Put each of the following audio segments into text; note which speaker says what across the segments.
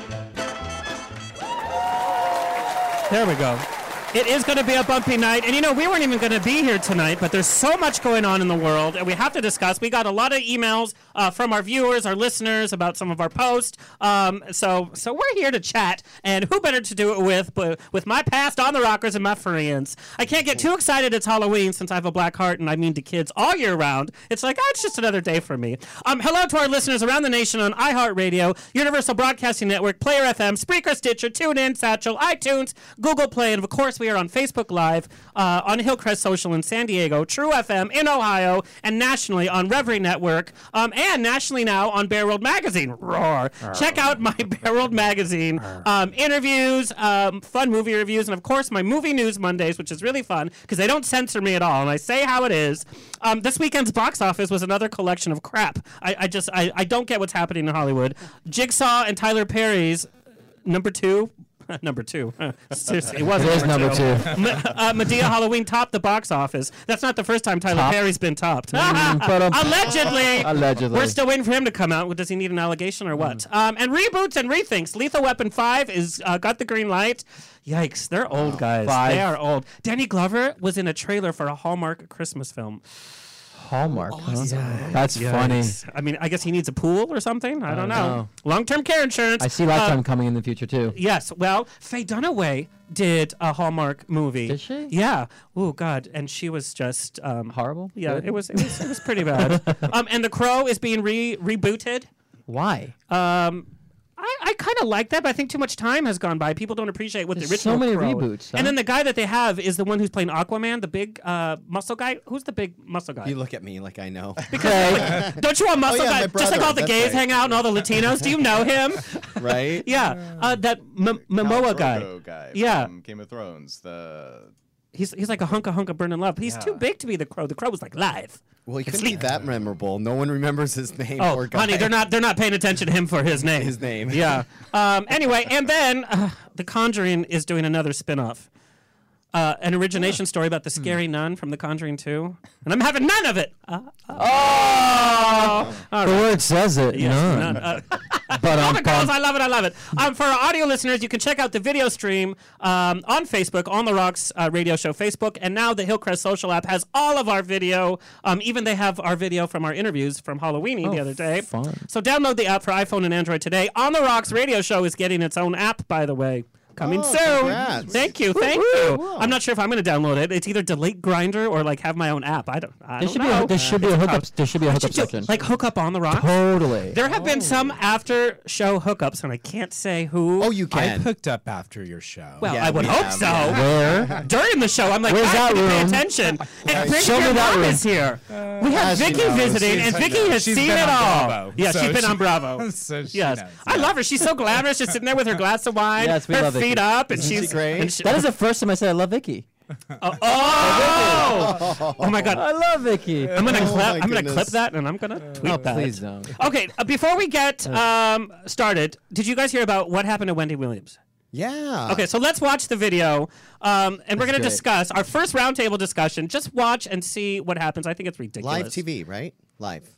Speaker 1: There we go. It is going to be a bumpy night. And you know, we weren't even going to be here tonight, but there's so much going on in the world and we have to discuss. We got a lot of emails uh, from our viewers, our listeners about some of our posts. Um, so so we're here to chat. And who better to do it with but with my past on the rockers and my friends. I can't get too excited it's Halloween since I have a black heart and I mean to kids all year round. It's like, ah, it's just another day for me. Um, hello to our listeners around the nation on iHeartRadio, Universal Broadcasting Network, Player FM, Spreaker, Stitcher, TuneIn, Satchel, iTunes, Google Play, and of course we are on Facebook Live, uh, on Hillcrest Social in San Diego, True FM in Ohio, and nationally on Reverie Network, um, and nationally now on Bear World Magazine. Roar! Check out my Bear World Magazine um, interviews, um, fun movie reviews, and of course my movie news Mondays, which is really fun because they don't censor me at all, and I say how it is. Um, this weekend's box office was another collection of crap. I, I just I, I don't get what's happening in Hollywood. Jigsaw and Tyler Perry's number two. number two. Seriously, it was
Speaker 2: It is number two.
Speaker 1: Ma- uh, Medea Halloween topped the box office. That's not the first time Tyler
Speaker 2: Top?
Speaker 1: Perry's been topped.
Speaker 2: ba-dum.
Speaker 1: Allegedly.
Speaker 2: Mm, um, Allegedly.
Speaker 1: We're still waiting for him to come out. Does he need an allegation or what?
Speaker 2: Mm.
Speaker 1: Um, and reboots and rethinks. Lethal Weapon 5 is uh, got the green light. Yikes, they're old guys.
Speaker 2: Five.
Speaker 1: They are old. Danny Glover was in a trailer for a Hallmark Christmas film. Oh,
Speaker 2: Hallmark. huh? That's funny.
Speaker 1: Yikes. I mean, I guess he needs a pool or something. I don't know.
Speaker 2: know.
Speaker 1: Long-term care insurance.
Speaker 2: I see
Speaker 1: Uh,
Speaker 2: Lifetime coming in the future too.
Speaker 1: Yes. Well, Faye Dunaway did a Hallmark movie.
Speaker 2: Did she?
Speaker 1: Yeah. Oh God. And she was just um,
Speaker 2: Horrible?
Speaker 1: Yeah.
Speaker 2: Good?
Speaker 1: It was. It was. It was pretty bad. um, and The Crow is being re rebooted.
Speaker 2: Why?
Speaker 1: Um, I, I kind of like that, but I think too much time has gone by. People don't appreciate what the
Speaker 2: There's so
Speaker 1: original.
Speaker 2: many
Speaker 1: Crow-
Speaker 2: reboots, huh?
Speaker 1: And then the guy that they have is the one who's playing Aquaman, the big uh, muscle guy. Who's the big muscle guy?
Speaker 3: You look at me like I know.
Speaker 1: Because don't you want muscle
Speaker 3: Oh, yeah,
Speaker 1: guy?
Speaker 3: my
Speaker 1: Just like
Speaker 3: brother,
Speaker 1: all the
Speaker 3: that's
Speaker 1: gays
Speaker 3: right.
Speaker 1: hang out and all the Latinos. Do you know him?
Speaker 3: right?
Speaker 1: Yeah, uh, that M- Momoa
Speaker 4: Khal
Speaker 1: guy.
Speaker 4: Drogo guy
Speaker 1: Yeah.
Speaker 4: from Game of Thrones. The
Speaker 1: He's he's like a hunk of hunk of burning love. He's too big to be the crow. The crow was like live.
Speaker 3: Well, he couldn't be that memorable. No one remembers his name
Speaker 1: Oh,
Speaker 3: or guy.
Speaker 1: honey, they're not they're not paying attention to him for his name.
Speaker 3: His name.
Speaker 1: Yeah. Um, anyway, and then uh, The Conjuring is doing another spin-off. Uh, an origination story about the
Speaker 3: Hmm.
Speaker 1: scary nun from The Conjuring 2. And I'm having none of it. Uh,
Speaker 3: Oh!
Speaker 2: The word says it.
Speaker 1: yes,
Speaker 2: none.
Speaker 1: none. Uh,
Speaker 2: But
Speaker 1: Love
Speaker 2: I'm
Speaker 1: it, girls. I love it. I love it. Um, for our audio listeners, you can check out the video stream um, on Facebook, on the Rocks uh, Radio Show Facebook, and now the Hillcrest Social app has all of our video. Um, even they have our video from our interviews from Halloweeny the other day.
Speaker 2: Oh, fun.
Speaker 1: So download the app for iPhone and Android today. On the Rocks Radio Show is getting its own app, by the way. coming
Speaker 3: Oh,
Speaker 1: soon.
Speaker 3: congrats.
Speaker 1: Thank you, thank
Speaker 3: Woo-hoo.
Speaker 1: you. I'm not sure if I'm going to download it. It's either delete Grinder or like have my own app. I don't. I
Speaker 2: There
Speaker 1: don't
Speaker 2: should be
Speaker 1: know.
Speaker 2: a, there should be a hookup. There should be a
Speaker 1: Should
Speaker 2: hookup
Speaker 1: do-
Speaker 2: section.
Speaker 1: Like hook up on the rocks.
Speaker 2: totally.
Speaker 1: There have been some after show hookups, and I can't say who.
Speaker 3: Oh, you
Speaker 5: I
Speaker 3: can.
Speaker 5: hooked up after your show.
Speaker 1: well,
Speaker 3: yeah,
Speaker 1: I would
Speaker 3: we
Speaker 1: hope
Speaker 3: have,
Speaker 1: so.
Speaker 3: yeah.
Speaker 2: Where?
Speaker 1: During the show, I'm like,
Speaker 2: Where's
Speaker 1: I
Speaker 2: that
Speaker 1: have to pay
Speaker 2: room?
Speaker 1: attention. And Bridget,
Speaker 2: show me
Speaker 1: your
Speaker 2: that
Speaker 1: mom
Speaker 2: room.
Speaker 1: is here. we have
Speaker 3: she
Speaker 1: Vicky
Speaker 3: knows.
Speaker 1: visiting,
Speaker 5: She's-
Speaker 1: and
Speaker 5: I
Speaker 1: Vicky
Speaker 5: know.
Speaker 1: has
Speaker 5: She's
Speaker 1: seen
Speaker 5: been
Speaker 1: it
Speaker 5: on
Speaker 1: all.
Speaker 5: Bravo,
Speaker 1: yeah,
Speaker 5: so
Speaker 1: she's been
Speaker 5: she-
Speaker 1: on Bravo.
Speaker 5: So she
Speaker 1: yes,
Speaker 5: knows,
Speaker 1: I
Speaker 5: yeah.
Speaker 1: love her. She's so glamorous, just sitting there with her glass of wine,
Speaker 2: Yes, we
Speaker 1: her
Speaker 2: love
Speaker 1: feet
Speaker 2: Vicky.
Speaker 1: up, and
Speaker 3: she
Speaker 1: she's
Speaker 3: great?
Speaker 1: and she-
Speaker 2: That is the first time I said I love Vicky.
Speaker 1: oh, oh, oh my
Speaker 2: I
Speaker 1: god.
Speaker 2: love Vicky.
Speaker 1: I'm gonna
Speaker 3: Oh
Speaker 1: clip.
Speaker 3: my
Speaker 1: I'm gonna clip
Speaker 3: goodness.
Speaker 1: that, and I'm gonna tweet
Speaker 2: oh,
Speaker 1: that.
Speaker 2: please don't.
Speaker 1: Okay, uh, before we get um, started, did you guys hear about what happened to Wendy Williams?
Speaker 3: Yeah.
Speaker 1: Okay, so let's watch the video, um, and we're going to
Speaker 2: great.
Speaker 1: discuss our first roundtable discussion. Just watch and see what happens. I think it's ridiculous.
Speaker 3: Live TV, right? Live.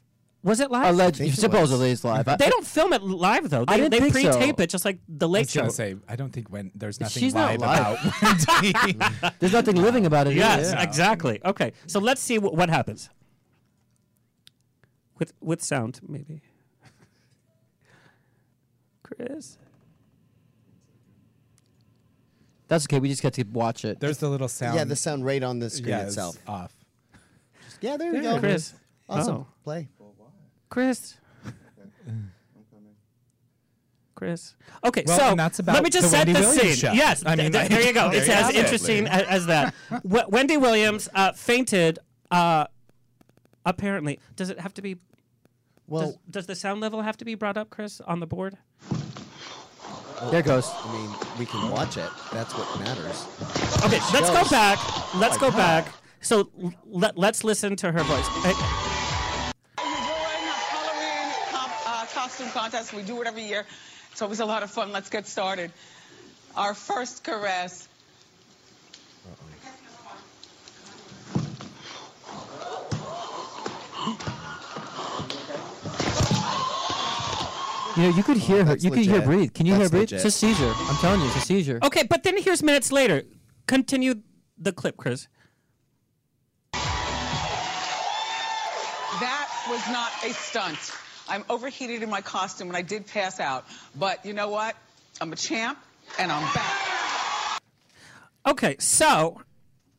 Speaker 1: was it live?
Speaker 2: Alleged,
Speaker 3: think it
Speaker 2: supposedly it's live. I-
Speaker 1: They don't film it live though. They,
Speaker 2: I didn't
Speaker 1: they
Speaker 2: think so.
Speaker 1: pre-tape it just like the
Speaker 5: I
Speaker 1: late
Speaker 5: was
Speaker 1: show.
Speaker 5: gonna say I don't think when there's nothing
Speaker 2: She's not
Speaker 5: live,
Speaker 2: live.
Speaker 5: about Wendy.
Speaker 2: There's nothing living about it.
Speaker 1: Yes,
Speaker 2: either.
Speaker 1: exactly. Okay, so let's see wh- what happens with with sound, maybe. Chris,
Speaker 2: That's okay. We just got to watch it.
Speaker 5: there's the little sound.
Speaker 3: Yeah, the sound right on the screen
Speaker 5: yeah, it's
Speaker 3: itself.
Speaker 5: off.
Speaker 3: Yeah, there you go.
Speaker 1: Chris,
Speaker 3: Awesome.
Speaker 1: Oh.
Speaker 3: Play.
Speaker 1: Chris. Chris. Okay,
Speaker 5: Well,
Speaker 1: so
Speaker 5: and that's about
Speaker 1: let me just
Speaker 5: the
Speaker 1: set
Speaker 5: Wendy
Speaker 1: the
Speaker 5: Williams
Speaker 1: scene.
Speaker 5: show.
Speaker 1: Yes,
Speaker 5: I mean,
Speaker 1: th-
Speaker 5: like,
Speaker 1: there you go.
Speaker 5: there
Speaker 1: It's
Speaker 5: you
Speaker 1: as
Speaker 5: have it.
Speaker 1: interesting as, as that. w- Wendy Williams uh, fainted. Uh, apparently, does it have to be?
Speaker 3: Well,
Speaker 1: Does, does the sound level have to be brought up, Chris, on the board?
Speaker 2: There it goes.
Speaker 3: I mean, we can watch it. That's what matters.
Speaker 1: Okay, let's go
Speaker 3: shows.
Speaker 1: back. Let's
Speaker 3: "Oh my
Speaker 1: go
Speaker 3: God.
Speaker 1: back. So l- let, let's listen to her voice. Hey,
Speaker 6: We're doing a Halloween com- uh, costume contest. We do it every year. It's always a lot of fun. Let's get started. Our first caress.
Speaker 2: You know, you could hear her.
Speaker 3: Oh, that's
Speaker 2: You could hear her
Speaker 3: legit.
Speaker 2: breathe. Can you
Speaker 3: That's
Speaker 2: hear her breathe?
Speaker 3: legit.
Speaker 2: It's a seizure. I'm telling you, it's a seizure.
Speaker 1: okay, but then here's minutes later. Continue the clip, Chris.
Speaker 6: That was not a stunt. I'm overheated in my costume and I did pass out. But you know what? I'm a champ and I'm back.
Speaker 1: Okay, so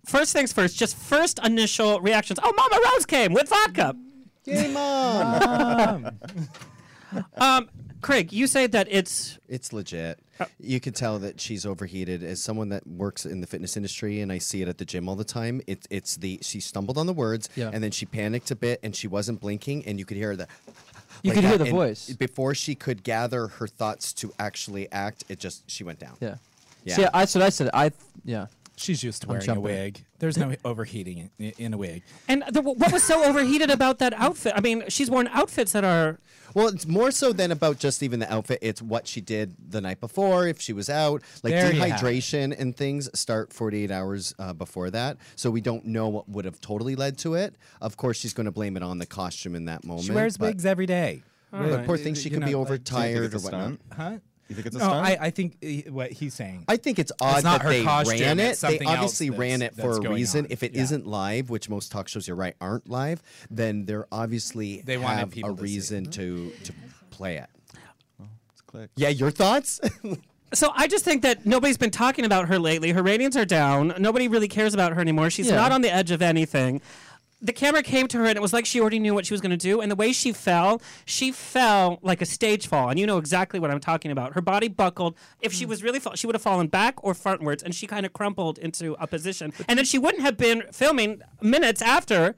Speaker 1: first things first, just first initial reactions. Oh, Mama Rose came with vodka. Um,
Speaker 3: Game on.
Speaker 1: Craig, you say that it's
Speaker 3: it's legit.
Speaker 2: Uh,
Speaker 3: You can tell that she's overheated. As someone that works in the fitness industry, and I see it at the gym all the time, it, it's the she stumbled on the words,
Speaker 2: Yeah.
Speaker 3: and then she panicked a bit, and she wasn't blinking, and you could hear the.
Speaker 2: You
Speaker 3: like
Speaker 2: could hear
Speaker 3: that,
Speaker 2: the
Speaker 3: and
Speaker 2: voice.
Speaker 3: before she could gather her thoughts to actually act. It just she went down.
Speaker 2: Yeah.
Speaker 3: Yeah.
Speaker 2: See, I, that's what I said. I yeah.
Speaker 5: She's used to wearing a
Speaker 2: jumping.
Speaker 5: wig. There's no overheating in, in a wig.
Speaker 1: and the, what was so overheated about that outfit? I mean, she's worn outfits that are
Speaker 3: Well, it's more so than about just even the outfit. It's what she did the night before, if she was out, like
Speaker 5: There you have it.
Speaker 3: dehydration and things start 48 hours uh, before that. So we don't know what would have totally led to it. Of course, she's going to blame it on the costume in that moment.
Speaker 5: She wears
Speaker 3: but-
Speaker 5: wigs every day.
Speaker 3: But poor thing, she
Speaker 5: You
Speaker 3: could
Speaker 5: know,
Speaker 3: be
Speaker 5: like-
Speaker 3: overtired
Speaker 4: it's a
Speaker 3: or whatnot.
Speaker 4: stunt?
Speaker 5: Huh?
Speaker 4: You think it's a
Speaker 5: No,
Speaker 4: stunt?
Speaker 5: I, I think uh, what he's saying.
Speaker 3: I think it's odd
Speaker 5: not
Speaker 3: that
Speaker 5: her
Speaker 3: they
Speaker 5: costume,
Speaker 3: ran it.
Speaker 5: it's
Speaker 3: They
Speaker 5: something else
Speaker 3: obviously
Speaker 5: that's-
Speaker 3: ran it for
Speaker 5: that's
Speaker 3: a
Speaker 5: going
Speaker 3: reason.
Speaker 5: on.
Speaker 3: If it
Speaker 5: Yeah.
Speaker 3: not live, which most talk shows you're right aren't live, then they're obviously
Speaker 5: They wanted
Speaker 3: have a
Speaker 5: people to see it. Mm-hmm.
Speaker 3: reason to to play it.
Speaker 4: It's click.
Speaker 3: Yeah, your thoughts?
Speaker 1: So I just think that nobody's been talking about her lately. Her ratings are down. Nobody really cares about her anymore. She's
Speaker 2: Yeah.
Speaker 1: not on the edge of anything. The camera came to her and it was like she already knew what she was going to do. And the way she fell, she fell like a stage fall. And you know exactly what I'm talking about. Her body buckled. If she was really fall, she would have fallen back or frontwards. And she kind of crumpled into a position. And then she wouldn't have been filming minutes after,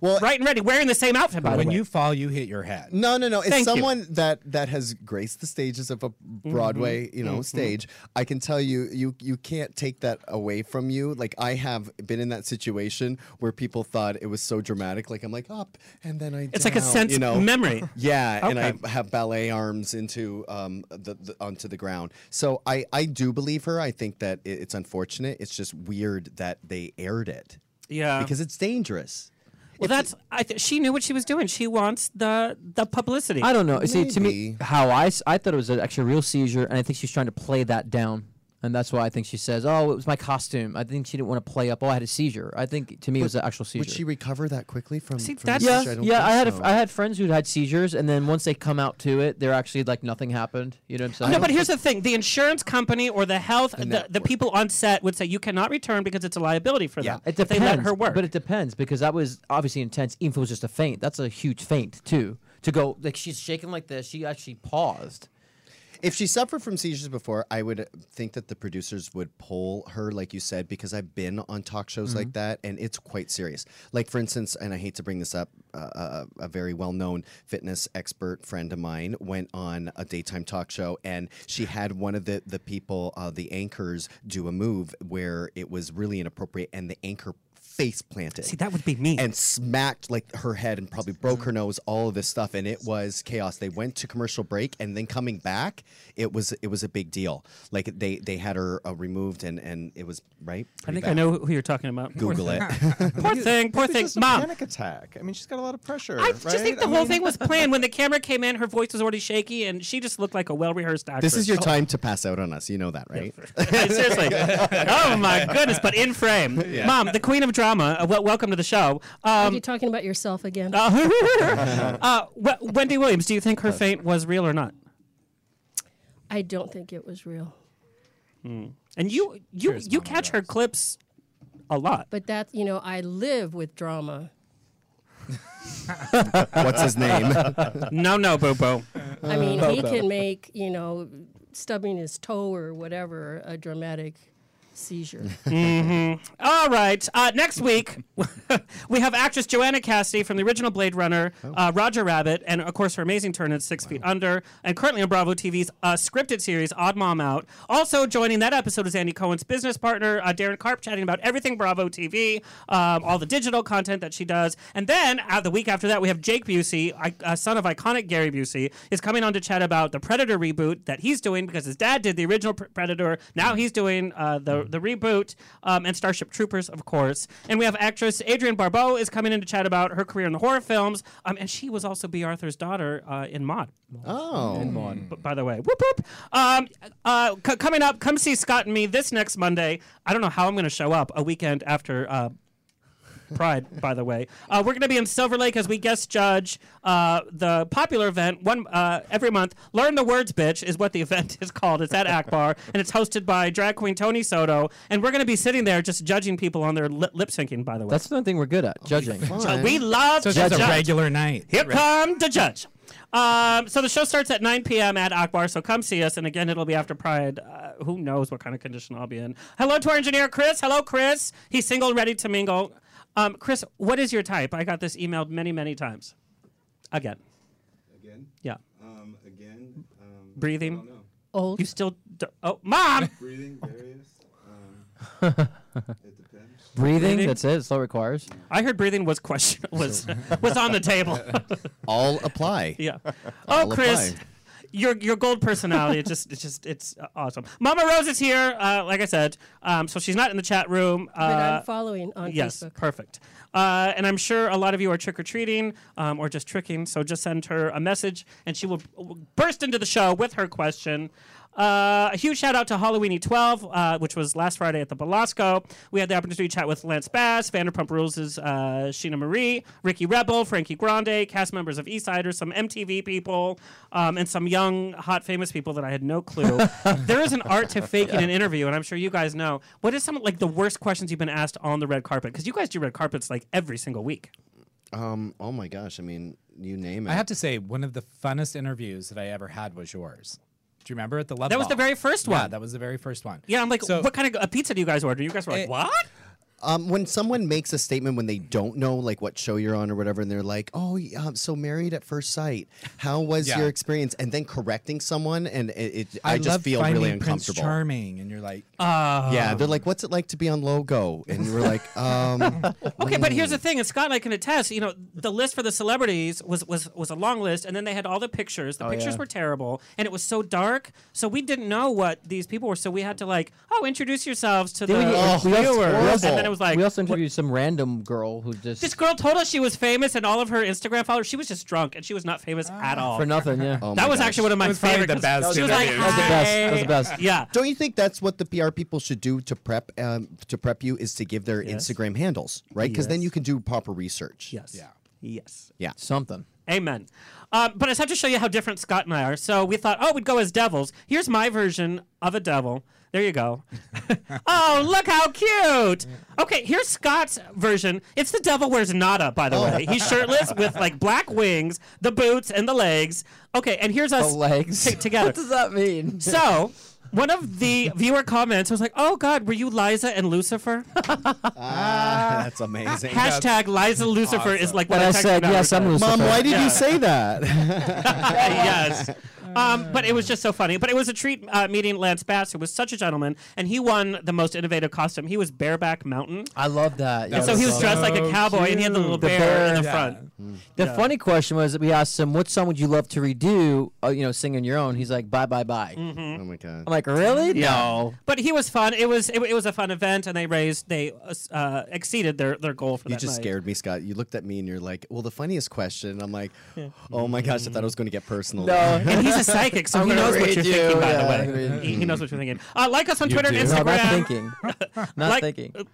Speaker 3: well,
Speaker 1: right and ready, wearing the same outfit, by the
Speaker 5: when
Speaker 1: way.
Speaker 5: you fall, you hit your head.
Speaker 3: No, no, no. As
Speaker 1: Thank you.
Speaker 3: someone that that has graced the stages of a Broadway,
Speaker 5: Mm-hmm.
Speaker 3: you know, stage, I can tell you, you you can't take that away from you. Like I have been in that situation where people thought it was so dramatic. Like I'm like up, and then I.
Speaker 1: it's like a
Speaker 3: down,
Speaker 1: sense
Speaker 3: you know.
Speaker 1: memory.
Speaker 3: Yeah, and
Speaker 1: Okay.
Speaker 3: I have ballet arms into um the, the onto the ground. So I I do believe her. I think that it, it's unfortunate. It's just weird that they aired it
Speaker 1: Yeah.
Speaker 3: because it's dangerous.
Speaker 1: Well, that's I th- she knew what she was doing. She wants the the publicity.
Speaker 2: I don't know. See, to me,
Speaker 3: Maybe.
Speaker 2: how I, s- I thought it was an actually real seizure, and I think she's trying to play that down. And that's why I think she says, "Oh, it was my costume." I think she didn't want to play up. Oh, I had a seizure. I think to me it was an actual seizure.
Speaker 3: Would she recover that quickly from?
Speaker 1: See,
Speaker 3: from
Speaker 1: that's-
Speaker 3: the
Speaker 2: yeah,
Speaker 3: seizure? I don't
Speaker 2: yeah.
Speaker 3: think
Speaker 2: I had a
Speaker 3: so.
Speaker 2: f I had friends who had seizures, and then once they come out to it, they're actually like nothing happened. You know what I'm saying?
Speaker 1: No, but here's the thing: the insurance company or the health, the, the,
Speaker 3: network.
Speaker 1: people on set would say you cannot return because it's a liability for them.
Speaker 2: It
Speaker 1: if
Speaker 2: depends.
Speaker 1: They let her work.
Speaker 2: but it depends because that was obviously intense. Even if it was just a feint, that's a huge feint too. To go like she's shaking like this, she actually paused.
Speaker 3: If she suffered from seizures before, I would think that the producers would pull her, like you said, because I've been on talk shows
Speaker 1: Mm-hmm.
Speaker 3: like that, and it's quite serious. Like, for instance, and I hate to bring this up, uh, a, a very well known fitness expert friend of mine went on a daytime talk show, and she had one of the, the people, uh, the anchors, do a move where it was really inappropriate, and the anchor face planted.
Speaker 1: See, that would be me.
Speaker 3: And smacked like her head and probably broke her nose, all of this stuff, and it was chaos. They went to commercial break, and then coming back, it was it was a big deal. Like they they had her uh, removed, and and it was right.
Speaker 1: I
Speaker 3: Pretty
Speaker 1: think I
Speaker 3: bad.
Speaker 1: know who you're talking about. Poor
Speaker 3: Google it.
Speaker 1: thing. Poor thing. Poor
Speaker 4: It's
Speaker 1: thing.
Speaker 4: just a
Speaker 1: Mom.
Speaker 4: panic attack. I mean, she's got a lot of pressure.
Speaker 1: I
Speaker 4: right?
Speaker 1: just think the
Speaker 4: I
Speaker 1: whole
Speaker 4: mean,
Speaker 1: thing was planned. When the camera came in, her voice was already shaky, and she just looked like a well-rehearsed actress. Oh,
Speaker 3: this is your time to pass out on us. You know that, right?
Speaker 1: Seriously. oh my goodness! But in frame, Mom, the queen of drama. Uh, wel- welcome to the show.
Speaker 7: Are
Speaker 1: Um,
Speaker 7: you talking about yourself again?
Speaker 1: uh, uh, Wen- Wendy Williams, do you think her faint was real or not?
Speaker 7: I don't think it was real.
Speaker 1: And you, you, you catch her clips a lot.
Speaker 7: But that, you know, I live with drama.
Speaker 3: What's his name?
Speaker 1: No, no, Boo Boo.
Speaker 7: I mean, he can make, you know, stubbing his toe or whatever a dramatic seizure.
Speaker 1: All right. Uh, next week, we have actress Joanna Cassidy from the original Blade Runner, uh, Roger Rabbit, and of course her amazing turn in Six Feet Under, and currently on Bravo TV's uh, scripted series Odd Mom Out. Also joining that episode is Andy Cohen's business partner, uh, Darren Karp, chatting about everything Bravo TV, um, all the digital content that she does. And then uh, the week after that, we have Jake Busey, I, uh, son of iconic Gary Busey, is coming on to chat about the Predator reboot that he's doing because his dad did the original Pr- Predator. Now he's doing uh, the the reboot um, and Starship Troopers, of course. And we have actress Adrienne Barbeau is coming in to chat about her career in the horror films, um, and she was also B. Arthur's daughter uh, in Mod.
Speaker 3: Oh,
Speaker 1: b- by the way, whoop whoop. Um, uh, c- coming up, come see Scott and me this next Monday. I don't know how I'm going to show up a weekend after uh, Pride, by the way. Uh, we're going to be in Silver Lake as we guest judge uh, the popular event one uh, every month. Learn the words, bitch, is what the event is called. It's at Akbar, and it's hosted by drag queen Tony Soto. And we're going to be sitting there just judging people on their li- lip syncing. By the way,
Speaker 2: That's the only thing we're good at judging.
Speaker 1: Uh, we love
Speaker 5: So
Speaker 1: to
Speaker 5: it's just a
Speaker 1: judge.
Speaker 5: regular night.
Speaker 1: Here come the judge. Um, so the show starts at 9 p.m. at Akbar, so come see us. And again, it'll be after Pride. Uh, who knows what kind of condition I'll be in? Hello to our engineer, Chris. Hello, Chris. He's single and ready to mingle. Um, Chris, what is your type? I got this emailed many, many times. Again.
Speaker 8: Again,
Speaker 1: Yeah.
Speaker 8: um, again, um, I
Speaker 1: Breathing.
Speaker 8: don't know.
Speaker 7: Old.
Speaker 1: You still. D- oh, mom!
Speaker 8: Breathing, various. Um, it depends.
Speaker 2: breathing. That's it. That's all it requires.
Speaker 1: I heard breathing was question was was on the table.
Speaker 3: all apply.
Speaker 1: Yeah. Oh,
Speaker 3: I'll
Speaker 1: Chris,
Speaker 3: apply.
Speaker 1: your your gold personality. It's just it's just it's uh, awesome. Mama Rose is here. Uh, like I said, um, so she's not in the chat room. Uh,
Speaker 7: but I'm following on
Speaker 1: yes,
Speaker 7: Facebook.
Speaker 1: perfect. Uh, and I'm sure a lot of you are trick or treating um, or just tricking. So just send her a message, and she will will burst into the show with her question. Uh, a huge shout out to Halloweeny 12, uh, which was last Friday at the Belasco. We had the opportunity to chat with Lance Bass, Vanderpump Rules' uh, Sheena Marie, Ricky Rebel, Frankie Grande, cast members of Eastsiders, some MTV people, um, and some young, hot, famous people that I had no clue. there is an art to faking an interview, and I'm sure you guys know. What is some like the worst questions you've been asked on the red carpet? Because you guys do red carpets like every single week.
Speaker 3: Um. Oh my gosh. I mean, you name it.
Speaker 5: I have to say, one of the funnest interviews that I ever had was yours. Do you remember at the love?
Speaker 1: That was the
Speaker 5: Ball?
Speaker 1: very first
Speaker 5: Yeah,
Speaker 1: one.
Speaker 5: that was the very first one.
Speaker 1: Yeah, I'm like,
Speaker 5: So-
Speaker 1: what kind of uh, pizza do you guys order? You guys were like,
Speaker 5: Eh,
Speaker 1: what?
Speaker 3: Um, when someone makes a statement when they don't know like what show you're on or whatever, and they're like, "Oh, yeah, I'm so married at first sight. How was
Speaker 5: Yeah.
Speaker 3: your experience?" and then correcting someone, and it, it I, just
Speaker 5: love
Speaker 3: feel really
Speaker 5: finding Prince
Speaker 3: uncomfortable.
Speaker 5: Charming, and you're like,
Speaker 1: Ah.
Speaker 3: yeah, they're like, "What's it like to be on Logo?" And we're like, um,
Speaker 1: Okay, but here's the
Speaker 2: Mm.
Speaker 1: thing, and Scott and I can attest. You know, the list for the celebrities was was was a long list, and then they had all the pictures. The pictures
Speaker 2: Oh, yeah.
Speaker 1: were terrible, and it was so dark, so we didn't know what these people were. So we had to like, oh, introduce yourselves to
Speaker 2: Then
Speaker 1: the
Speaker 2: we get- Oh, we also-
Speaker 1: viewers,
Speaker 3: that's
Speaker 1: and then it
Speaker 3: horrible.
Speaker 1: was like,
Speaker 2: we also interviewed some random girl who just
Speaker 1: this girl told us she was famous, and all of her Instagram followers, she was just drunk, and she was not famous at all.
Speaker 2: for nothing. Yeah.
Speaker 3: oh
Speaker 1: that was actually one of my
Speaker 5: That was probably
Speaker 1: favorite.
Speaker 5: the
Speaker 1: 'cause
Speaker 5: best
Speaker 1: She was like,
Speaker 5: interview.
Speaker 2: That was the best. That was the
Speaker 1: "Hi."
Speaker 2: best.
Speaker 1: Yeah.
Speaker 3: Don't you think that's what the PR people should do to prep um, to prep you is to give their Instagram handles, right? Because then
Speaker 1: Yes.
Speaker 3: you can do proper research.
Speaker 1: Yes. Yeah. Yes.
Speaker 2: Something.
Speaker 1: Amen. Um, but I just have to show you how different Scott and I are. So we thought, oh, we'd go as devils. Here's my version of a devil. There you go. oh, look how cute. Okay, here's Scott's version. It's the devil wears nada, by the way. He's shirtless with like black wings, the boots, and the legs. Okay, and here's us
Speaker 2: The legs.
Speaker 1: t- together.
Speaker 2: what does that mean?
Speaker 1: So one of the viewer comments was like, "Oh God, were you Liza and Lucifer?"
Speaker 3: Ah, that's amazing.
Speaker 1: Hashtag Liza Lucifer is like what
Speaker 2: And I
Speaker 1: text
Speaker 2: said,
Speaker 1: now
Speaker 2: yes, I'm
Speaker 1: return."
Speaker 2: Lucifer.
Speaker 3: Mom, why did
Speaker 1: Yeah.
Speaker 3: you say that?
Speaker 1: yes. Um, but it was just so funny. But it was a treat uh, meeting Lance Bass, who was such a gentleman, and he won the most innovative costume. He was Bareback Mountain,
Speaker 2: I love that.
Speaker 5: That
Speaker 2: yeah,
Speaker 1: and so
Speaker 5: was
Speaker 1: he was
Speaker 5: so
Speaker 1: dressed like a cowboy, and he had the little
Speaker 2: cute. The
Speaker 1: bear, in the
Speaker 2: bear.
Speaker 1: front.
Speaker 2: The funny question was that we asked him, "What song would you love to redo?" Uh, you know, singing your own. He's like, "Bye, bye, bye."
Speaker 1: Mm-hmm.
Speaker 3: oh my god.
Speaker 2: I'm like, "Really? No."
Speaker 1: But he was fun. It was it, it was a fun event, and they raised they uh, exceeded their, their goal for
Speaker 3: You
Speaker 1: that
Speaker 3: just
Speaker 1: night.
Speaker 3: scared me, Scott. You looked at me and you're like, "Well, the funniest question." And I'm like, "Oh my gosh, I thought it was going to get personal."
Speaker 1: And he's a psychic, so
Speaker 2: I'm
Speaker 1: he
Speaker 2: gonna
Speaker 1: knows what
Speaker 2: read
Speaker 1: you're
Speaker 2: you,
Speaker 1: thinking. By
Speaker 2: yeah, I
Speaker 1: the way,
Speaker 2: mean-
Speaker 1: he, he knows what you're thinking. Uh, like us on
Speaker 5: You
Speaker 1: Twitter and
Speaker 5: do.
Speaker 2: No,
Speaker 1: Instagram.
Speaker 2: not thinking. Not
Speaker 1: Like-
Speaker 2: thinking.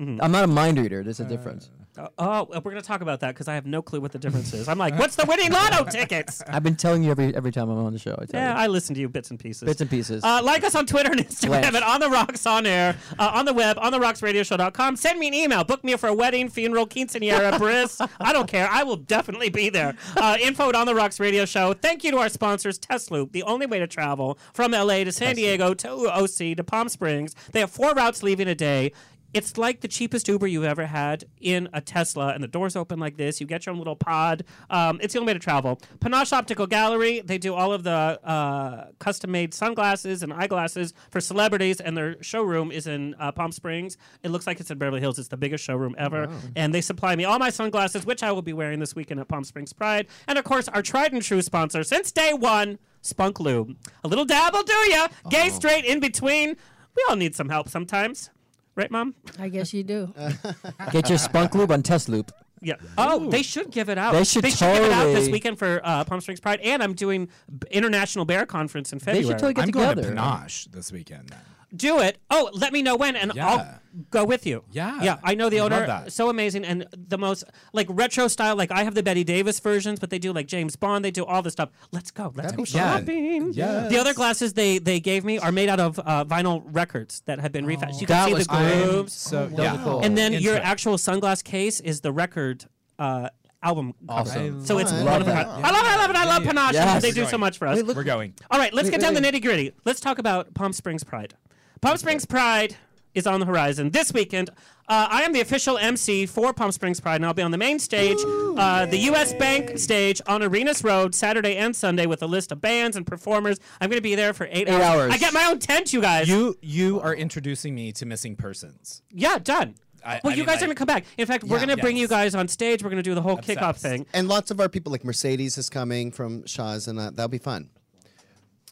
Speaker 2: I'm not a mind reader. There's a difference.
Speaker 1: Mm-hmm. Uh, oh, we're gonna talk about that because I have no clue what the difference is. I'm like, what's the winning lotto tickets?
Speaker 2: I've been telling you every every time I'm on the show. I tell
Speaker 1: Yeah,
Speaker 2: you.
Speaker 1: I listen to you bits and pieces.
Speaker 2: Bits and pieces.
Speaker 1: Uh, like us on Twitter and Instagram
Speaker 2: Lance.
Speaker 1: at On The Rocks On Air, uh, on the web, on the rocksradioshow.com. Send me an email. Book me for a wedding, funeral, quinceanera, bris. I don't care. I will definitely be there. Uh, info at On The Rocks Radio Show. Thank you to our sponsors, Test Loop, the only way to travel from LA to San Diego to OC to Palm Springs. They have four routes leaving a day. It's like the cheapest Uber you've ever had in a Tesla, and the doors open like this. You get your own little pod. Um, it's the only way to travel. Panache Optical Gallery, they do all of the uh, custom made sunglasses and eyeglasses for celebrities, and their showroom is in uh, Palm Springs. It looks like it's in Beverly Hills. It's the biggest showroom ever. And they supply me all my sunglasses, which I will be wearing this weekend at Palm Springs Pride. And of course, our tried and true sponsor since day one, Spunk Lube. A little dab will do ya. Gay, straight, in between. We all need some help sometimes. Right, Mom?
Speaker 7: I guess you do.
Speaker 2: Get your spunk lube on test loop.
Speaker 1: Yeah. Oh, they should give it out.
Speaker 2: They should
Speaker 1: give it out this
Speaker 2: totally-
Speaker 1: weekend for uh, Palm Springs Pride, and I'm doing b- International Bear Conference in
Speaker 2: They
Speaker 1: February.
Speaker 2: should totally get
Speaker 5: I'm going
Speaker 2: together.
Speaker 5: to Panache this weekend. Then.
Speaker 1: Do it. Oh, let me know when, and I'll
Speaker 5: Yeah.
Speaker 1: go with you.
Speaker 5: Yeah.
Speaker 1: Yeah. I know the
Speaker 5: I love
Speaker 1: owner.
Speaker 5: that.
Speaker 1: So amazing, and the most like retro style. Like I have the Betty Davis versions, but they do like James Bond. They do all this stuff. Let's go. Let's
Speaker 5: fun.
Speaker 1: go shopping.
Speaker 5: Yes.
Speaker 1: The other glasses they they gave me are made out of uh, vinyl records that have been refashioned. you
Speaker 2: Oh. That
Speaker 1: can see
Speaker 2: was
Speaker 1: the
Speaker 2: cool.
Speaker 1: grooves.
Speaker 5: So
Speaker 2: Those are
Speaker 5: yeah.
Speaker 2: cool.
Speaker 1: And then your
Speaker 5: Intro.
Speaker 1: actual sunglass case is the record uh, album. cover.
Speaker 2: Awesome.
Speaker 1: So it's
Speaker 3: I
Speaker 1: one of the.
Speaker 2: love
Speaker 1: I love it. I love it. I love Panache.
Speaker 2: Yes.
Speaker 1: They do so much for us.
Speaker 5: We're going.
Speaker 1: All right, let's
Speaker 2: Wait,
Speaker 1: get
Speaker 2: wait,
Speaker 1: down
Speaker 2: wait.
Speaker 1: the nitty gritty. Let's talk about Palm Springs Pride. Palm Springs Pride is on the horizon this weekend. Uh, I am the official MC for Palm Springs Pride, and I'll be on the main stage, uh, the U.S. Bank stage on Arenas Road Saturday and Sunday with a list of bands and performers. I'm going to be there for eight,
Speaker 2: hours.
Speaker 1: I get my own tent, you guys.
Speaker 5: You you are introducing me to missing persons.
Speaker 1: Yeah, done.
Speaker 5: I- I
Speaker 1: well, you
Speaker 5: mean,
Speaker 1: guys
Speaker 5: like-
Speaker 1: are gonna come back. In fact, we're
Speaker 5: Yeah.
Speaker 1: gonna bring
Speaker 5: Yes.
Speaker 1: you guys on stage. We're gonna do the whole kickoff
Speaker 5: Obsessed.
Speaker 1: thing.
Speaker 3: and lots of our people, like Mercedes, is coming from Shaw's, and uh, that'll be fun.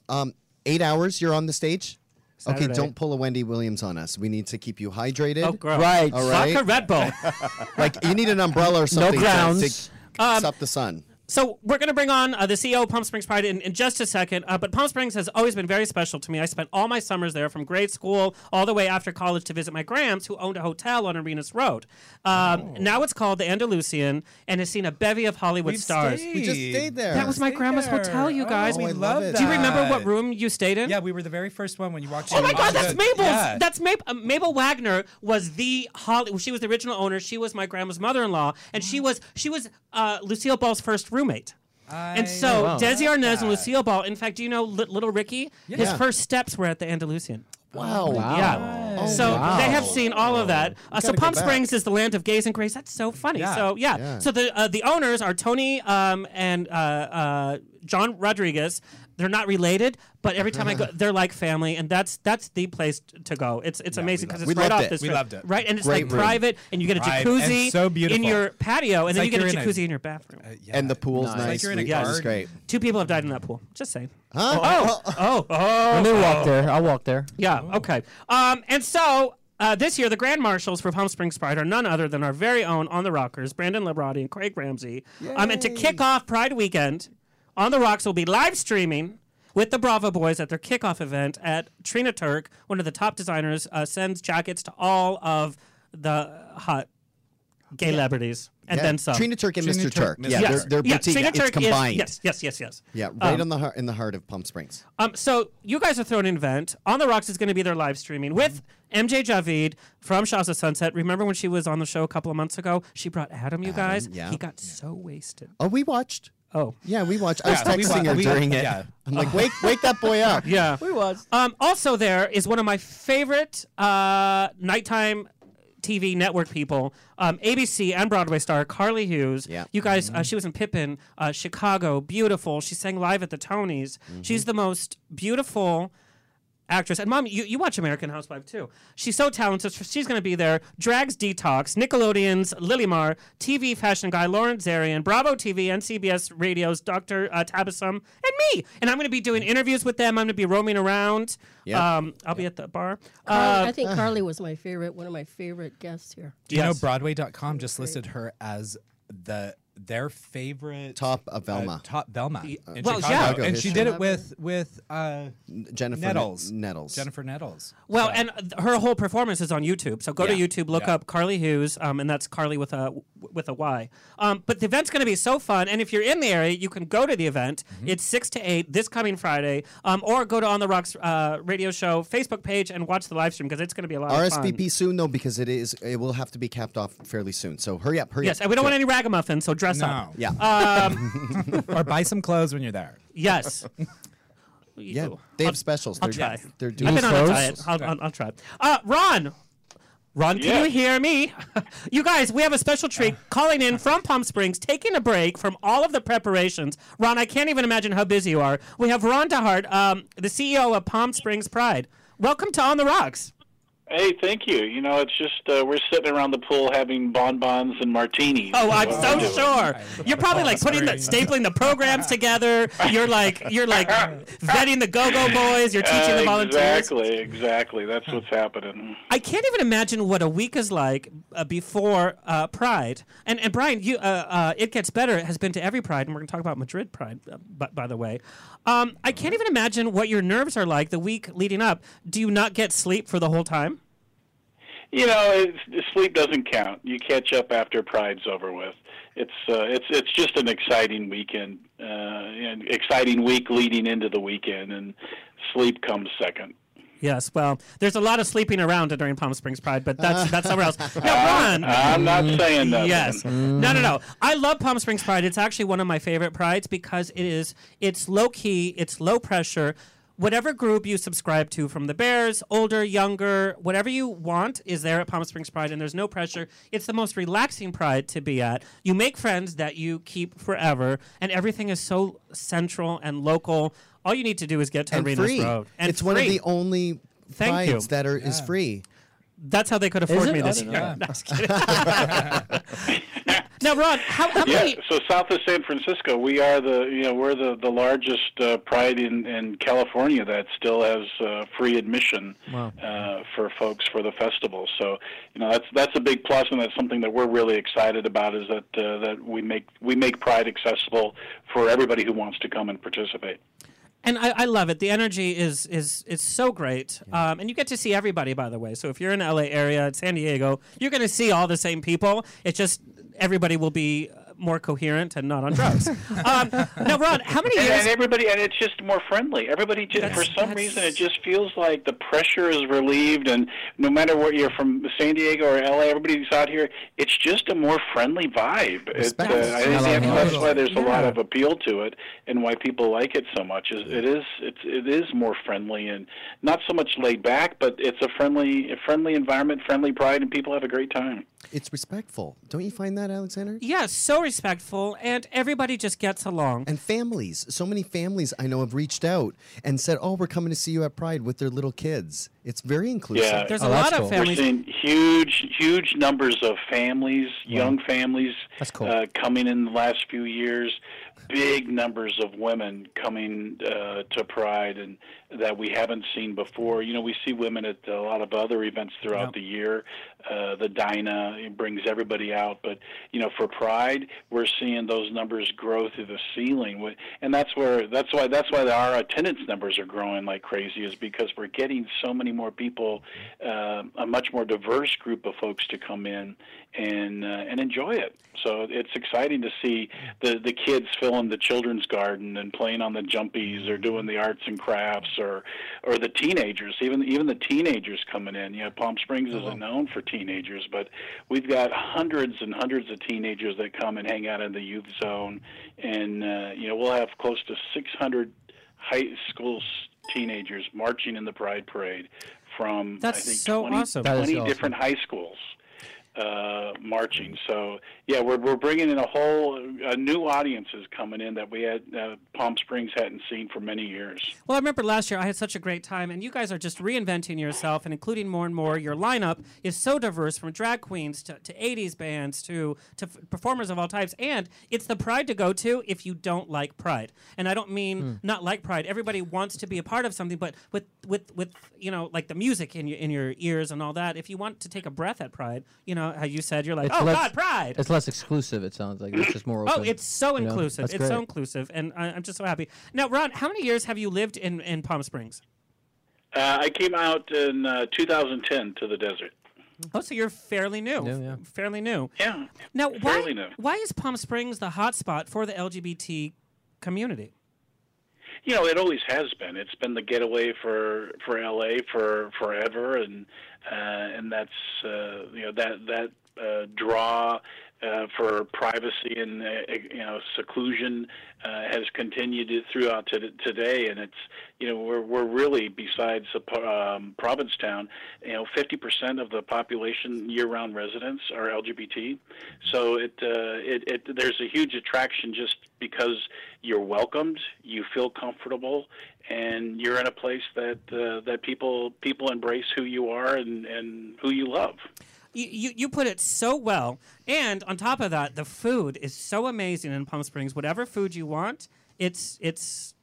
Speaker 3: Um, eight hours, you're on the stage.
Speaker 1: Saturday.
Speaker 3: Okay, don't pull a Wendy Williams on us. We need to keep you hydrated.
Speaker 1: Oh, girl.
Speaker 2: Right.
Speaker 3: All right.
Speaker 1: Vodka Red Bull.
Speaker 3: Like you need an umbrella or something. to-
Speaker 2: grounds.
Speaker 3: To,
Speaker 1: Um,
Speaker 3: stop the sun.
Speaker 1: so we're going to bring on uh, the CEO of Palm Springs Pride in, in just a second. Uh, but Palm Springs has always been very special to me. I spent all my summers there from grade school all the way after college to visit my grams, who owned a hotel on Arenas Road.
Speaker 3: Oh.
Speaker 1: Um, Now it's called the Andalusian and has seen a bevy of Hollywood stars.
Speaker 3: We just stayed there.
Speaker 1: That was my grandma's hotel, you guys.
Speaker 5: Oh, we
Speaker 3: I
Speaker 5: love
Speaker 3: love
Speaker 5: that.
Speaker 3: it.
Speaker 1: Do you remember what room you stayed in?
Speaker 5: uh, Yeah, we were the very first one when you walked in.
Speaker 1: Oh my God,
Speaker 5: Watch
Speaker 1: that's
Speaker 5: the-
Speaker 1: Mabel's.
Speaker 5: yeah.
Speaker 1: That's Mabel. Uh, Mabel Wagner was the Holly. She was the original owner. She was my grandma's mother-in-law, and she was she was uh, Lucille Ball's first roommate. and so
Speaker 2: wow.
Speaker 1: Desi Arnaz and Lucille Ball. In fact, do you know Lit Little Ricky? His
Speaker 3: Yeah.
Speaker 1: first steps were at the Andalusian.
Speaker 3: Wow. Wow.
Speaker 1: Yeah.
Speaker 5: Oh,
Speaker 1: so
Speaker 2: wow.
Speaker 1: they have seen all of that. Uh, so
Speaker 3: gotta go
Speaker 1: Palm
Speaker 3: back.
Speaker 1: Springs is the land of gays and grace. That's so funny.
Speaker 5: Yeah.
Speaker 1: So yeah.
Speaker 3: Yeah.
Speaker 1: So the uh, the owners are Tony um, and uh, uh, John Rodriguez. They're not related, but every time I go, they're like family, and that's that's the place t- to go. It's it's amazing because it's
Speaker 3: We
Speaker 1: right
Speaker 3: loved
Speaker 1: off
Speaker 3: it.
Speaker 1: this
Speaker 5: We
Speaker 1: street,
Speaker 5: loved it.
Speaker 1: right, and it's
Speaker 3: Great
Speaker 1: like
Speaker 3: room.
Speaker 1: private, and you get a
Speaker 5: Private and
Speaker 1: jacuzzi
Speaker 5: so beautiful.
Speaker 1: in your patio, and
Speaker 5: It's
Speaker 1: then
Speaker 5: like
Speaker 1: you get a
Speaker 5: you're in a-
Speaker 1: jacuzzi in your bathroom.
Speaker 5: Yeah.
Speaker 3: And the pool's
Speaker 5: It's
Speaker 3: nice.
Speaker 5: Like you're in a
Speaker 3: We- it was
Speaker 5: garden.
Speaker 3: great.
Speaker 1: Two people have died in that pool. Just saying.
Speaker 3: Huh?
Speaker 1: Oh, oh, oh.
Speaker 3: Oh.
Speaker 2: Let me walk there. I'll walk there.
Speaker 1: Yeah. Okay. Um, and so Uh, this year, the grand marshals for Palm Springs Pride are none other than our very own On the Rockers, Brandon Liberati and Craig Ramsey. Um, and to kick off Pride Weekend, On the Rocks will be live streaming with the Bravo Boys at their kickoff event at Trina Turk, one of the top designers, uh, sends jackets to all of the hot gay celebrities and
Speaker 3: Yeah.
Speaker 1: then some.
Speaker 3: Trina Turk and Trina Mr. Turk. Turk. Yeah,
Speaker 1: Yes.
Speaker 3: they're- they're
Speaker 1: Yeah,
Speaker 3: boutique.
Speaker 1: Trina
Speaker 3: It's
Speaker 1: Turk is-
Speaker 3: combined.
Speaker 1: yes, yes, yes, yes.
Speaker 3: Yeah, right
Speaker 1: Um,
Speaker 3: on the heart in the heart of Palm Springs.
Speaker 1: um, so you guys are throwing an event. On the Rocks is going to be their live streaming with MJ Javid from Shaws of Sunset. Remember when she was on the show a couple of months ago? She brought Adam. You guys,
Speaker 3: yeah.
Speaker 1: he got so wasted.
Speaker 3: Oh, we watched.
Speaker 1: Oh,
Speaker 3: yeah, we watched. I was
Speaker 1: Yeah, we
Speaker 3: texting
Speaker 1: wa-
Speaker 3: her
Speaker 1: we-
Speaker 3: during it.
Speaker 1: yeah.
Speaker 3: I'm like, wake, wake that boy up.
Speaker 1: Yeah,
Speaker 2: we was.
Speaker 1: Um, also, there is one of my favorite uh, nighttime TV network people, um, ABC and Broadway star Carly Hughes. Yeah. You guys,
Speaker 3: Mm-hmm.
Speaker 1: uh, she was in Pippin, uh, Chicago, beautiful. She sang live at the Tonys.
Speaker 3: Mm-hmm.
Speaker 1: She's the most beautiful actress. And mom, you, you watch American Housewife too. She's so talented. so She's going to be there. Drags Detox, Nickelodeon's Lilymar, TV fashion guy Lauren Zarian, Bravo TV and CBS Radio's Dr. Uh, Tabissum, and me. And I'm going to be doing interviews with them. I'm going to be roaming around.
Speaker 7: Yeah.
Speaker 1: Um, I'll be at the bar.
Speaker 7: Carly,
Speaker 1: Uh,
Speaker 7: I think Carly was my favorite, one of my favorite guests here.
Speaker 5: Do you
Speaker 1: Yes.
Speaker 5: know Broadway.com just listed her as the their favorite uh,
Speaker 3: top of Velma.
Speaker 5: top Velma. in
Speaker 1: well,
Speaker 5: Chicago.
Speaker 1: yeah.
Speaker 5: and she
Speaker 3: history.
Speaker 5: did it with with uh,
Speaker 3: Jennifer Net-
Speaker 5: Nettles.
Speaker 3: Nettles.
Speaker 5: Jennifer Nettles.
Speaker 1: Well, and uh, th- her whole performance is on YouTube. So go
Speaker 5: Yeah.
Speaker 1: to YouTube, look
Speaker 5: Yeah.
Speaker 1: up Carly Hughes, um, and that's Carly with a w- with a Y. Um, but the event's going to be so fun, and if you're in the area, you can go to the event.
Speaker 5: Mm-hmm.
Speaker 1: It's six to eight this coming Friday, um, or go to On the Rocks uh, radio show Facebook page and watch the live stream because it's going to be a lot of fun.
Speaker 3: RSVP soon though, because it is. It will have to be capped off fairly soon. So hurry up, hurry
Speaker 1: Yes,
Speaker 3: up.
Speaker 1: and we don't
Speaker 3: Go.
Speaker 1: want any ragamuffins, so dress
Speaker 5: No.
Speaker 1: up.
Speaker 3: Yeah.
Speaker 1: Um,
Speaker 5: or buy some clothes when you're there.
Speaker 1: Yes.
Speaker 3: Yeah, they have specials.
Speaker 1: I'll
Speaker 3: they're,
Speaker 1: try.
Speaker 3: They're
Speaker 1: I've
Speaker 3: doing
Speaker 1: been on a diet. I'll, I'll, I'll try. Uh, Ron, Ron, can
Speaker 9: Yeah.
Speaker 1: you hear me? you guys, we have a special treat calling in from Palm Springs, taking a break from all of the preparations. Ron, I can't even imagine how busy you are. We have Ron DeHart, um, the CEO of Palm Springs Pride. Welcome to On the Rocks.
Speaker 9: Hey, thank you. You know, it's just uh, we're sitting around the pool having bonbons and martinis.
Speaker 1: Oh, I'm so
Speaker 9: That's what we're doing.
Speaker 1: sure. You're probably like putting the stapling the programs together. You're like you're like vetting the go-go boys. You're teaching the
Speaker 9: Uh,
Speaker 1: volunteers.
Speaker 9: Exactly, exactly. That's what's happening.
Speaker 1: I can't even imagine what a week is like uh, before uh, Pride. And and Brian, you uh, uh, it gets better. Has been to every Pride, and we're going to talk about Madrid Pride, uh, by, by the way. Um, I can't even imagine what your nerves are like the week leading up. Do you not get sleep for the whole time?
Speaker 9: You know, it's, sleep doesn't count. You catch up after Pride's over with. It's uh, it's it's just an exciting weekend, uh, an exciting week leading into the weekend, and sleep comes second.
Speaker 1: Yes. Well, there's a lot of sleeping around during Palm Springs Pride, but that's that's somewhere else. No, Ron. Mm,
Speaker 9: I'm not saying that.
Speaker 1: Yes.
Speaker 3: Mm.
Speaker 1: No, no, no. I love Palm Springs Pride. It's actually one of my favorite prides because it is it's low key, it's low pressure. Whatever group you subscribe to from the Bears, older, younger, whatever you want is there at Palm Springs Pride and there's no pressure. It's the most relaxing pride to be at. You make friends that you keep forever and everything is so central and local. All you need to do is get to
Speaker 3: And
Speaker 1: Arenas
Speaker 3: free.
Speaker 1: Road.
Speaker 3: it's one of
Speaker 1: free.
Speaker 3: the only
Speaker 1: Thank you.
Speaker 3: rides that are is free.
Speaker 1: That's how they could afford
Speaker 3: it? Oh,
Speaker 1: me
Speaker 3: I
Speaker 1: this
Speaker 3: didn't
Speaker 1: year.
Speaker 3: know
Speaker 1: No, I'm just kidding. now, Ron, how, how
Speaker 9: yeah,
Speaker 1: many?
Speaker 9: so south of San Francisco, we are the you know we're the the largest uh, pride in in California that still has uh, free admission
Speaker 10: Wow.
Speaker 9: uh, for folks for the festival. So you know that's that's a big plus, and that's something that we're really excited about is that uh, that we make we make pride accessible for everybody who wants to come and participate.
Speaker 1: And I, I love it. The energy is is is so great. Um, and you get to see everybody, by the way. So if you're in the LA area, in San Diego, you're going to see all the same people. It's just everybody will be uh, more coherent and not on drugs. um, now, Ron, how many
Speaker 9: and,
Speaker 1: years?
Speaker 9: and everybody and it's just more friendly everybody just for some reason it just feels like the pressure is relieved and no matter what you're from san diego or la everybody's out here it's just a more friendly vibe It, uh,
Speaker 10: Respect.
Speaker 9: i
Speaker 10: I
Speaker 9: think
Speaker 10: love
Speaker 9: that's, that's
Speaker 10: that.
Speaker 9: why there's a lot
Speaker 10: Yeah.
Speaker 9: of appeal to it and why people like it so much is it is it's it is more friendly and not so much laid back but it's a friendly a friendly environment friendly pride and people have a great time
Speaker 3: It's respectful. Don't you find that, Alexander?
Speaker 1: Yeah, so respectful, and everybody just gets along.
Speaker 3: And families. So many families I know have reached out and said, "Oh, we're coming to see you at Pride with their little kids." It's very inclusive. Oh,
Speaker 9: Yeah, Oh, We're seeing huge, huge numbers of families, young families, uh, coming in the last few years. Big numbers of women coming uh, to Pride, and that we haven't seen before. You know, we see women at a lot of other events throughout the year. Uh, the Dyna it brings everybody out, but you know, for Pride, we're seeing those numbers grow through the ceiling, Wh- and that's where that's why that's why our attendance numbers are growing like crazy is because we're getting so many more people, uh, a much more diverse group of folks to come in and uh, and enjoy it. So it's exciting to see the the kids filling the children's garden and playing on the jumpies or doing the arts and crafts or or the teenagers, even even the teenagers coming in. You know, Palm Springs
Speaker 1: Oh,
Speaker 9: isn't known for teenagers, but we've got hundreds and hundreds of teenagers that come and hang out in the youth zone, and uh, you know we'll have close to 600 high school s- teenagers marching in the Pride Parade from
Speaker 1: That's
Speaker 9: I think
Speaker 1: so
Speaker 9: 20,
Speaker 1: awesome. That
Speaker 9: 20
Speaker 1: is awesome.
Speaker 9: different high schools uh, marching. So yeah, we're we're bringing in a whole uh, new audiences coming in that we had uh, Palm Springs hadn't seen for many years.
Speaker 1: Well, I remember last year I had such a great time, and you guys are just reinventing yourself and including more and more. Your lineup is so diverse from drag queens to, to 80s bands to, to f- performers of all types. And it's the pride to go to if you don't like pride. And I don't mean
Speaker 10: Hmm.
Speaker 1: not like pride. Everybody wants to be a part of something, but with, with, with you know, like the music in your, in your ears and all that, if you want to take a breath at pride, you know, how you said, you're like,
Speaker 2: It's
Speaker 1: oh,
Speaker 2: less-
Speaker 1: God, pride.
Speaker 2: It's less exclusive. It sounds like it's just more. Open,
Speaker 1: Oh, it's so
Speaker 2: you know?
Speaker 1: inclusive.
Speaker 2: That's
Speaker 1: It's so
Speaker 2: great.
Speaker 1: inclusive, and I, I'm just so happy. Now, Ron, how many years have you lived in, in Palm Springs?
Speaker 9: Uh, I came out in uh, 2010 to the desert.
Speaker 2: Mm-hmm.
Speaker 1: Oh, so you're fairly new. Fairly new.
Speaker 9: Yeah.
Speaker 1: Now, why
Speaker 9: fairly new.
Speaker 1: why is Palm Springs the hotspot for the LGBT community?
Speaker 9: you know it always has been it's been the getaway for for LA for forever and uh and that's uh you know that that uh draw uh, for privacy and uh, you know seclusion uh, has continued it throughout to today, and it's you know we're we're really besides the po- um, Provincetown, you know, 50% of the population year-round residents are LGBT, so it, uh, it it there's a huge attraction just because you're welcomed, you feel comfortable, and you're in a place that uh, that people people embrace who you are and and who you love.
Speaker 1: You, you, you put it so well. And on top of that, the food is so amazing in Palm Springs. Whatever food you want, it's it's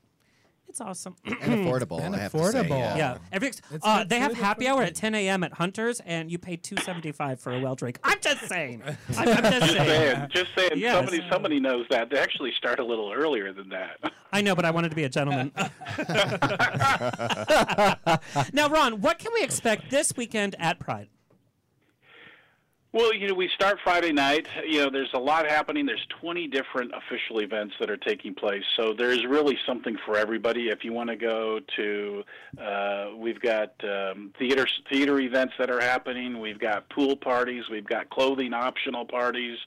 Speaker 1: it's awesome.
Speaker 3: And affordable, And I have to say, affordable. yeah.
Speaker 1: Yeah. Every ex-
Speaker 3: It's
Speaker 1: uh,
Speaker 3: good
Speaker 1: they have
Speaker 3: food,
Speaker 1: happy hour at 10 a.m. at Hunter's, and you pay 2.75 for a well drink. I'm just saying. I'm, I'm just
Speaker 9: Just saying,
Speaker 1: saying.
Speaker 9: just saying.
Speaker 1: Yes.
Speaker 9: Somebody, somebody knows that. They actually start a little earlier than that.
Speaker 1: I know, but I wanted to be a gentleman. now, Ron, what can we expect this weekend at Pride?
Speaker 9: Well, you know, we start Friday night. You know, there's a lot happening. There's 20 different official events that are taking place. So there's really something for everybody. If you want to go to, uh, we've got um, theater theater events that are happening. We've got pool parties. We've got clothing optional parties.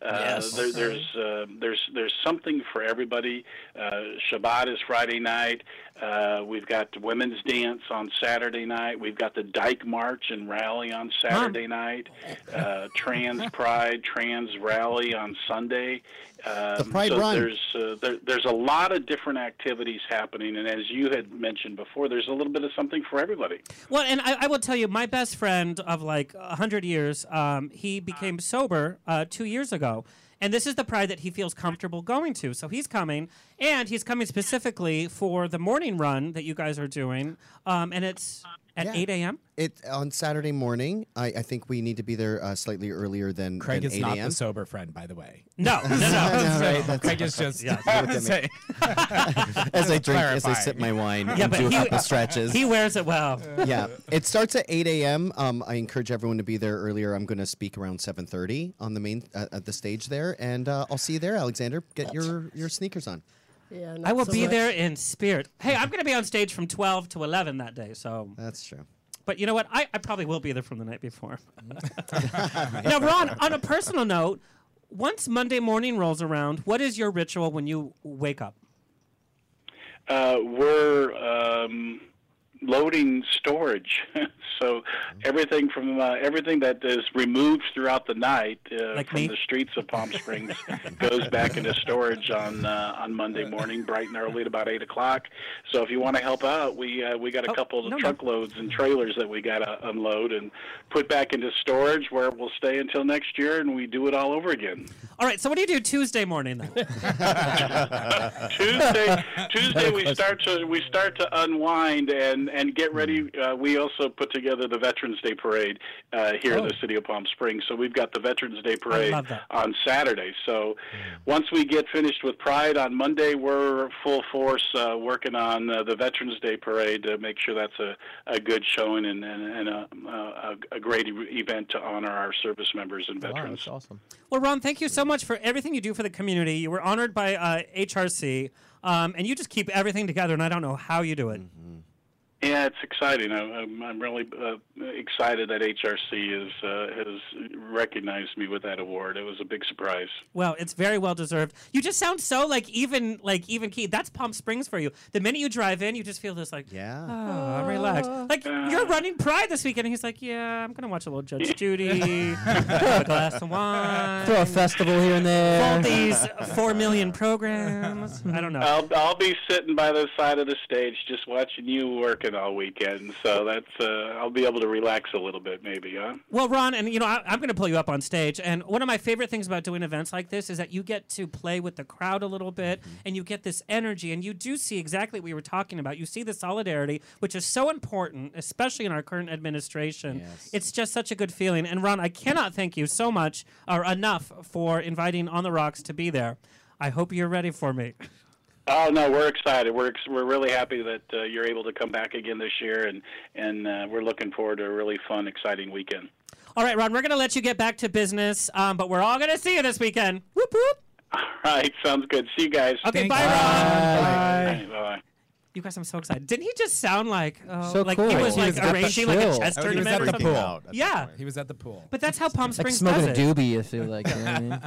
Speaker 9: Uh,
Speaker 11: Yes.
Speaker 9: there, there's uh, there's there's something for everybody. Uh, Shabbat is Friday night. Uh, we've got women's dance on Saturday night. We've got the Dyke March and Rally on Saturday night uh, Trans Pride, Trans Rally on Sunday. Um,
Speaker 3: The Pride
Speaker 9: so
Speaker 3: Run.
Speaker 9: There's uh, there, there's a lot of different activities happening, and as you had mentioned before, there's a little bit of something for everybody.
Speaker 1: Well, and I, I will tell you, my best friend of like a 100 years, um,
Speaker 5: Uh-huh.
Speaker 1: he became sober uh, two years ago. And this is the pride that he feels comfortable going to. So he's coming, and he's coming specifically for the morning run that you guys are doing. Um, and it's at
Speaker 3: Yeah.
Speaker 1: 8 a.m.
Speaker 3: It on Saturday morning. I, I think we need to be there uh, slightly earlier than
Speaker 5: Craig
Speaker 3: than
Speaker 5: is
Speaker 3: 8
Speaker 5: not
Speaker 3: a.m.
Speaker 5: the sober friend, by the way.
Speaker 1: No, no, no.
Speaker 3: I know,
Speaker 5: So,
Speaker 3: right? That's-
Speaker 5: Craig is just
Speaker 3: Yeah, look at me. as I drink, as I sip my wine,
Speaker 1: Yeah,
Speaker 3: and
Speaker 1: but
Speaker 3: do a
Speaker 1: he-
Speaker 3: couple stretches.
Speaker 1: He wears it well.
Speaker 3: yeah, it starts at 8 a.m. Um, I encourage everyone to be there earlier. I'm going to speak around 7:30 on the main uh, at the stage there, and uh, I'll see you there, Alexander. Get your your sneakers on.
Speaker 7: Yeah,
Speaker 1: I
Speaker 7: not
Speaker 1: will
Speaker 7: so
Speaker 1: be
Speaker 7: much.
Speaker 1: there in spirit. Hey, I'm going to be on stage from 12 to 11 that day, so.
Speaker 3: That's true.
Speaker 1: But you know what? I, I probably will be there from the night before. now, Ron, on a personal note, once Monday morning rolls around, what is your ritual when you wake up?
Speaker 9: Uh, we're um, loading storage. so
Speaker 1: Mm-hmm.
Speaker 9: everything from uh, everything that is removed throughout the night uh,
Speaker 1: Like
Speaker 9: from
Speaker 1: me?
Speaker 9: the streets of Palm Springs goes back into storage on uh, on Monday morning, bright and early at about eight o'clock. So if you want to help out, we uh, we got a couple of
Speaker 1: Oh, no, no.
Speaker 9: truckloads and trailers that we got to unload and put back into storage, where we'll stay until next year, and we do it all over again.
Speaker 1: All right, so what do you do Tuesday morning then?
Speaker 9: Tuesday, Tuesday we start to we start to unwind and and get ready.
Speaker 2: Hmm.
Speaker 9: Uh, we also put together the Veterans Day Parade uh, here in the
Speaker 2: Oh.
Speaker 9: city of Palm Springs. So we've got the Veterans Day Parade
Speaker 1: love that.
Speaker 9: on Saturday. So
Speaker 2: Hmm.
Speaker 9: once we get finished with Pride on Monday, we're full force uh, working on uh, the Veterans Day Parade to make sure that's a, a good showing and and, and a, a, a great e- event to honor our service members and
Speaker 2: Wow,
Speaker 9: veterans.
Speaker 2: that's awesome.
Speaker 1: Well, Ron, thank you so much for everything you do for the community. You were honored by uh, HRC, um, and you just keep everything together, and I don't know how you do it.
Speaker 9: Yeah, it's exciting. I'm, I'm, I'm really uh, excited that HRC is, uh, has recognized me with that award. It was a big surprise.
Speaker 1: Well, it's very well deserved. You just sound so like even like even key. That's Palm Springs for you. The minute you drive in, you just feel this like yeah, I'm relaxed. Like you're running Pride this weekend, and he's like, yeah, I'm gonna watch a little Judge Judy, have a glass of wine,
Speaker 2: Throw a festival here and there.
Speaker 1: all these four million programs. I don't know.
Speaker 9: I'll, I'll be sitting by the side of the stage just watching you working all weekend. So that's uh, I'll be able to relax a little bit, maybe, huh?
Speaker 1: Well, Ron, and you know, I, I'm going to pull you up on stage. And one of my favorite things about doing events like this is that you get to play with the crowd a little bit and you get this energy. And you do see exactly what we were talking about. You see the solidarity, which is so important, especially in our current administration. It's just such a good feeling. And Ron, I cannot thank you so much or enough for inviting On the Rocks to be there. I hope you're ready for me.
Speaker 9: Oh no, we're excited. We're ex- we're really happy that uh, you're able to come back again this year, and and uh, we're looking forward to a really fun, exciting weekend.
Speaker 1: All right, Ron, we're going to let you get back to business, um, but we're all going to see you this weekend. Whoop, whoop.
Speaker 9: All right, sounds good. See you guys.
Speaker 1: Okay, bye, Ron.
Speaker 9: Bye. Bye.
Speaker 1: You guys, I'm so excited. Didn't he just sound like uh,
Speaker 2: So
Speaker 1: like
Speaker 2: cool.
Speaker 1: he was
Speaker 2: He
Speaker 1: like
Speaker 2: was at the
Speaker 1: arranging like
Speaker 2: pool.
Speaker 1: a chess
Speaker 2: Oh, he was
Speaker 1: tournament
Speaker 2: at
Speaker 1: or
Speaker 2: the
Speaker 1: something?
Speaker 2: pool. Out at
Speaker 1: yeah,
Speaker 5: He was at the pool.
Speaker 1: but that's how Palm
Speaker 2: Like
Speaker 1: Springs
Speaker 2: smoking a
Speaker 1: does it.
Speaker 2: doobie, I feel like. you know what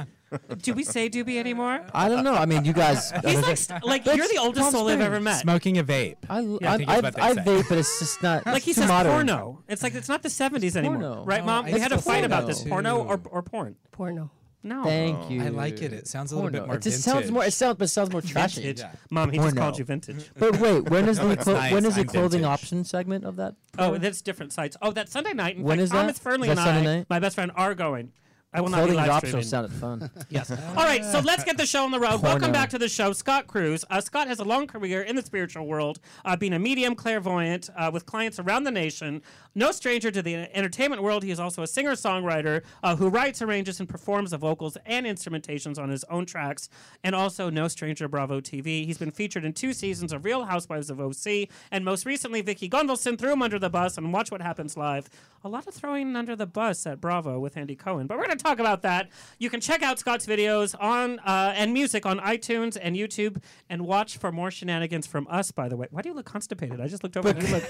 Speaker 2: I, mean?
Speaker 1: Do we say doobie anymore?
Speaker 2: I don't know. I mean, you guys.
Speaker 1: He's like st- like you're the oldest soul I've ever met.
Speaker 5: Smoking a vape.
Speaker 2: I, l-
Speaker 5: Yeah, I
Speaker 2: I,
Speaker 5: think
Speaker 2: I,
Speaker 5: it's what they
Speaker 2: I
Speaker 5: say.
Speaker 2: vape, but it's just not.
Speaker 1: Like
Speaker 2: it's
Speaker 1: he
Speaker 2: too
Speaker 1: says
Speaker 2: modern.
Speaker 1: porno. It's like it's not the 70s anymore,
Speaker 2: porno.
Speaker 1: right,
Speaker 5: No,
Speaker 1: Mom?
Speaker 5: I
Speaker 1: we had a
Speaker 5: still
Speaker 1: fight
Speaker 5: say
Speaker 1: about
Speaker 5: no.
Speaker 1: this porno or or porn.
Speaker 7: Porno.
Speaker 1: No,
Speaker 2: Thank you.
Speaker 5: Oh. I like it. It sounds a little bit
Speaker 2: Porno.
Speaker 5: more
Speaker 2: It just
Speaker 5: vintage.
Speaker 2: sounds more. It sounds, but it sounds more trashy.
Speaker 1: vintage. Mom, he just called
Speaker 2: Porno.
Speaker 1: you vintage.
Speaker 2: But wait, when is
Speaker 5: No,
Speaker 2: the
Speaker 5: it's
Speaker 2: clo-
Speaker 5: nice.
Speaker 2: when is the
Speaker 5: I'm
Speaker 2: clothing
Speaker 5: vintage.
Speaker 2: option segment of that?
Speaker 1: Oh, that's different sites. Oh, that Sunday night. In
Speaker 2: When
Speaker 1: fact,
Speaker 2: is that?
Speaker 1: Thomas Fernley
Speaker 2: Is that
Speaker 1: and
Speaker 2: Sunday
Speaker 1: I,
Speaker 2: night?
Speaker 1: my best friend, are going. I will not be
Speaker 2: Clothing
Speaker 1: live
Speaker 2: optional
Speaker 1: streaming.
Speaker 2: sounded fun.
Speaker 1: Yes. All right, so let's get the show on the road. Welcome
Speaker 2: Porno.
Speaker 1: back to the show, Scott Cruz. Uh, Scott has a long career in the spiritual world, uh, being a medium clairvoyant uh, with clients around the nation. No stranger to the entertainment world, he is also a singer songwriter uh, who writes, arranges, and performs the vocals and instrumentations on his own tracks, and also no stranger to Bravo TV. He's been featured in two seasons of Real Housewives of OC, and most recently, Vicky Gonvalson threw him under the bus on Watch What Happens Live. A lot of throwing under the bus at Bravo with Andy Cohen, but we're going to talk about that. You can check out Scott's videos on uh, and music on iTunes and YouTube, and watch for more shenanigans from us. By the way, why do you look constipated? I just looked over. and you look,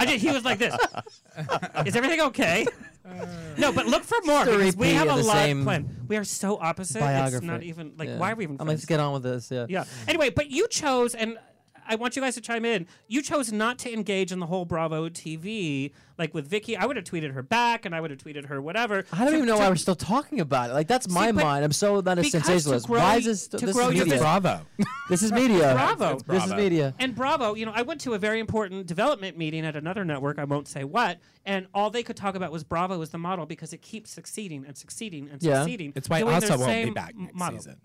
Speaker 1: I did. He was like this. Is everything okay? No, but look for more
Speaker 2: Just a
Speaker 1: because we
Speaker 2: repeat
Speaker 1: have
Speaker 2: of
Speaker 1: a
Speaker 2: the
Speaker 1: lot
Speaker 2: same
Speaker 1: planned. We are so opposite. It's
Speaker 2: Biography.
Speaker 1: not even like
Speaker 2: Yeah.
Speaker 1: why are we even?
Speaker 2: I'm
Speaker 1: friends?
Speaker 2: like, let's get on with this. Yeah.
Speaker 1: Yeah. Anyway, but you chose, and I want you guys to chime in. You chose not to engage in the whole Bravo TV, like with Vicky. I would have tweeted her back, and I would have tweeted her whatever.
Speaker 2: I don't
Speaker 1: To-
Speaker 2: even know why
Speaker 1: to-
Speaker 2: we're still talking about it. Like that's my
Speaker 1: but
Speaker 2: mind. I'm so not a
Speaker 1: because to
Speaker 2: sensationalist.
Speaker 1: grow
Speaker 2: Why
Speaker 1: y-
Speaker 2: is this?
Speaker 1: to
Speaker 2: this
Speaker 1: grow
Speaker 2: is
Speaker 1: your
Speaker 2: media.
Speaker 5: Bravo.
Speaker 2: This is media.
Speaker 1: Bravo. It's
Speaker 2: This is
Speaker 5: Bravo.
Speaker 2: media.
Speaker 1: And Bravo, you know, I went to a very important development meeting at another network, I won't say what, and all they could talk about was Bravo as the model because it keeps succeeding and succeeding and
Speaker 2: Yeah.
Speaker 1: succeeding.
Speaker 5: It's why
Speaker 1: doing their
Speaker 5: Elsa won't be
Speaker 1: same
Speaker 5: back next
Speaker 1: model.
Speaker 5: season.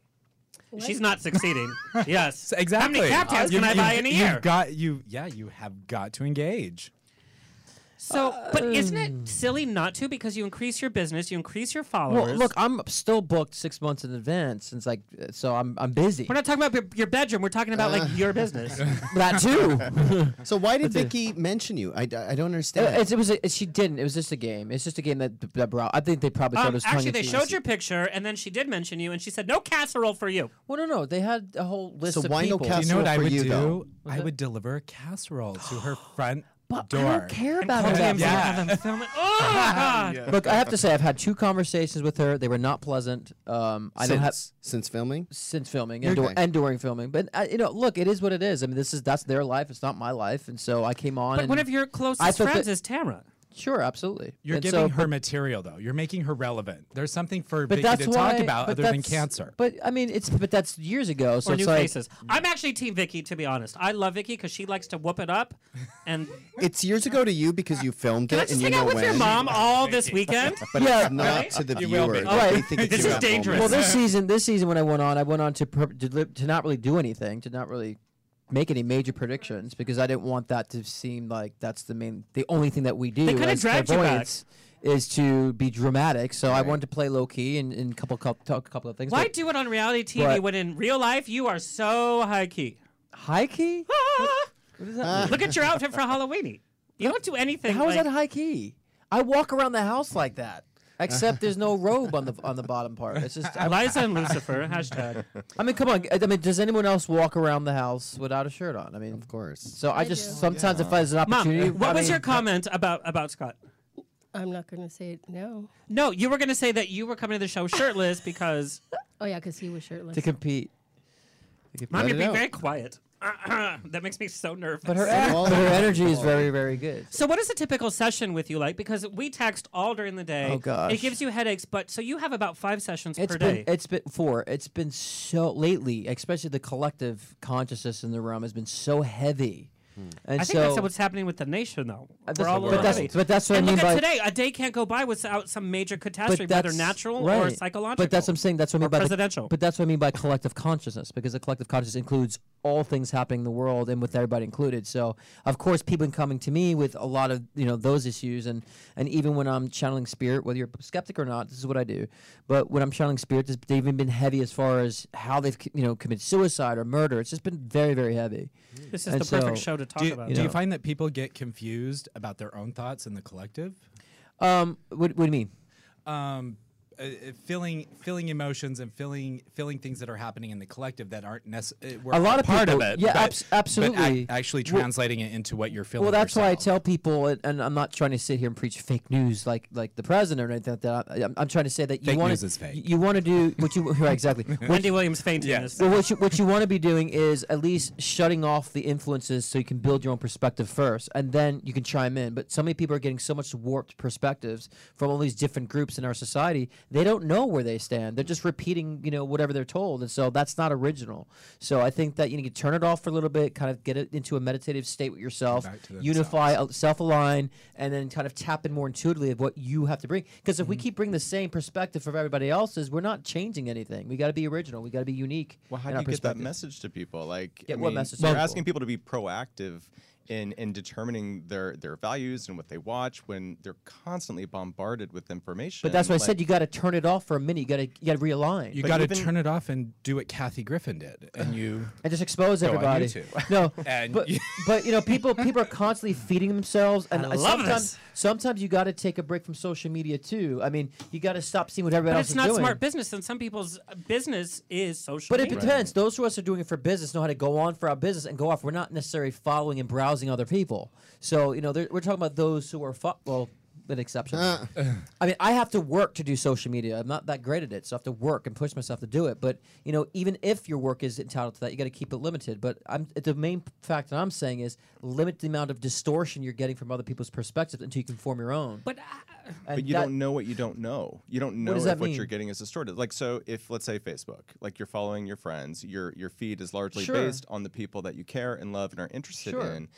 Speaker 1: She's not succeeding. yes.
Speaker 5: So- exactly.
Speaker 1: How many cap tabs
Speaker 5: You-
Speaker 1: can I
Speaker 5: you-
Speaker 1: buy in a year?
Speaker 5: You've got you. Yeah, you have got to engage.
Speaker 1: So, but isn't it silly not to? Because you increase your business, you increase your followers.
Speaker 2: Well, look, I'm still booked six months in advance, since like, uh, so I'm I'm busy.
Speaker 1: we're not talking about your, your bedroom. We're talking about like your business.
Speaker 2: that too.
Speaker 3: Uh.
Speaker 1: Um,
Speaker 3: So why did Vicky mention you? I, d- I don't understand.
Speaker 2: Uh, it's- it was a, she didn't. It was just a game. It's just a game that that brought. I think they probably thought it
Speaker 1: Um,
Speaker 2: was tongue
Speaker 1: actually,
Speaker 2: in
Speaker 1: they
Speaker 2: cheek.
Speaker 1: showed your picture, and then she did mention you, and she said, "No casserole for you."
Speaker 2: Well, no, no, they had a whole list
Speaker 3: So
Speaker 2: of
Speaker 3: why no
Speaker 2: people.
Speaker 5: You
Speaker 3: cast-
Speaker 5: know what
Speaker 3: Casserole
Speaker 5: I
Speaker 3: for
Speaker 5: would
Speaker 3: you,
Speaker 5: do?
Speaker 3: though.
Speaker 5: I would deliver a casserole to her front
Speaker 2: But
Speaker 5: door.
Speaker 2: I don't care
Speaker 5: And
Speaker 2: about
Speaker 5: call
Speaker 2: it.
Speaker 5: TMZ and have
Speaker 2: that much.
Speaker 5: them film it. Oh, God.
Speaker 1: Yeah.
Speaker 2: Look, I have to say, I've had two conversations with her. They were not pleasant. Um, I don't have
Speaker 3: Since- since filming.
Speaker 2: since filming and, dur-
Speaker 3: Okay.
Speaker 2: and during filming, but uh, you know, look, it is what it is. I mean, this is that's their life. It's not my life, and so I came on.
Speaker 1: But
Speaker 2: and
Speaker 1: one of your
Speaker 2: I
Speaker 1: closest
Speaker 2: felt
Speaker 1: friends
Speaker 2: that-
Speaker 1: is Tamara.
Speaker 2: Sure, absolutely.
Speaker 5: You're
Speaker 2: And
Speaker 5: giving
Speaker 2: so-
Speaker 5: her material though. You're making her relevant. There's something for
Speaker 2: But
Speaker 5: Vicky
Speaker 2: that's
Speaker 5: to
Speaker 2: why,
Speaker 5: talk about
Speaker 2: but
Speaker 5: other than
Speaker 2: that's-
Speaker 5: cancer.
Speaker 2: But I mean, it's but that's years ago. So
Speaker 1: or
Speaker 2: it's
Speaker 1: new
Speaker 2: like,
Speaker 1: faces. I'm actually Team Vicky, to be honest. I love Vicky because she likes to whoop it up. And
Speaker 3: It's years ago to you because you filmed
Speaker 1: can I
Speaker 3: it and
Speaker 1: just
Speaker 3: you
Speaker 1: hang
Speaker 3: know
Speaker 1: out with
Speaker 3: when.
Speaker 1: your mom all this weekend?
Speaker 3: But
Speaker 2: Yeah.
Speaker 3: it's not to the
Speaker 5: You
Speaker 3: viewer.
Speaker 5: will be.
Speaker 3: Like, they
Speaker 2: Right.
Speaker 3: think it's
Speaker 1: This
Speaker 3: you
Speaker 1: is
Speaker 3: at
Speaker 1: dangerous.
Speaker 2: Well,
Speaker 3: moments.
Speaker 2: this season, this season when I went on, I went on to per- to, li- to not really do anything, to not really make any major predictions because I didn't want that to seem like that's the main, the only thing that we do.
Speaker 1: kinda
Speaker 2: as
Speaker 1: dragged you back.
Speaker 2: clairvoyants Is to be dramatic, so I wanted to play low key and, and couple couple talk a couple of things.
Speaker 1: Why
Speaker 2: but
Speaker 1: do it on reality TV
Speaker 2: But-
Speaker 1: when in real life you are so high key?
Speaker 2: high key?
Speaker 1: Ah!
Speaker 2: What does that mean?
Speaker 1: Look at your outfit for Halloween. You don't do anything.
Speaker 2: How is
Speaker 1: like-
Speaker 2: that high key? I walk around the house like that, except there's no robe on the on the bottom part. It's just I,
Speaker 1: Eliza and Lucifer, hashtag.
Speaker 2: I mean, come on. I I mean, does anyone else walk around the house without a shirt on? I mean, of
Speaker 3: course.
Speaker 2: So I,
Speaker 7: I
Speaker 2: just
Speaker 7: do.
Speaker 2: sometimes if there's an
Speaker 1: Mom,
Speaker 2: opportunity.
Speaker 1: what
Speaker 2: I
Speaker 1: was
Speaker 2: mean-
Speaker 1: your comment about about Scott?
Speaker 7: I'm not going to say it now.
Speaker 1: No, you were going to say that you were coming to the show shirtless because.
Speaker 7: Oh yeah, because he was shirtless.
Speaker 2: to compete?
Speaker 1: Mom,
Speaker 3: Let
Speaker 1: you're
Speaker 3: it
Speaker 1: being
Speaker 3: out.
Speaker 1: very quiet. that makes me so nervous.
Speaker 2: But her,
Speaker 3: Say
Speaker 2: en-
Speaker 3: all
Speaker 2: but her
Speaker 3: that.
Speaker 2: energy is very, very good.
Speaker 1: So what is a typical session with you like? Because we text all during the day.
Speaker 2: Oh, gosh.
Speaker 1: It gives you headaches, but so you have about five sessions
Speaker 2: It's
Speaker 1: per
Speaker 2: been,
Speaker 1: day.
Speaker 2: it's been four. It's been so lately, especially the collective consciousness in the room has been so heavy,
Speaker 3: Hmm.
Speaker 2: and
Speaker 1: I
Speaker 2: so
Speaker 1: think that's what's happening with the nation, though.
Speaker 2: that's
Speaker 1: We're all
Speaker 2: what-
Speaker 1: over
Speaker 2: but that's-
Speaker 1: it.
Speaker 2: but that's what I
Speaker 1: and
Speaker 2: mean
Speaker 1: look at
Speaker 2: by-
Speaker 1: today. A day can't go by without some major catastrophe,
Speaker 2: that's
Speaker 1: whether natural or
Speaker 2: right.
Speaker 1: psychological.
Speaker 2: But that's what I'm saying. That's what I mean
Speaker 1: or
Speaker 2: by the-
Speaker 1: presidential.
Speaker 2: but that's what I mean by collective consciousness, because the collective consciousness includes all things happening in the world and with everybody included. So of course, people are coming to me with a lot of you know those issues, and and even when I'm channeling spirit, whether you're a skeptic or not, this is what I do. But when I'm channeling spirit, this- they've even been heavy as far as how they've c- you know committed suicide or murder. It's just been very very heavy.
Speaker 1: this is
Speaker 2: and
Speaker 1: the perfect
Speaker 2: so-
Speaker 1: show to talk
Speaker 5: Do,
Speaker 1: about.
Speaker 5: do you
Speaker 2: know.
Speaker 5: find that people get confused about their own thoughts in the collective?
Speaker 2: Um, what, what do you mean?
Speaker 5: Um, uh, uh, feeling feeling emotions and feeling feeling things that are happening in the collective that aren't necessarily
Speaker 2: A lot of
Speaker 5: part
Speaker 2: people-
Speaker 5: of it.
Speaker 2: yeah,
Speaker 5: but-
Speaker 2: abs-
Speaker 5: but ac-
Speaker 2: absolutely.
Speaker 5: actually
Speaker 2: Well-
Speaker 5: translating it into what you're feeling.
Speaker 2: Well, that's why I
Speaker 5: yourself.
Speaker 2: tell people, and, and I'm not trying to sit here and preach fake news like like the president or anything like that. I, I'm, I'm trying to say that you
Speaker 5: Fake
Speaker 2: want
Speaker 5: news is fake.
Speaker 2: You want to do what you right, exactly. What-
Speaker 1: Wendy Williams fainting. Yes.
Speaker 2: well, what you, what you want to be doing is at least shutting off the influences so you can build your own perspective first, and then you can chime in. But so many people are getting so much warped perspectives from all these different groups in our society. They don't know where they stand. They're just repeating, you know, whatever they're told, and so that's not original. So I think that you need to turn it off for a little bit, kind of get it into a meditative state with yourself,
Speaker 5: Back to
Speaker 2: unify, uh, self-align, and then kind of tap in more intuitively of what you have to bring. Because if we
Speaker 5: Mm-hmm.
Speaker 2: keep bringing the same perspective for everybody else's, we're not changing anything. We got to be original. We got to be unique.
Speaker 4: Well, how
Speaker 2: in
Speaker 4: do
Speaker 2: our
Speaker 4: you get that
Speaker 2: perspective.
Speaker 4: message to people? Like,
Speaker 2: Yeah,
Speaker 4: I
Speaker 2: what
Speaker 4: mean,
Speaker 2: message to
Speaker 4: You're
Speaker 2: people?
Speaker 4: asking people to be proactive in in determining their their values and what they watch when they're constantly bombarded with information.
Speaker 2: But that's what I
Speaker 4: Like,
Speaker 2: said. You got to turn it off for a minute. You got to you got to realign
Speaker 5: You
Speaker 4: But
Speaker 5: got to
Speaker 4: even-
Speaker 5: turn it off and do what Kathy Griffin did, and you.
Speaker 2: and just expose
Speaker 5: on
Speaker 2: everybody.
Speaker 5: YouTube.
Speaker 2: No,
Speaker 5: And
Speaker 2: but
Speaker 5: you-
Speaker 2: but you know people people are constantly feeding themselves, and
Speaker 1: I love
Speaker 2: sometimes
Speaker 1: this.
Speaker 2: sometimes you got to take a break from social media too. I mean, you got to stop seeing what everybody
Speaker 1: But
Speaker 2: else
Speaker 1: it's
Speaker 2: is
Speaker 1: not
Speaker 2: doing.
Speaker 1: smart business, and some people's uh, business is social.
Speaker 2: But it
Speaker 1: media.
Speaker 2: depends. Those who us are doing it for business know how to go on for our business and go off. We're not necessarily following and browsing other people. So you know, there- we're talking about those who are fo- well, an exception. I mean, I have to work to do social media. I'm not that great at it, so I have to work and push myself to do it. But you know, even if your work is entitled to that, you got to keep it limited. But I'm the main fact that I'm saying is limit the amount of distortion you're getting from other people's perspectives until you can form your own.
Speaker 1: But uh,
Speaker 2: And
Speaker 4: But you
Speaker 2: that-
Speaker 4: don't know what you don't know. You don't know
Speaker 2: does
Speaker 4: if
Speaker 2: that
Speaker 4: what you're
Speaker 2: mean?
Speaker 4: getting is distorted. Like so, if let's say Facebook, like you're following your friends, your your feed is largely
Speaker 2: Sure.
Speaker 4: based on the people that you care and love and are interested
Speaker 2: Sure.
Speaker 4: in,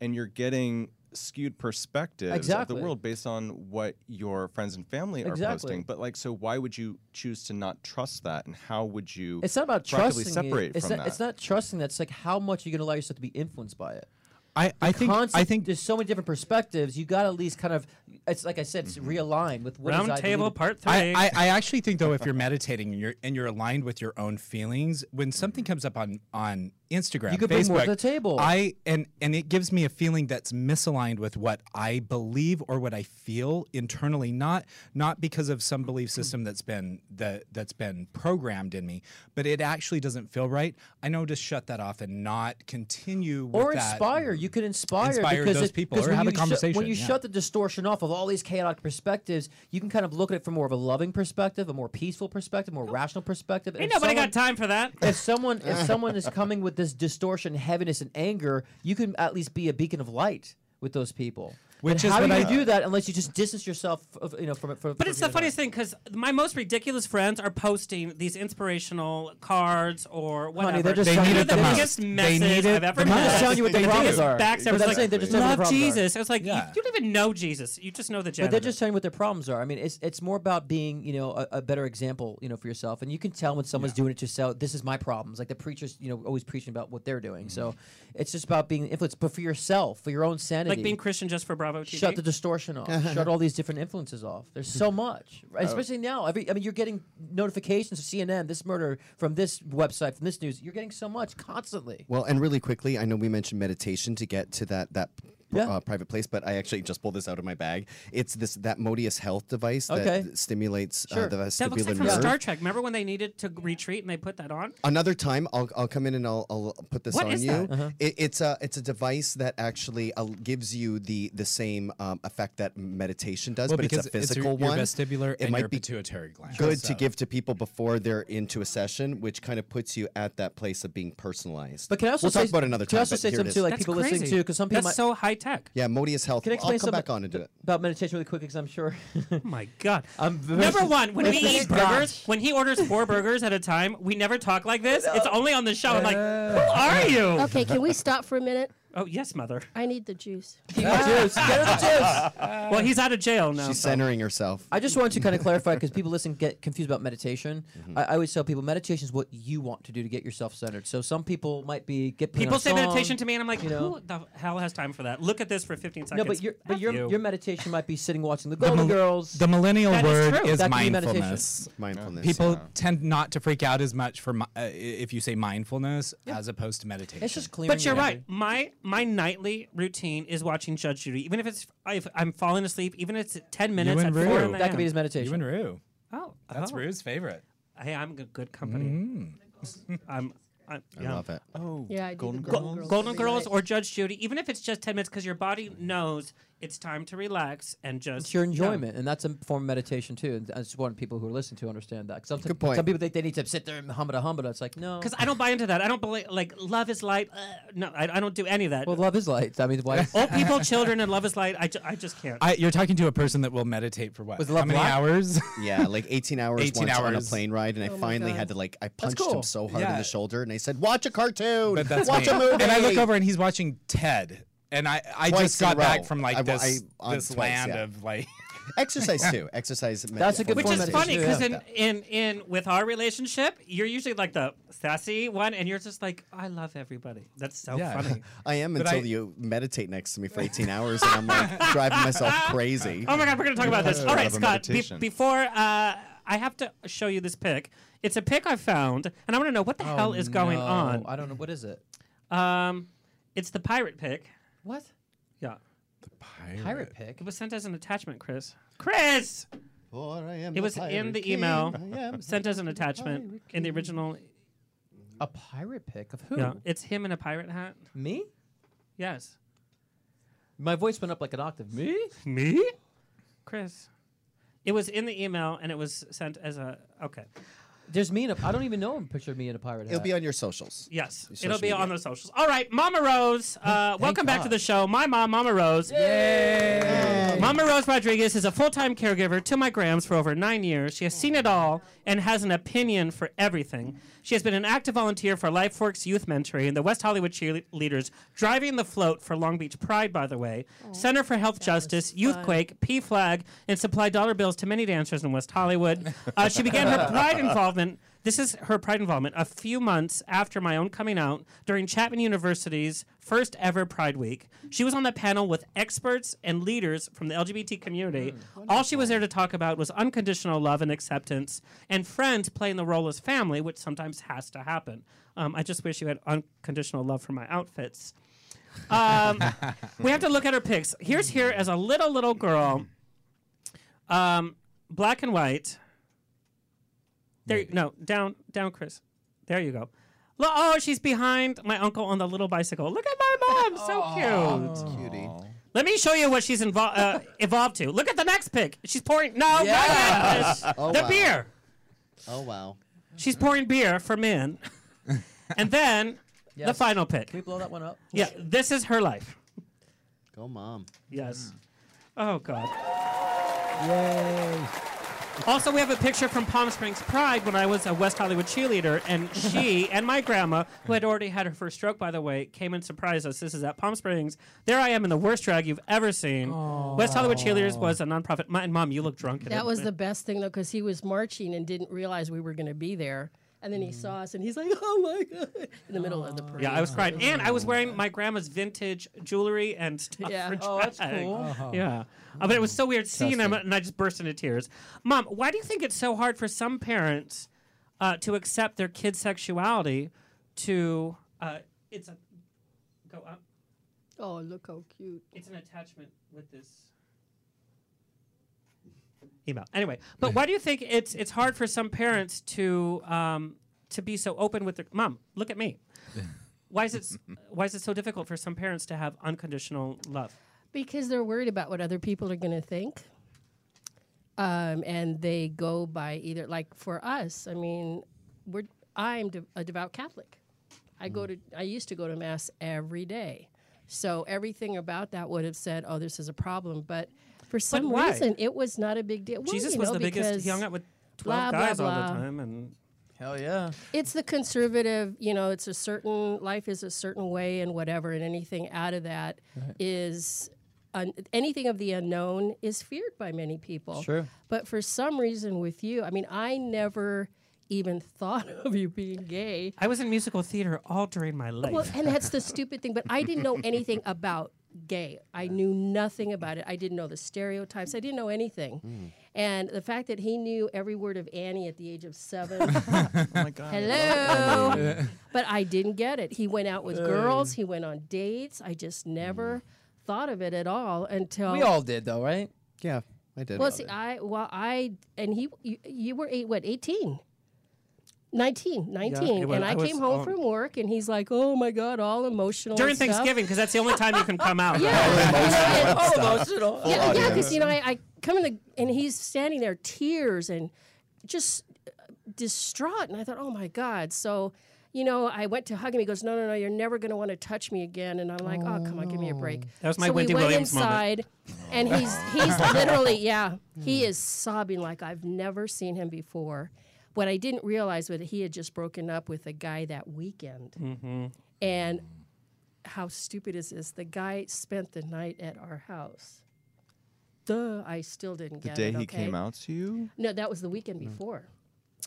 Speaker 4: and you're getting skewed perspectives
Speaker 2: Exactly.
Speaker 4: of the world based on what your friends and family are
Speaker 2: Exactly.
Speaker 4: posting. But like, so why would you choose to not trust that, and how would you?
Speaker 2: it's not about
Speaker 4: proactively
Speaker 2: trusting. it.
Speaker 4: separate
Speaker 2: it's
Speaker 4: from
Speaker 2: not,
Speaker 4: that?
Speaker 2: It's not trusting. That's like how much you're going to allow yourself to be influenced by it.
Speaker 5: I, I think
Speaker 2: constant,
Speaker 5: I think
Speaker 2: there's so many different perspectives. You got to at least kind of, it's like I said, it's realign with what is
Speaker 1: round
Speaker 2: I
Speaker 1: table
Speaker 2: believe in-
Speaker 1: part three.
Speaker 5: Mm-hmm. I, I, I actually think though if you're meditating and you're and you're aligned with your own feelings when something comes up on on Instagram.
Speaker 2: Mm-hmm. You could bring more to
Speaker 5: Facebook.
Speaker 2: the table.
Speaker 5: I and and it gives me a feeling that's misaligned with what I believe or what I feel internally, not not because of some
Speaker 2: Mm-hmm.
Speaker 5: belief system that's been that that's been programmed in me, but it actually doesn't feel right. I know to shut that off and not continue with
Speaker 2: or
Speaker 5: that.
Speaker 2: inspire. You could inspire,
Speaker 5: Inspire
Speaker 2: because
Speaker 5: those
Speaker 2: it-
Speaker 5: people
Speaker 2: 'cause
Speaker 5: or
Speaker 2: when
Speaker 5: have a
Speaker 2: you shu-
Speaker 5: conversation,
Speaker 2: when you
Speaker 5: yeah.
Speaker 2: shut the distortion off of all these chaotic perspectives, you can kind of look at it from more of a loving perspective, a more peaceful perspective, more rational perspective.
Speaker 1: Ain't
Speaker 2: If
Speaker 1: nobody
Speaker 2: someone-
Speaker 1: got time for that.
Speaker 2: If someone if someone is coming with this distortion, heaviness, and anger, you can at least be a beacon of light with those people.
Speaker 1: Which
Speaker 2: And
Speaker 1: is
Speaker 2: how
Speaker 1: what
Speaker 2: do you
Speaker 1: I-
Speaker 2: do that unless you just distance yourself, of, you know, from it. From,
Speaker 1: But it's the funniest thing because my most ridiculous friends are posting these inspirational cards or whatever.
Speaker 2: Honey, they're just
Speaker 1: they
Speaker 2: telling
Speaker 1: needed
Speaker 2: you
Speaker 1: the
Speaker 2: what the
Speaker 1: biggest
Speaker 2: problems
Speaker 1: message
Speaker 2: are. They need it
Speaker 1: I've ever
Speaker 2: the most. They're just telling you what the
Speaker 1: They
Speaker 2: problems
Speaker 1: do.
Speaker 2: are.
Speaker 1: Backs
Speaker 2: But
Speaker 1: every-
Speaker 2: that's
Speaker 1: like,
Speaker 2: the thing, they're just telling you what the
Speaker 1: love
Speaker 2: problems are.
Speaker 1: Jesus. It's like you-
Speaker 2: Yeah.
Speaker 1: you, don't even know Jesus. You just know the
Speaker 2: But they're
Speaker 1: janitor.
Speaker 2: just telling you what their problems are. I mean, it's it's more about being, you know, a, a better example, you know, for yourself. And you can tell when someone's doing it to sell. This is my problems. Like the preachers, you know, always preaching about what they're doing.
Speaker 1: Mm-hmm.
Speaker 2: So it's just about being influenced, but for yourself, for your own sanity.
Speaker 1: like being Christian just for Bravo TV.
Speaker 2: Shut the distortion off.
Speaker 3: Uh-huh.
Speaker 2: Shut all these different influences off. There's so much, right?
Speaker 1: Oh.
Speaker 2: especially now. Every I mean, you're getting notifications of CNN, this murder from this website, from this news. You're getting so much constantly.
Speaker 3: Well, and really quickly, I know we mentioned meditation to get to that that pr-
Speaker 2: Yeah.
Speaker 3: uh, private place, but I actually just pulled this out of my bag. It's this that Modius Health device
Speaker 1: Okay.
Speaker 3: that stimulates uh, the
Speaker 1: that looks
Speaker 3: vestibular
Speaker 1: like from
Speaker 3: nerve.
Speaker 1: Star Trek. Remember when they needed to retreat and they put that on?
Speaker 3: Another time, I'll, I'll come in and I'll, I'll put this
Speaker 1: What
Speaker 3: on
Speaker 1: is
Speaker 3: you.
Speaker 1: that? Uh-huh.
Speaker 3: It, it's a it's a device that actually uh, gives you the the same um, effect that meditation does,
Speaker 5: Well,
Speaker 3: but it's
Speaker 5: because
Speaker 3: a
Speaker 5: it's your-
Speaker 3: physical
Speaker 5: your
Speaker 3: one.
Speaker 5: vestibular
Speaker 3: it
Speaker 5: and
Speaker 3: might
Speaker 5: your
Speaker 3: be
Speaker 5: pituitary gland.
Speaker 3: Good
Speaker 5: So-
Speaker 3: to give to people before they're into a session, which kind of puts you at that place of being personalized.
Speaker 2: But can I also
Speaker 3: we'll
Speaker 2: say-
Speaker 3: talk about it another time?
Speaker 2: can I also
Speaker 3: but
Speaker 2: say
Speaker 3: here it
Speaker 2: something too,
Speaker 3: is.
Speaker 2: like That's people listening crazy. to, 'cause some people That's might- so
Speaker 1: high tech.
Speaker 3: Yeah, Modius Health.
Speaker 2: Can I explain
Speaker 3: I'll come
Speaker 2: something
Speaker 3: back on and do it.
Speaker 2: about meditation really quick? Because I'm sure.
Speaker 1: Oh my God.
Speaker 2: I'm very-
Speaker 1: Number one, when we
Speaker 2: Listen,
Speaker 1: eat burgers, when he orders four burgers at a time, we never talk like this. It's only on the show. I'm like, who are you?
Speaker 2: Uh,
Speaker 7: Okay, can we stop for a minute?
Speaker 1: Oh yes, mother.
Speaker 7: I need the juice.
Speaker 2: Juice. Get her the juice.
Speaker 1: Well, he's out of jail now.
Speaker 3: She's centering herself.
Speaker 2: I just wanted to kind of clarify because people listen get confused about meditation.
Speaker 3: Mm-hmm.
Speaker 2: I, I always tell people meditation is what you want to do to get yourself centered. So some people might be get put on
Speaker 1: People
Speaker 2: a
Speaker 1: say
Speaker 2: song,
Speaker 1: meditation to me, and I'm like,
Speaker 2: you know.
Speaker 1: who the hell has time for that? Look at this for 15 seconds.
Speaker 2: No, but your but
Speaker 1: F
Speaker 2: your,
Speaker 1: you.
Speaker 2: your meditation might be sitting watching the Golden
Speaker 5: mil-
Speaker 2: Girls.
Speaker 5: the millennial
Speaker 2: That is
Speaker 5: word
Speaker 2: true.
Speaker 5: is,
Speaker 2: That can be meditation.
Speaker 5: mindfulness.
Speaker 3: Mindfulness,
Speaker 5: People
Speaker 3: yeah.
Speaker 5: tend not to freak out as much for mi- uh, i- if you say mindfulness as opposed to meditation.
Speaker 1: But you're right. My my nightly routine is watching Judge Judy, even if it's if I'm falling asleep, even if it's at 10 minutes
Speaker 5: and
Speaker 1: at four.
Speaker 5: Rue.
Speaker 1: in the
Speaker 5: That could be
Speaker 1: AM.
Speaker 5: his meditation. You and Rue.
Speaker 1: Oh,
Speaker 5: That's
Speaker 1: oh.
Speaker 5: Rue's favorite.
Speaker 1: Hey, I'm g- good company.
Speaker 5: Mm-hmm.
Speaker 1: I'm. I,
Speaker 5: I
Speaker 1: yeah.
Speaker 5: love it. Oh,
Speaker 7: Yeah, I do the Golden
Speaker 1: Go-
Speaker 7: Girls
Speaker 1: Golden
Speaker 7: every
Speaker 1: Girls
Speaker 7: night.
Speaker 1: or Judge Judy, even if it's just ten minutes, because your body knows it's time to relax and just.
Speaker 2: It's your
Speaker 1: Yeah.
Speaker 2: enjoyment, and that's a form of meditation too. And I just want people who are listening to understand that. 'Cause Some, Good
Speaker 1: point.
Speaker 2: Some people think they need to sit there and humba humba. It's like no,
Speaker 1: Because I don't buy into that. I don't believe like love is light. Uh, no, I, I don't do any of that.
Speaker 2: well, love is light. I mean, why? is-
Speaker 1: Old people, children, and love is light. I, ju- I just can't.
Speaker 5: I, you're talking to a person that will meditate for what?
Speaker 3: Was
Speaker 5: How
Speaker 3: Love
Speaker 5: many
Speaker 3: Black?
Speaker 5: hours?
Speaker 3: Yeah, like 18 hours
Speaker 5: 18
Speaker 3: once on a
Speaker 5: hours.
Speaker 3: plane ride, and
Speaker 5: Oh my
Speaker 3: I finally
Speaker 5: God.
Speaker 3: had to like I
Speaker 5: That's
Speaker 3: punched him
Speaker 5: cool.
Speaker 3: so hard in
Speaker 5: Yeah.
Speaker 3: the shoulder, and I said, "Watch a cartoon,
Speaker 5: But that's
Speaker 3: watch
Speaker 5: me.
Speaker 3: a movie."
Speaker 5: And I look over and he's watching Ted. And I, I
Speaker 3: Twice
Speaker 5: just
Speaker 3: in a
Speaker 5: got back
Speaker 3: row.
Speaker 5: from like
Speaker 3: I-
Speaker 5: this,
Speaker 3: I- on
Speaker 5: this
Speaker 3: twice,
Speaker 5: land
Speaker 3: yeah.
Speaker 5: of like.
Speaker 3: Exercise too. Exercise.
Speaker 5: That's a good
Speaker 1: Which
Speaker 5: form
Speaker 1: is
Speaker 5: of
Speaker 1: funny because
Speaker 5: meditation,
Speaker 1: in, in in with our relationship, you're usually like the sassy one, and you're just like, I love everybody. That's so funny.
Speaker 3: I am
Speaker 1: But
Speaker 3: until
Speaker 1: I-
Speaker 3: you meditate next to me for 18 hours, and I'm like driving myself crazy.
Speaker 1: Oh my God, we're going to talk about this.
Speaker 3: Uh,
Speaker 1: All right,
Speaker 3: of a
Speaker 1: Scott, be-
Speaker 3: meditation.
Speaker 1: before uh, I have to show you this pic, it's a pic I found, and I want to know what the
Speaker 2: Oh,
Speaker 1: hell is going
Speaker 2: no.
Speaker 1: on.
Speaker 2: I don't know what is it.
Speaker 1: Um, It's the pirate pic.
Speaker 2: What?
Speaker 1: Yeah.
Speaker 5: Pirate.
Speaker 1: pic? It was sent as an attachment, Chris. Chris!
Speaker 3: am
Speaker 1: it
Speaker 3: the
Speaker 1: was in
Speaker 3: pirate
Speaker 1: the
Speaker 3: king.
Speaker 1: email,
Speaker 3: I am
Speaker 1: sent as an attachment in the original.
Speaker 2: A pirate pic of who?
Speaker 1: Yeah, it's him in a pirate hat.
Speaker 2: Me?
Speaker 1: Yes.
Speaker 2: My voice went up like an octave. Me?
Speaker 1: Me? Chris. It was in the email and it was sent as a okay.
Speaker 2: There's me in a. I don't even know a picture of me in a pirate hat.
Speaker 1: It'll be on
Speaker 3: your socials.
Speaker 1: Yes,
Speaker 2: Your
Speaker 1: it'll
Speaker 2: social
Speaker 1: be
Speaker 2: media.
Speaker 1: on the socials. All right, Mama Rose, uh, welcome back to
Speaker 2: God.
Speaker 1: the show. My mom, Mama Rose. Yay! Mama Rose Rodriguez is a full time caregiver to my Grams for over nine years. She has seen it all and has an opinion for everything. She has been an active volunteer for LifeWorks Youth Mentoring and the West Hollywood Cheerleaders, driving the float for Long Beach Pride, by the way, Center for Health Justice, Youthquake, P Flag, and supply dollar bills to many dancers in West Hollywood. Uh, she began her Pride involvement involvement. This is her pride involvement. A few months after my own coming out, during Chapman University's first ever Pride Week, she was on the panel with experts and leaders from the LGBT community. All she was there to talk about was unconditional love and acceptance, and friends playing the role as family, which sometimes has to happen. Um, I just wish you had unconditional love for my outfits. Um, we have to look at her pics. Here's here as a little little girl, um, black and white. There, you no, down, down, Chris. There you go. Lo- oh, she's behind my uncle on the little bicycle. Look at my mom, so cute. Cutie. Let me show you what she's invo- uh, evolved to. Look at the next pic. She's pouring. No, not that, Chris.
Speaker 3: Oh,
Speaker 1: the
Speaker 3: wow.
Speaker 1: beer.
Speaker 3: Oh wow.
Speaker 1: She's pouring beer for men. and then the
Speaker 2: Yes.
Speaker 1: final pic.
Speaker 2: Can we blow that one up?
Speaker 1: Yeah, this is her life.
Speaker 3: Go mom.
Speaker 1: Yes. Oh God. Yay. Also, we have a picture from Palm Springs Pride when I was a West Hollywood cheerleader, and she and my grandma, who had already had her first stroke, by the way, came and surprised us. This is at Palm Springs. There I am in the worst drag you've ever seen. West Hollywood Cheerleaders was a nonprofit. My, and mom, you look drunk. in
Speaker 7: That
Speaker 1: it.
Speaker 7: was the best thing though, because he was marching and didn't realize we were going to be there, and then he saw us and he's like, "Oh my god!" in the middle of the parade.
Speaker 1: Yeah, I was crying, and I was wearing my grandma's vintage jewelry and stuff.
Speaker 7: Yeah.
Speaker 1: for
Speaker 7: Oh, that's
Speaker 1: drag.
Speaker 7: cool. Uh-huh.
Speaker 1: Yeah, Uh, but it was so weird seeing him, and I just burst into tears. Mom, why do you think it's so hard for some parents uh, to accept their kids' sexuality? To uh, it's a go up.
Speaker 7: Oh, look how cute!
Speaker 1: It's an attachment with this. email. Anyway, but why do you think it's it's hard for some parents to um, to be so open with their mom? Look at me. Why is it s- why is it so difficult for some parents to have unconditional love?
Speaker 7: Because they're worried about what other people are going to think. Um, and they go by either, like for us, I mean, we're, I'm de- a devout Catholic. I go to, I used to go to Mass every day. So everything about that would have said, oh, this is a problem. But for some
Speaker 1: why?
Speaker 7: reason, it was not a big deal. Well,
Speaker 1: Jesus
Speaker 7: you
Speaker 1: was
Speaker 7: know,
Speaker 1: the biggest.
Speaker 7: because
Speaker 1: He hung out with
Speaker 7: blah,
Speaker 1: twelve
Speaker 7: blah,
Speaker 1: guys all
Speaker 7: blah.
Speaker 1: the time, and
Speaker 2: hell yeah.
Speaker 7: It's the conservative, you know, it's a certain life is a certain way and whatever, and anything out of that is
Speaker 2: Right.
Speaker 7: un- anything of the unknown is feared by many people.
Speaker 2: Sure.
Speaker 7: But for some reason, with you, I mean, I never even thought of you being gay.
Speaker 1: I was in musical theater all during my life.
Speaker 7: Well, and that's the stupid thing, but I didn't know anything about gay. I knew nothing about it. I didn't know the stereotypes, I didn't know anything.
Speaker 2: Hmm.
Speaker 7: And the fact that he knew every word of Annie at the age of seven.
Speaker 2: Oh,
Speaker 7: Hello. but I didn't get it. He went out with
Speaker 2: Uh. Hmm.
Speaker 7: girls, he went on dates. I just never thought of it at all until
Speaker 2: We all did though, right?
Speaker 3: Yeah, I did.
Speaker 7: Well, see, I well I and he you, you were eight what 18 19 19
Speaker 1: it was-
Speaker 7: and
Speaker 1: I
Speaker 7: I,
Speaker 1: was um,
Speaker 7: came home
Speaker 1: on-
Speaker 7: from work and he's like, "Oh my god, all emotional."
Speaker 1: during
Speaker 7: and stuff."
Speaker 1: Thanksgiving because that's the only time you can come out.
Speaker 7: Yeah, Oh,
Speaker 1: All
Speaker 2: emotional.
Speaker 7: Yeah, yeah, because you know, I, I come in the and he's standing there, tears and just uh, distraught, and I thought, oh my god. So, you know, I went to hug him. He goes, no, no, no, you're never going to want to touch me again. And I'm like, oh, come on, give me a break.
Speaker 1: That was my
Speaker 7: so
Speaker 1: Wendy
Speaker 7: we went
Speaker 1: Williams moment.
Speaker 7: inside, and he's he's literally, yeah, he is sobbing like I've never seen him before. What I didn't realize was that he had just broken up with a guy that weekend.
Speaker 1: Mm-hmm.
Speaker 7: And how stupid is this? The guy spent the night at our house. Duh, I still didn't
Speaker 4: The
Speaker 7: get
Speaker 4: day
Speaker 7: it.
Speaker 4: he
Speaker 7: Okay?
Speaker 4: came out to you? Mm.
Speaker 7: No, that was the weekend before.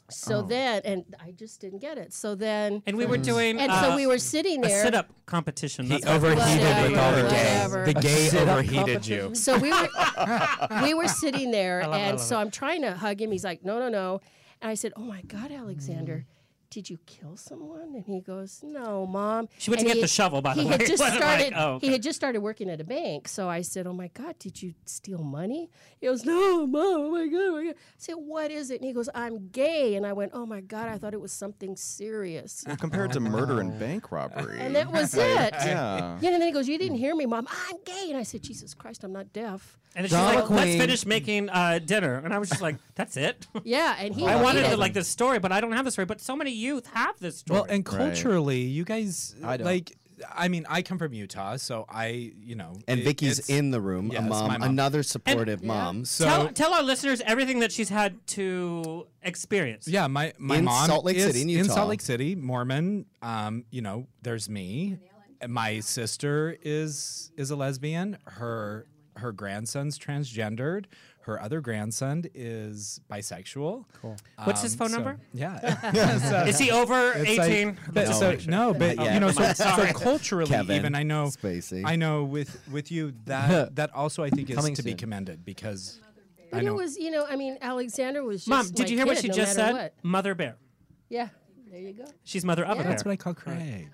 Speaker 7: So
Speaker 4: Oh. Mm.
Speaker 7: then, and I just didn't get it. So then,
Speaker 1: And we were doing
Speaker 7: and
Speaker 1: uh,
Speaker 7: so we were sitting
Speaker 1: a
Speaker 7: there.
Speaker 1: sit-up competition.
Speaker 5: He
Speaker 1: That's what-
Speaker 5: overheated
Speaker 7: Whatever,
Speaker 5: with all the
Speaker 7: whatever.
Speaker 5: gay. The
Speaker 1: A
Speaker 5: gay
Speaker 1: sit-up
Speaker 5: overheated
Speaker 1: Mm-hmm.
Speaker 5: you.
Speaker 7: So we were we were sitting there,
Speaker 5: I love it, I
Speaker 7: and
Speaker 5: love
Speaker 7: so
Speaker 5: it.
Speaker 7: I'm trying to hug him. He's like, "No, no, no," and I said, "Oh my God, Alexander."
Speaker 1: Mm-hmm.
Speaker 7: Did you kill someone? And he goes, No, mom.
Speaker 1: She went to
Speaker 7: And
Speaker 1: get
Speaker 7: he-
Speaker 1: the shovel, by the
Speaker 7: he
Speaker 1: way.
Speaker 7: Had
Speaker 1: It
Speaker 7: just
Speaker 1: wasn't like,
Speaker 7: started,
Speaker 1: oh, okay.
Speaker 7: He had just started working at a bank. So I said, Oh my God, did you steal money? He goes, No, mom, oh my God, oh my God. I said, What is it? And he goes, I'm gay. And I went, Oh my God, I thought it was something serious.
Speaker 4: Well, compared to murder and bank robbery.
Speaker 7: And that was it.
Speaker 4: Like, Yeah.
Speaker 7: and then he goes, You didn't hear me, mom. I'm gay. And I said, Jesus Christ, I'm not deaf.
Speaker 1: And then she's
Speaker 7: Drama
Speaker 1: like, "Let's
Speaker 7: queen.
Speaker 1: finish making uh, dinner," and I was just like, "That's it."
Speaker 7: Yeah, and he.
Speaker 1: I wanted
Speaker 7: hated
Speaker 1: to,
Speaker 7: it.
Speaker 1: like this story, but I don't have the story. But so many youth have this story.
Speaker 5: Well, and culturally, you guys
Speaker 1: I don't.
Speaker 5: like. I mean, I come from Utah, so I, you know,
Speaker 3: And
Speaker 5: it-
Speaker 3: Vicky's
Speaker 5: it's-
Speaker 3: in the room,
Speaker 5: Yes,
Speaker 3: a mom,
Speaker 5: my mom.
Speaker 3: another supportive mom.
Speaker 5: So
Speaker 1: tell, tell our listeners everything that she's had to experience.
Speaker 5: Yeah, my my
Speaker 3: In
Speaker 5: mom
Speaker 3: Salt Lake
Speaker 5: is
Speaker 3: City, in Utah.
Speaker 5: Salt Lake City, Mormon. Um, you know, there's me. And My sister is is a lesbian. Her her grandson's transgendered. Her other grandson is bisexual. Cool.
Speaker 1: What's his phone number?
Speaker 5: Yeah.
Speaker 1: Is he over
Speaker 5: it's like-
Speaker 1: 18?
Speaker 5: but
Speaker 1: No,
Speaker 5: so-
Speaker 1: I'm sure.
Speaker 5: no, but
Speaker 1: Not yet.
Speaker 5: you know, so,
Speaker 1: Come on.
Speaker 5: so
Speaker 1: Sorry.
Speaker 5: culturally,
Speaker 1: Kevin
Speaker 5: even I know,
Speaker 3: Spacey.
Speaker 5: I know with with you that that also I think is
Speaker 3: Coming
Speaker 5: to be
Speaker 3: soon.
Speaker 5: commended because I
Speaker 7: But
Speaker 5: know
Speaker 7: it was, you know, I mean, Alexander was just.
Speaker 1: Mom, did
Speaker 7: my
Speaker 1: you hear what
Speaker 7: kid,
Speaker 1: she
Speaker 7: no
Speaker 1: just
Speaker 7: matter
Speaker 1: said?
Speaker 7: what.
Speaker 1: Mother bear.
Speaker 7: Yeah, there you go.
Speaker 1: She's mother of a
Speaker 7: Yeah.
Speaker 1: bear.
Speaker 7: That's what
Speaker 5: I call Craig.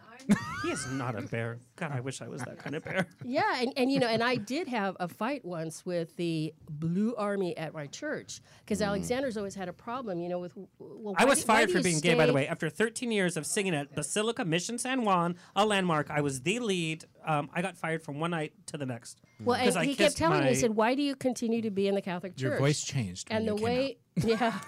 Speaker 1: he is not a bear. God, I wish I was that kind of bear.
Speaker 7: Yeah, and, and you know, and I did have a fight once with the Blue Army at my church because Alexander's always had a problem, you know, with. Well,
Speaker 1: Mm. I
Speaker 7: why
Speaker 1: was
Speaker 7: do- why
Speaker 1: fired
Speaker 7: do
Speaker 1: for
Speaker 7: you
Speaker 1: being gay, by the
Speaker 7: stay-
Speaker 1: way. After 13 years of singing at Basilica Mission San Juan, a landmark, I was the lead. Um, I got fired from one night to the next.
Speaker 7: Well, and
Speaker 1: 'Cause I
Speaker 7: he kept
Speaker 1: kissed
Speaker 7: telling me,
Speaker 1: my-
Speaker 7: he said, "Why do you continue to be in the Catholic Church?"
Speaker 1: Your voice changed
Speaker 7: and
Speaker 1: when
Speaker 7: the
Speaker 1: you
Speaker 7: way, yeah,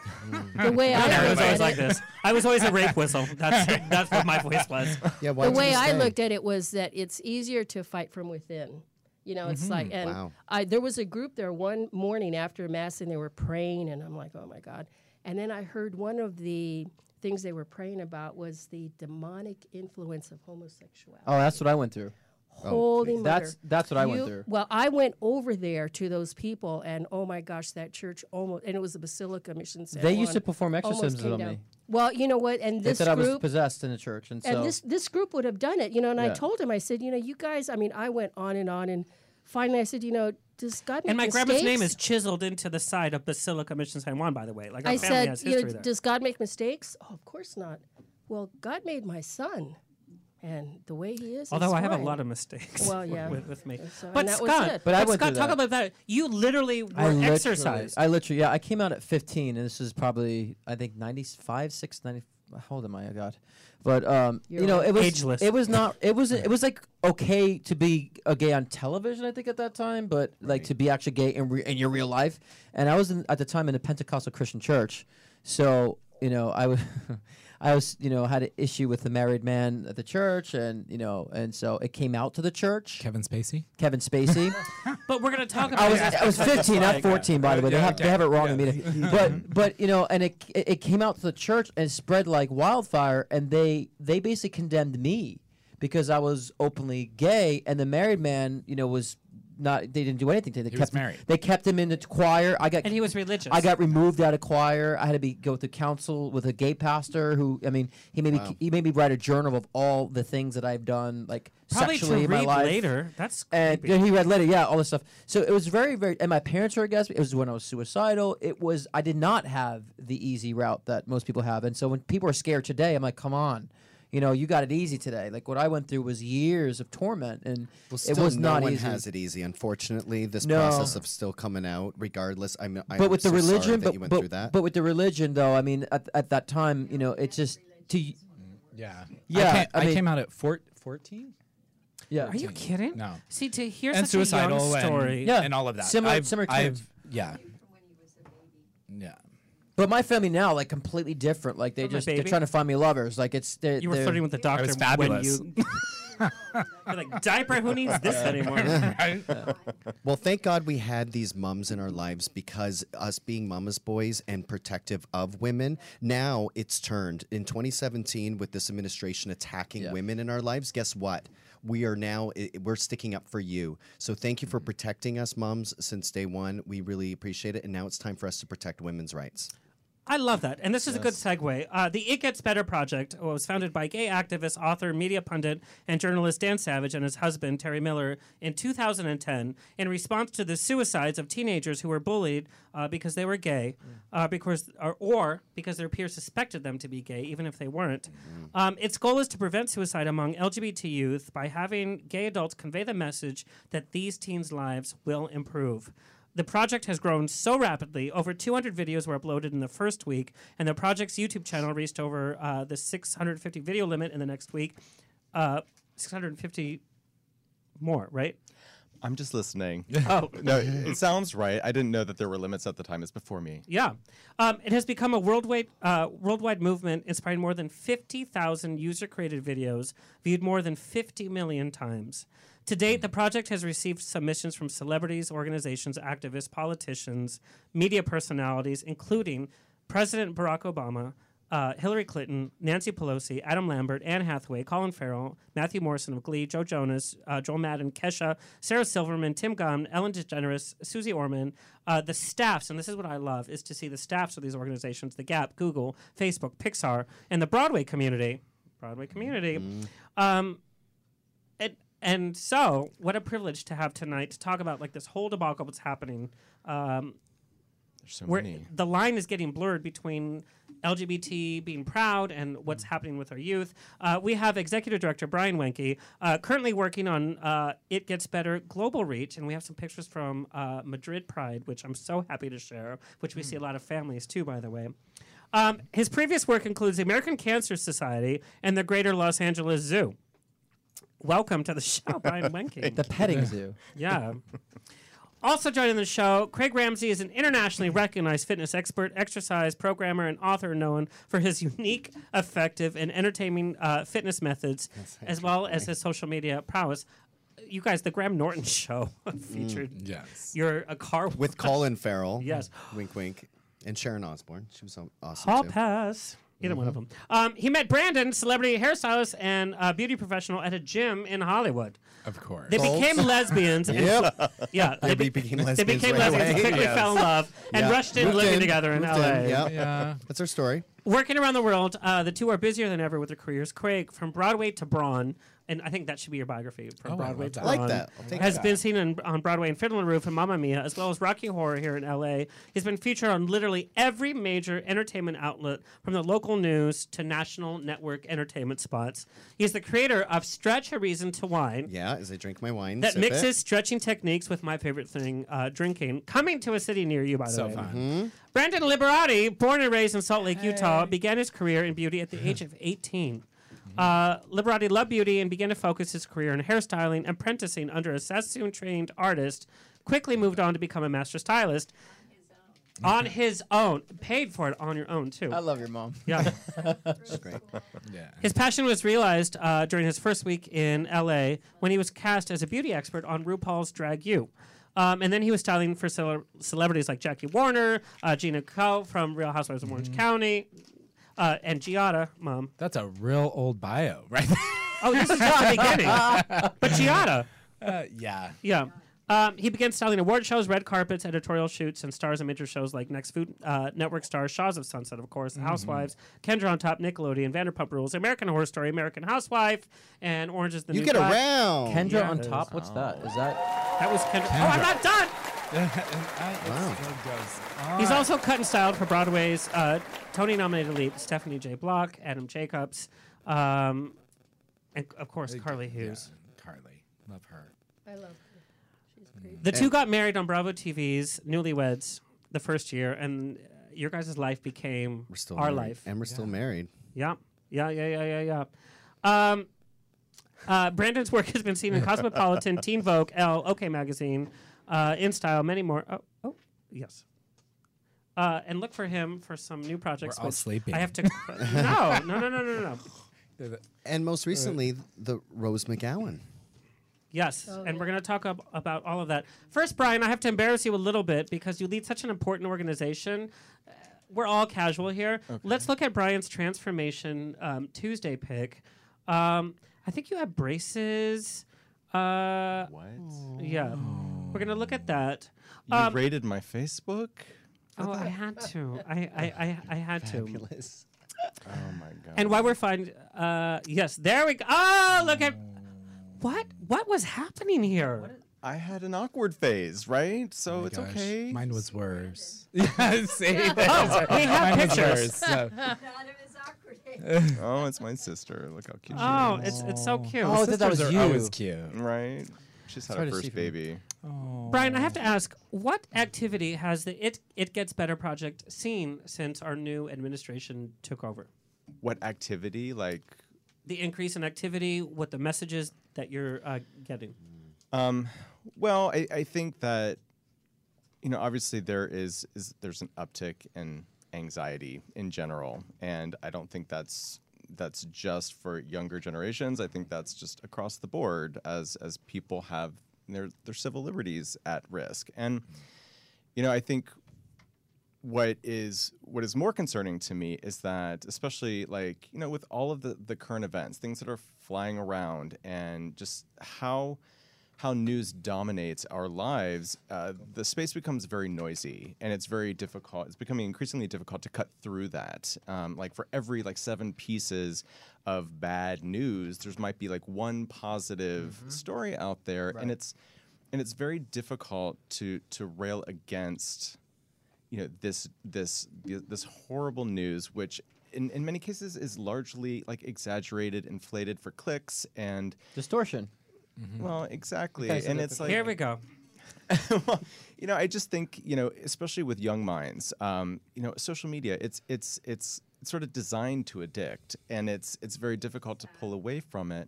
Speaker 7: the way
Speaker 1: No,
Speaker 7: I
Speaker 1: no, it was
Speaker 7: looked
Speaker 1: always
Speaker 7: at
Speaker 1: like
Speaker 7: it,
Speaker 1: this. I was always a rape whistle. That's that's what my voice was.
Speaker 3: Yeah,
Speaker 7: the way I looked at it was that it's easier to fight from within. You know, it's like,
Speaker 1: Mhm.
Speaker 7: and
Speaker 1: Wow.
Speaker 7: I, there was a group there one morning after mass, and they were praying, and I'm like, oh my god. And then I heard one of the things they were praying about was the demonic influence of homosexuality.
Speaker 2: Oh, that's what I went through.
Speaker 7: Holy mother.
Speaker 2: That's that's what I went
Speaker 7: You-
Speaker 2: through.
Speaker 7: Well, I went over there to those people, and oh my gosh, that church almost, and it was the Basilica Mission San
Speaker 2: They used
Speaker 7: Juan,
Speaker 2: to perform
Speaker 7: almost
Speaker 2: exorcisms
Speaker 7: came
Speaker 2: on
Speaker 7: down.
Speaker 2: me.
Speaker 7: Well, you know what? And
Speaker 2: They
Speaker 7: this
Speaker 2: said I was
Speaker 7: group,
Speaker 2: possessed in a church, and so
Speaker 7: and this this group would have done it, you know. And I
Speaker 2: Yeah.
Speaker 7: told him, I said, you know, you guys. I mean, I went on and on, and finally, I said, you know, does God make
Speaker 1: And my
Speaker 7: mistakes?
Speaker 1: grandma's name is chiseled into the side of Basilica Mission San Juan, by the way. Like our
Speaker 7: I
Speaker 1: family
Speaker 7: said,
Speaker 1: has
Speaker 7: you
Speaker 1: history
Speaker 7: know,
Speaker 1: there.
Speaker 7: does God make mistakes? Oh, of course not. Well, God made my son, and the way he is.
Speaker 1: Although
Speaker 7: he's
Speaker 1: I have a
Speaker 7: fine.
Speaker 1: lot of mistakes
Speaker 7: Well, yeah.
Speaker 1: with, with me.
Speaker 7: And so-
Speaker 1: but
Speaker 7: and that was
Speaker 1: Scott,
Speaker 7: it.
Speaker 2: But I
Speaker 1: but
Speaker 2: went
Speaker 1: Scott
Speaker 2: through
Speaker 1: talk
Speaker 2: that.
Speaker 1: about that. You literally were
Speaker 2: I literally-
Speaker 1: exercised.
Speaker 2: I literally, yeah, I came out at 15, and this is probably, I think, 95, 6, 90. How old am I? Oh God, but um, you
Speaker 1: You're
Speaker 2: know, it was
Speaker 1: ageless.
Speaker 2: It was not. It was. It was like okay to be a gay on television, I think, at that time, but like to be actually gay in re- in your real life. And I was in, at the time in a Pentecostal Christian church, so you know, I was. I was, you know, had an issue with the married man at the church, and you know, and so it came out to the church. Kevin Spacey. Kevin Spacey.
Speaker 1: But we're going to talk about
Speaker 2: I was,
Speaker 1: this
Speaker 2: I was
Speaker 1: because
Speaker 2: 15, not
Speaker 1: like- uh,
Speaker 2: 14, by the way. They
Speaker 1: Yeah,
Speaker 2: have, they
Speaker 1: okay.
Speaker 2: have it wrong in the media. But but you know, and it, it it came out to the church and spread like wildfire, and they they basically condemned me because I was openly gay, and the married man, you know, was not. They didn't do anything to. him. They
Speaker 1: He was
Speaker 2: kept
Speaker 1: married.
Speaker 2: They kept him in the choir. I got
Speaker 1: And he was religious.
Speaker 2: I got removed out of choir. I had to be go through counsel with a gay pastor who, I mean, he made
Speaker 1: Wow.
Speaker 2: me he made me write a journal of all the things that I've done, like
Speaker 1: Probably to
Speaker 2: sexually in my
Speaker 1: read
Speaker 2: life
Speaker 1: later. That's
Speaker 2: and
Speaker 1: creepy.
Speaker 2: then he read later, yeah, all this stuff. So it was very, very, and my parents were against me. It was when I was suicidal. It was I did not have the easy route that most people have, and so when people are scared today, I'm like, come on, you know, you got it easy today. Like what I went through was years of torment, and
Speaker 3: Well,
Speaker 2: it
Speaker 3: still
Speaker 2: was
Speaker 3: no
Speaker 2: not
Speaker 3: one
Speaker 2: easy.
Speaker 3: has it easy. Unfortunately, this
Speaker 2: No.
Speaker 3: process of still coming out, regardless. I'm, I'm
Speaker 2: but with the
Speaker 3: so sorry
Speaker 2: religion,
Speaker 3: that
Speaker 2: but
Speaker 3: you went
Speaker 2: but,
Speaker 3: through that.
Speaker 2: but with the religion, though, I mean, at, at that time, you know, it's just to y-
Speaker 3: Mm,
Speaker 5: yeah,
Speaker 2: yeah.
Speaker 5: I, came, I
Speaker 2: mean-
Speaker 5: came out at four, 14.
Speaker 2: Yeah.
Speaker 1: Are you kidding?
Speaker 5: No.
Speaker 1: See, to hear
Speaker 5: and
Speaker 1: such a young
Speaker 5: suicidal and-
Speaker 1: story.
Speaker 5: and, all of that.
Speaker 2: Similar-
Speaker 5: I've,
Speaker 2: similar
Speaker 5: I've,
Speaker 2: experience.
Speaker 5: yeah. Yeah.
Speaker 2: But my family now, like, completely different. Like, they
Speaker 1: With my
Speaker 2: just they're
Speaker 1: baby?
Speaker 2: trying to find me lovers. Like, it's they're,
Speaker 1: You were
Speaker 2: they're-
Speaker 1: flirting with the doctor when you. You're like diaper. Who needs this
Speaker 5: Uh,
Speaker 1: anymore?
Speaker 3: well, thank God we had these mums in our lives because us being mama's boys and protective of women, now it's turned. In 2017, with this administration attacking women in our lives, guess what? We are now i- we're sticking up for you. So thank you for
Speaker 1: Mm-hmm.
Speaker 3: protecting us, moms, since day one. We really appreciate it, and now it's time for us to protect women's rights.
Speaker 1: I love that. And this is a good segue. Uh, the It Gets Better Project was founded by gay activist, author, media pundit, and journalist Dan Savage and his husband, Terry Miller, in 2010 in response to the suicides of teenagers who were bullied uh, because they were gay uh, because, or, or because their peers suspected them to be gay, even if they weren't. Um, its goal is to prevent suicide among LGBT youth by having gay adults convey the message that these teens' lives will improve. The project has grown so rapidly. Over 200 videos were uploaded in the first week, and the project's YouTube channel reached over uh, the 650 video limit in the next week. Uh, 650 more, right?
Speaker 4: I'm just listening.
Speaker 1: Oh.
Speaker 4: no, it sounds right. I didn't know that there were limits at the time. It's before me.
Speaker 1: Yeah. Um, it has become a worldwide, uh, worldwide movement, inspiring more than 50,000 user created videos, viewed more than 50 million times. To date, the project has received submissions from celebrities, organizations, activists, politicians, media personalities, including President Barack Obama, uh, uh, Hillary Clinton, Nancy Pelosi, Adam Lambert, Anne Hathaway, Colin Farrell, Matthew Morrison of Glee, Joe Jonas, uh, Joel Madden, Kesha, Sarah Silverman, Tim Gunn, Ellen DeGeneres, Susie Orman. Uh, the staffs, and this is what I love, is to see the staffs of these organizations: The Gap, Google, Facebook, Pixar, and the Broadway community. Broadway community.
Speaker 4: Mm-hmm.
Speaker 1: Um, and and so what a privilege to have tonight to talk about like this whole debacle what's happening um
Speaker 4: There's so
Speaker 1: where
Speaker 4: many.
Speaker 1: the line is getting blurred between lgbt being proud and what's
Speaker 4: Mm-hmm.
Speaker 1: happening with our youth uh, we have executive director brian wenke uh, currently working on uh, it gets better global reach and we have some pictures from uh, madrid pride which i'm so happy to share which we
Speaker 4: Mm.
Speaker 1: see a lot of families too by the way um, his previous work includes the american cancer society and the greater los angeles zoo Welcome to the show, Brian Wenke.
Speaker 2: The petting zoo.
Speaker 1: Yeah. Also joining the show, Craig Ramsey is an internationally recognized fitness expert, exercise programmer, and author known for his unique, effective, and entertaining uh, fitness methods, as well as his social media prowess. You guys, the Graham Norton show featured
Speaker 3: yes.
Speaker 1: your a car
Speaker 3: with Colin Farrell.
Speaker 1: Yes.
Speaker 3: Wink, wink. And Sharon Osbourne. She was so awesome.
Speaker 1: Hall
Speaker 3: too. Mm-hmm.
Speaker 1: pass. Either one of them. Um, he met Brandon, celebrity hairstylist and uh, beauty professional, at a gym in Hollywood.
Speaker 5: Of course.
Speaker 1: They became lesbians. and-
Speaker 3: Yep.
Speaker 1: yeah.
Speaker 3: They became lesbians
Speaker 1: They became
Speaker 3: right
Speaker 1: lesbians and
Speaker 3: away.
Speaker 1: quickly
Speaker 3: Yes.
Speaker 1: fell in love and
Speaker 3: Yeah.
Speaker 1: rushed in
Speaker 3: Moved
Speaker 1: living together in
Speaker 3: moved
Speaker 1: LA.
Speaker 3: Yep. That's our story.
Speaker 1: Working around the world, uh, the two are busier than ever with their careers. Craig, from Broadway to Braun, and I think that should be your biography.
Speaker 3: Oh,
Speaker 1: From
Speaker 3: I
Speaker 1: Broadway
Speaker 3: love
Speaker 1: to
Speaker 3: that. I like
Speaker 1: Braun,
Speaker 3: that. I'll take
Speaker 1: has
Speaker 3: that.
Speaker 1: been seen in, on Broadway in Fiddler on the Roof and Mamma Mia, as well as Rocky Horror here in L.A. He's been featured on literally every major entertainment outlet, from the local news to national network entertainment spots. He's the creator of Stretch a Reason to Wine.
Speaker 3: Yeah, as I drink my wine.
Speaker 1: That
Speaker 3: sip it.
Speaker 1: mixes stretching techniques with my favorite thing, uh, drinking. Coming to a city near you, by the
Speaker 3: So
Speaker 1: way.
Speaker 3: fun.
Speaker 2: Mm-hmm.
Speaker 1: Brandon Liberati, born and raised in Salt Lake, Utah, began his career in beauty at the age of 18.
Speaker 3: Mm-hmm.
Speaker 1: Uh, Liberati loved beauty and began to focus his career in hairstyling, and apprenticing under a Sassoon trained artist. Quickly moved on to become a master stylist on his own, paid for it on your own, too.
Speaker 2: I love your mom.
Speaker 1: Yeah.
Speaker 2: She's great.
Speaker 5: Yeah.
Speaker 1: His passion was realized uh, during his first week in LA when he was cast as a beauty expert on RuPaul's Drag You. Um, and then he was styling for cele- celebrities like Jackie Warner, uh, Gina Coe from Real Housewives of Orange County, uh, and Giada, mom.
Speaker 5: Mm-hmm. That's a real old bio, right?
Speaker 1: Oh, this is just the beginning. But Giada.
Speaker 5: Uh, yeah.
Speaker 1: Yeah. Um, he began styling award shows, red carpets, editorial shoots, and stars in major shows like Next Food uh, Network stars, Shaws of Sunset, of course,
Speaker 2: Mm-hmm.
Speaker 1: Housewives, Kendra on Top, Nickelodeon, Vanderpump Rules, American Horror Story, American Housewife, and Orange is the
Speaker 3: You
Speaker 1: New
Speaker 3: get
Speaker 1: Black.
Speaker 3: around.
Speaker 2: Kendra
Speaker 1: Yeah.
Speaker 2: on top. What's that? Is that?
Speaker 1: That was Kendra. Oh, I'm not done. He's also cut and styled for Broadway's uh, Tony nominated lead Stephanie J. Block, Adam Jacobs, um, and of course, Carly Hughes.
Speaker 5: Carly. Love her.
Speaker 7: I love her. She's great.
Speaker 1: The two got married on Bravo TV's Newlyweds the first year, and uh, your guys' life became
Speaker 3: We're still
Speaker 1: our
Speaker 3: married.
Speaker 1: life.
Speaker 3: And we're still married.
Speaker 1: Yeah, yeah, yeah, yeah, yeah, yeah. Um, uh, Brandon's work has been seen in Cosmopolitan, Teen Vogue, Elle, OK Magazine, uh, In Style, many more. Oh, oh yes. Uh, and look for him for some new projects.
Speaker 3: We're all
Speaker 1: which
Speaker 3: sleeping.
Speaker 1: I have to. no, no, no, no, no, no.
Speaker 3: And most recently, the Rose McGowan.
Speaker 1: Yes, and we're going to talk ab- about all of that. First, Brian, I have to embarrass you a little bit because you lead such an important organization. Uh, We're all casual here. Let's look at Brian's transformation um, Tuesday pick. Um, I think you have braces. Uh,
Speaker 4: what?
Speaker 1: Yeah, we're going to look at that.
Speaker 4: You
Speaker 1: Um,
Speaker 4: rated my Facebook?
Speaker 1: oh, I had to. I I, I, I had
Speaker 3: Fabulous.
Speaker 1: to.
Speaker 4: Oh my god.
Speaker 1: And why we're fine? Uh, yes, there we go. Oh, look
Speaker 4: Mm.
Speaker 1: at what what was happening here.
Speaker 4: I had an awkward phase, right? So it's
Speaker 5: Oh gosh,
Speaker 4: okay.
Speaker 5: Mine was worse. yeah, see?
Speaker 1: Oh, we have
Speaker 5: Mine was
Speaker 1: pictures.
Speaker 5: worse, so-
Speaker 4: oh, it's my sister. Look how cute.
Speaker 1: Oh, it's it's so cute.
Speaker 5: Oh, I thought that was
Speaker 4: Sisters
Speaker 5: you.
Speaker 4: are
Speaker 5: I
Speaker 4: always
Speaker 5: was cute.
Speaker 4: Right? She's had
Speaker 5: Sorry
Speaker 4: her
Speaker 5: to see
Speaker 4: first
Speaker 5: from-
Speaker 4: baby.
Speaker 1: Brian, I have to ask, what activity has the It It Gets Better project seen since our new administration took over?
Speaker 4: What activity? Like,
Speaker 1: The increase in activity, what the messages that you're uh, getting?
Speaker 4: um, well, I, I think that you know, obviously there is is there's an uptick in anxiety in general, and I don't think that's that's just for younger generations. I think that's just across the board as as people have their their civil liberties at risk, and you know, I think what is what is more concerning to me is that especially like you know with all of the the current events things that are flying around and just how how news dominates our lives uh, the space becomes very noisy and it's very difficult it's becoming increasingly difficult to cut through that um, like for every like seven pieces of bad news there's might be like one positive story out there and it's and it's very difficult to to rail against you know this this this horrible news which in, in many cases is largely like exaggerated inflated for clicks and
Speaker 2: distortion
Speaker 4: well exactly
Speaker 1: Okay, so
Speaker 4: and
Speaker 1: the-
Speaker 4: it's like
Speaker 1: Here we go.
Speaker 4: well, you know, I just think you know, especially with young minds, um, you know, social media it's it's it's it's sort of designed to addict, and it's it's very difficult to pull away from it.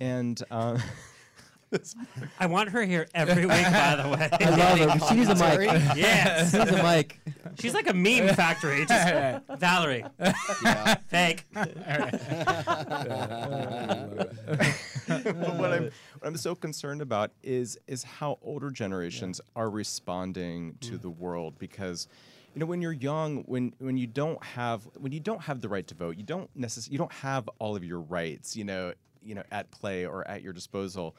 Speaker 4: And uh,
Speaker 1: I want her here every week, by the way.
Speaker 4: I love her. She needs a mic.
Speaker 1: Yes.
Speaker 4: She needs a mic.
Speaker 1: She's like a meme factory. Just, Valerie. Fake.
Speaker 4: but what I'm what I'm so concerned about is is how older generations are responding to the world because you know when you're young when when you don't have when you don't have the right to vote you don't necess- you don't have all of your rights you know you know at play or at your disposal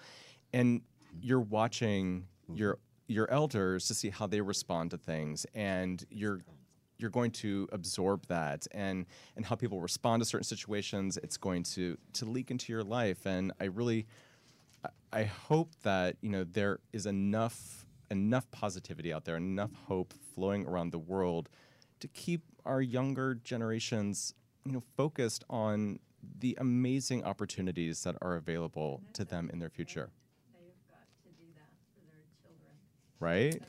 Speaker 4: and you're watching your your elders to see how they respond to things and you're you're going to absorb that and and how people respond to certain situations it's going to to leak into your life and i really I- i hope that you know there is enough enough positivity out there enough hope flowing around the world to keep our younger generations you know focused on the amazing opportunities that are available to them in their future right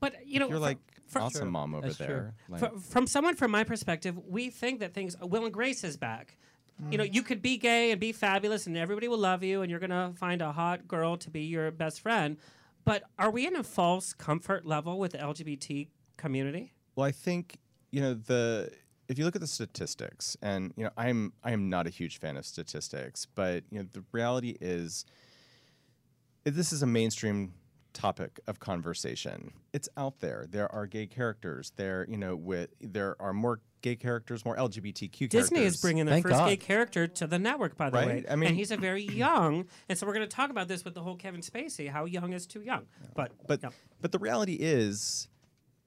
Speaker 1: But you know,
Speaker 4: You're
Speaker 1: from-
Speaker 4: like
Speaker 1: from-
Speaker 4: awesome True. mom over That's true. there, like-
Speaker 1: Fro- from someone from my perspective, we think that things. Will and Grace is back. You
Speaker 4: Mm.
Speaker 1: know, you could be gay and be fabulous, and everybody will love you, and you're gonna find a hot girl to be your best friend. But are we in a false comfort level with the LGBT community?
Speaker 4: Well, I think you know the if you look at the statistics, and you know I'm I am not a huge fan of statistics, but you know the reality is i- this is a mainstream topic of conversation. It's out there. There are gay characters. There you know with there are more gay characters, more LGBTQ.
Speaker 1: Disney is
Speaker 4: characters.
Speaker 1: bringing the first gay character to the network, by the
Speaker 4: Right?
Speaker 1: way.
Speaker 4: I mean-
Speaker 1: and he's a very young, and so we're going to talk about this with the whole Kevin Spacey. How young is too young? But
Speaker 4: but but the reality is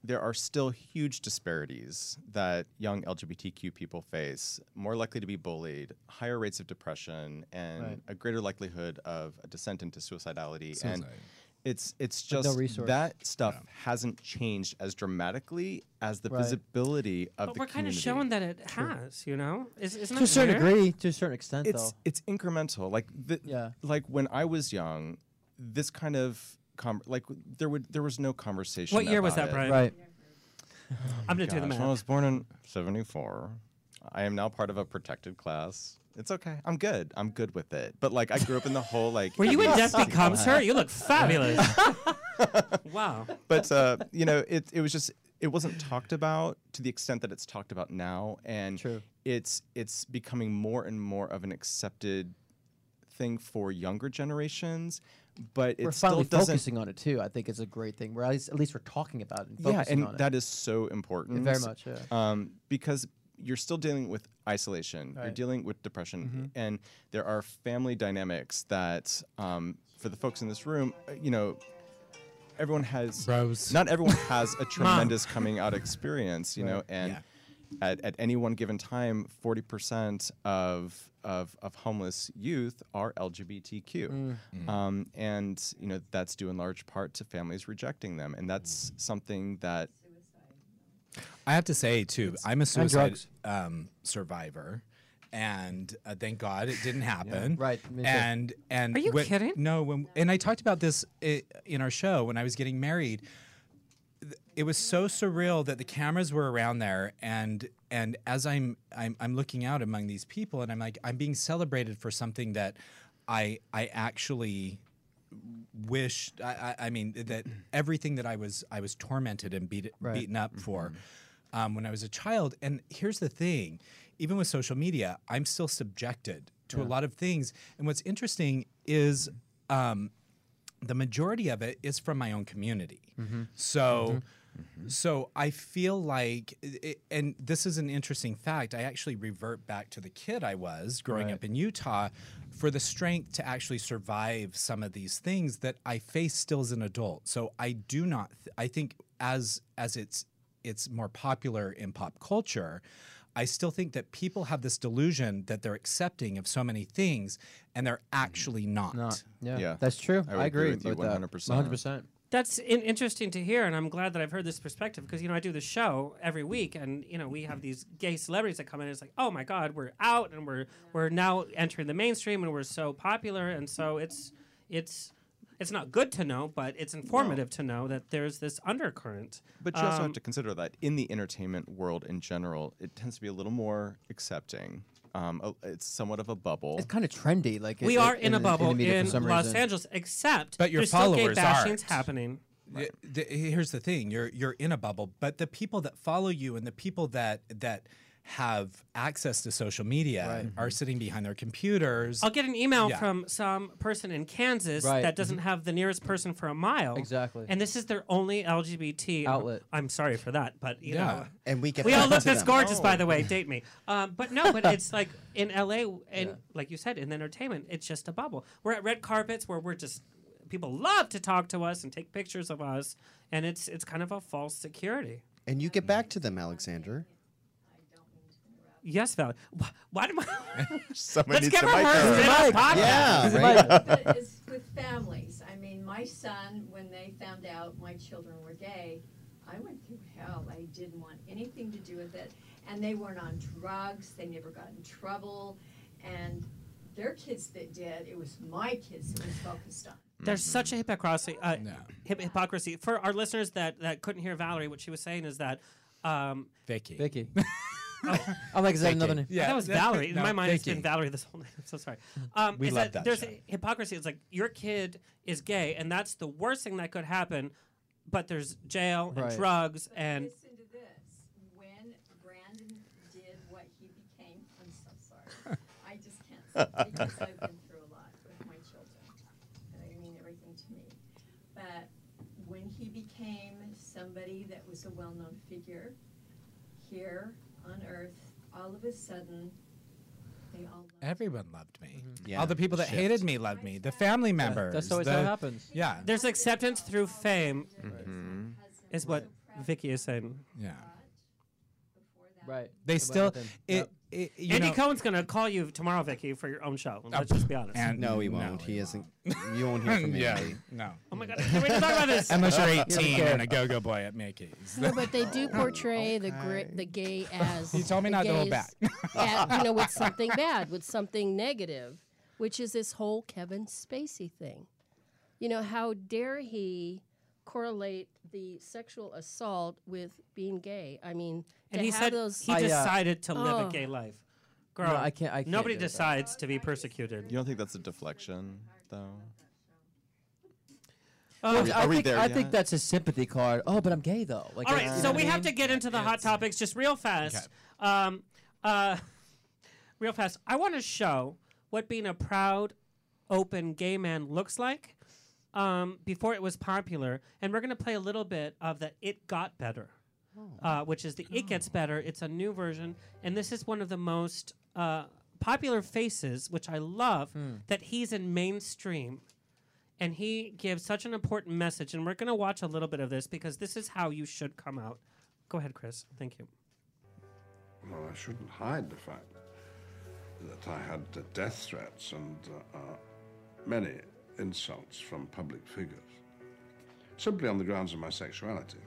Speaker 4: there are still huge disparities that young LGBTQ people face, more likely to be bullied, higher rates of depression, and
Speaker 5: Right.
Speaker 4: a greater likelihood of a descent into suicidality. And
Speaker 5: Suicide.
Speaker 4: it's it's
Speaker 5: Like no
Speaker 4: just
Speaker 5: resource.
Speaker 4: that stuff hasn't changed as dramatically as the
Speaker 1: Right.
Speaker 4: visibility of
Speaker 1: but
Speaker 4: the
Speaker 1: we're kind of
Speaker 4: community.
Speaker 1: showing that it has. You know, is, isn't
Speaker 2: to
Speaker 1: that
Speaker 2: a certain
Speaker 1: weird?
Speaker 2: degree, to a certain extent,
Speaker 4: it's
Speaker 2: though.
Speaker 4: it's incremental. Like the, like when I was young, this kind of com- like there would there was no conversation.
Speaker 1: What year was
Speaker 4: about
Speaker 1: that,
Speaker 4: it.
Speaker 1: Brian? Right. I'm gonna do the
Speaker 4: Gosh,
Speaker 1: math.
Speaker 4: I was born in '74. I am now part of a protected class. It's okay. I'm good. I'm good with it. But like, I grew up in the whole like.
Speaker 1: Were you in Death
Speaker 4: PC
Speaker 1: Becomes Her? You look fabulous. wow.
Speaker 4: but uh, you know, it it was just it wasn't talked about to the extent that it's talked about now, and it's it's becoming more and more of an accepted thing for younger generations. But it
Speaker 2: we're
Speaker 4: still
Speaker 2: finally
Speaker 4: doesn't.
Speaker 2: focusing on it too. I think it's a great thing. We're at least, at least we're talking about it. And
Speaker 4: yeah,
Speaker 2: focusing
Speaker 4: and
Speaker 2: on it.
Speaker 4: that is so important.
Speaker 2: Very much, yeah.
Speaker 4: Um, because you're still dealing with isolation. You're
Speaker 2: Right. Mm-hmm.
Speaker 4: dealing with depression, and there are family dynamics that, um, for the folks in this room, uh, you know, everyone has.
Speaker 5: Bros.
Speaker 4: Not everyone has a tremendous coming out experience, you know,
Speaker 5: Right.
Speaker 4: and. At, at any one given time, 40% of, of, of homeless youth are LGBTQ.
Speaker 5: Mm. Mm.
Speaker 4: Um, and, you know, that's due in large part to families rejecting them. And that's something that
Speaker 5: I have to say too, I'm a
Speaker 4: and
Speaker 5: suicide
Speaker 4: drugs.
Speaker 5: um, survivor, and uh, thank God it didn't happen.
Speaker 2: Right, me too.
Speaker 5: And and
Speaker 2: Are you
Speaker 5: when-
Speaker 2: kidding?
Speaker 5: No, when, and I talked about this i in our show when I was getting married. Th- It was so surreal that the cameras were around there, and and as I'm I'm I'm looking out among these people, and I'm like I'm being celebrated for something that I I actually wish I, I, I mean that everything that I was I was tormented and beat,
Speaker 2: Right.
Speaker 5: beaten up for um, when I was a child. And here's the thing, even with social media, I'm still subjected to a
Speaker 2: Yeah.
Speaker 5: lot of things. And what's interesting is
Speaker 4: Mm-hmm.
Speaker 10: Mm-hmm.
Speaker 5: um, the majority of it is from my own community. So So I feel like, it, and this is an interesting fact. I actually revert back to the kid I was growing
Speaker 10: Right.
Speaker 5: up in Utah for the strength to actually survive some of these things that I face still as an adult. So I do not. Th- I think as as it's it's more popular in pop culture. I still think that people have this delusion that they're accepting of so many things, and they're actually not.
Speaker 10: Not. Yeah. Mm-hmm. Yeah. That's true. I would I agree agree with you with that. 100%. 100%.
Speaker 1: That's in- interesting to hear, and I'm glad that I've heard this perspective because you know I do the show every week, and you know we have these gay celebrities that come in. And it's like, oh my God, we're out, and we're we're now entering the mainstream, and we're so popular, and so it's it's it's not good to know, but it's informative to know that there's this undercurrent.
Speaker 4: But you also
Speaker 1: Um,
Speaker 4: have to consider that in the entertainment world in general, it tends to be a little more accepting. Um, a- it's somewhat of a bubble.
Speaker 10: It's kind of trendy. Like
Speaker 1: we
Speaker 10: it-
Speaker 1: are
Speaker 10: it-
Speaker 1: in, a
Speaker 10: the-
Speaker 1: bubble in,
Speaker 10: media for some
Speaker 1: Los
Speaker 10: reason.
Speaker 1: Angeles, except
Speaker 5: But your
Speaker 1: there's still gay
Speaker 5: followers
Speaker 1: bashing's
Speaker 5: aren't
Speaker 1: happening.
Speaker 5: Y- the- here's the thing: you're you're in a bubble, but the people that follow you and the people that that have access to social media
Speaker 2: Mm-hmm.
Speaker 5: are sitting behind their computers.
Speaker 1: I'll get an email
Speaker 5: Yeah.
Speaker 1: from some person in Kansas
Speaker 5: Right.
Speaker 1: that doesn't have the nearest person for a mile.
Speaker 2: Mm-hmm. Exactly.
Speaker 1: And this is their only LGBT
Speaker 2: Outlet.
Speaker 1: I'm sorry for that, but you
Speaker 2: Yeah.
Speaker 1: know,
Speaker 3: And we get
Speaker 1: we all
Speaker 3: back
Speaker 1: look
Speaker 3: to
Speaker 1: this
Speaker 3: them.
Speaker 1: gorgeous, by the way.
Speaker 3: Oh.
Speaker 1: Date me, um, but no, but it's like in LA, and like you said, in entertainment, it's just a bubble. We're at red carpets where we're just people love to talk to us and take pictures of us, and it's it's kind of a false security.
Speaker 3: And you get back to them, Alexander.
Speaker 1: Yes, Val. Why, why do I? Let's
Speaker 3: needs
Speaker 1: give
Speaker 3: to
Speaker 1: her
Speaker 3: mic
Speaker 1: her
Speaker 3: her.
Speaker 1: spin on
Speaker 3: Mic.
Speaker 1: podcast.
Speaker 3: Yeah, It's a right. mic.
Speaker 11: But it's with families. I mean, my son, when they found out my children were gay, I went through hell. I didn't want anything to do with it. And they weren't on drugs, they never got in trouble. And their kids that did, it was my kids that was focused on.
Speaker 1: There's such a hypocrisy. Uh, hip- hypocrisy for our listeners that that couldn't hear Valerie. What she was saying is that. Um,
Speaker 5: Vicky.
Speaker 2: Vicky. I'm like, is that another name?
Speaker 1: Yeah, that was Valerie. In
Speaker 2: No,
Speaker 1: my mind, it's
Speaker 2: Vicky.
Speaker 1: been Valerie this whole night. I'm so sorry. Um,
Speaker 2: We
Speaker 1: is
Speaker 2: love that
Speaker 1: There's
Speaker 2: show.
Speaker 1: a hypocrisy. It's like your kid is gay, and that's the worst thing that could happen. But there's jail
Speaker 11: Right.
Speaker 1: and drugs and
Speaker 11: Listen to this. When Brandon did what he became, I'm so sorry. I just can't say because I've been through a lot with my children. They mean everything to me. But when he became somebody that was a well known figure here on earth, all of a sudden, they all
Speaker 5: Everyone loved me.
Speaker 10: Yeah.
Speaker 5: All the people that
Speaker 10: Shift.
Speaker 5: hated me loved me. The family members.
Speaker 2: Mm-hmm. that's always
Speaker 5: the,
Speaker 2: how it happens.
Speaker 5: Yeah.
Speaker 1: there's acceptance through fame, is what Vicky is saying.
Speaker 5: Yeah.
Speaker 2: Right.
Speaker 5: They still. It, it, you
Speaker 1: Andy
Speaker 5: know-
Speaker 1: Cohen's gonna call you tomorrow, Vicky, for your own show. Let's just be honest.
Speaker 5: and-
Speaker 3: No, he
Speaker 5: No,
Speaker 3: won't. he isn't. You won't hear from
Speaker 5: Yeah,
Speaker 3: Andy.
Speaker 5: no.
Speaker 1: Oh my god, I can't wait to talk about this.
Speaker 5: Unless you're
Speaker 3: Yeah,
Speaker 5: 18
Speaker 3: okay.
Speaker 5: and a go-go boy at Mickey's.
Speaker 7: No, but they do portray the gri- the gay as
Speaker 5: You told me
Speaker 7: the
Speaker 5: not to hold
Speaker 7: gays at- you know, with something bad, with something negative, which is this whole Kevin Spacey thing. You know, how dare he correlate the sexual assault with being gay? I mean,
Speaker 1: And
Speaker 7: to
Speaker 1: he
Speaker 7: have
Speaker 1: said
Speaker 7: those
Speaker 5: uh,
Speaker 7: Oh.
Speaker 1: he decided to live a gay life. Girl,
Speaker 2: I can't- I can't
Speaker 1: nobody
Speaker 2: do that.
Speaker 1: decides to be persecuted.
Speaker 4: You don't think that's a deflection, though?
Speaker 1: Oh.
Speaker 2: Well,
Speaker 4: Are we-
Speaker 2: I
Speaker 4: are we
Speaker 2: think-
Speaker 4: there
Speaker 2: I
Speaker 4: yet?
Speaker 2: think that's a sympathy card. Oh, but I'm gay though. Like,
Speaker 1: All
Speaker 2: you
Speaker 1: right,
Speaker 2: know
Speaker 1: so
Speaker 2: what
Speaker 1: we
Speaker 2: I
Speaker 1: have to
Speaker 2: mean?
Speaker 1: get into the hot topics just real fast. Um, uh, real fast. I want to show what being a proud, open gay man looks like um, before it was popular, and we're going to play a little bit of the "It Got Better," uh, which is the "It Gets Better." It's a new version, and this is one of the most uh, popular faces, which I love that he's in mainstream and he gives such an important message. And we're going to watch a little bit of this because this is how you should come out. Go ahead, Chris. Thank you.
Speaker 12: Well, I shouldn't hide the fact that I had uh, death threats and uh, uh, many insults from public figures, simply on the grounds of my sexuality.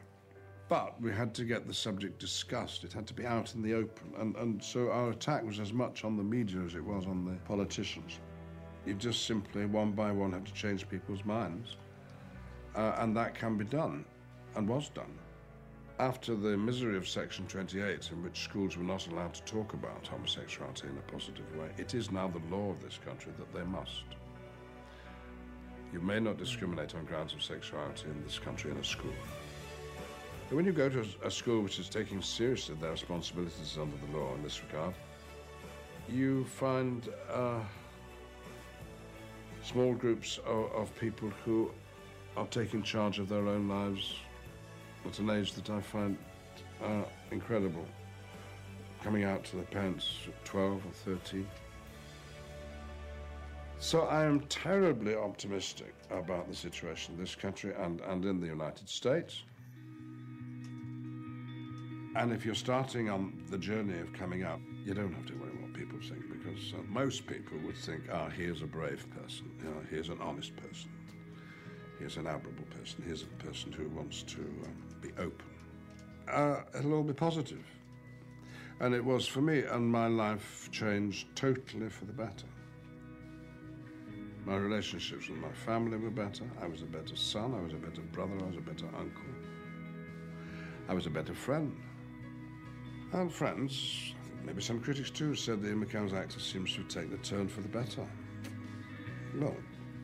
Speaker 12: But we had to get the subject discussed. It had to be out in the open. And, and so our attack was as much on the media as it was on the politicians. You just simply, one by one, had to change people's minds. Uh, and that can be done, and was done. After the misery of Section 28, in which schools were not allowed to talk about homosexuality in a positive way, it is now the law of this country that they must. You may not discriminate on grounds of sexuality in this country in a school. But when you go to a- a school which is taking seriously their responsibilities under the law in this regard, you find uh, small groups of, of people who are taking charge of their own lives at an age that I find uh, incredible. Coming out to their parents at 12 or 13. So I am terribly optimistic about the situation in this country and, and in the United States. And if you're starting on the journey of coming out, you don't have to worry what people think because uh, most people would think, ah, here's a brave person, you know, here's an honest person, here's an admirable person, here's a person who wants to um, be open. Uh, it'll all be positive. And it was for me, and my life changed totally for the better. My relationships with my family were better. I was a better son, I was a better brother, I was a better uncle. I was a better friend. And friends, maybe some critics too, said the McCown's actor seems to have taken a turn for the better. Well,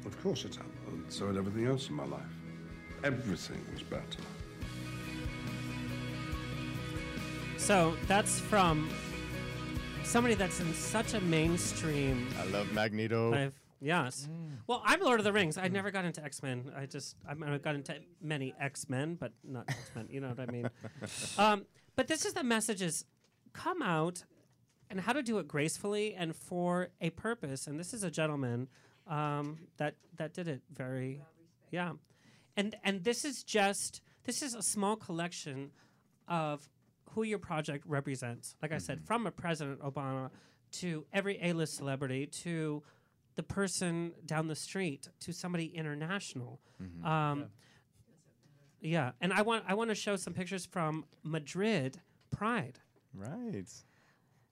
Speaker 12: of course it had, and so had everything else in my life. Everything was better.
Speaker 1: So that's from somebody that's in such a mainstream.
Speaker 4: I love Magneto.
Speaker 1: I've- yes. Well, I'm Lord of the Rings. I never got into X Men. I just I, mean, I got into many X Men, but not X Men. You know what I mean? um, but this is the message: is come out and how to do it gracefully and for a purpose. And this is a gentleman um, that that did it very, yeah. And and this is just this is a small collection of who your project represents. Like I said, from a President Obama to every A-list celebrity to the person down the street to somebody international.
Speaker 4: Mm-hmm.
Speaker 13: Mhm.
Speaker 1: Um, yeah. and I want I want to show some pictures from Madrid Pride.
Speaker 4: Right.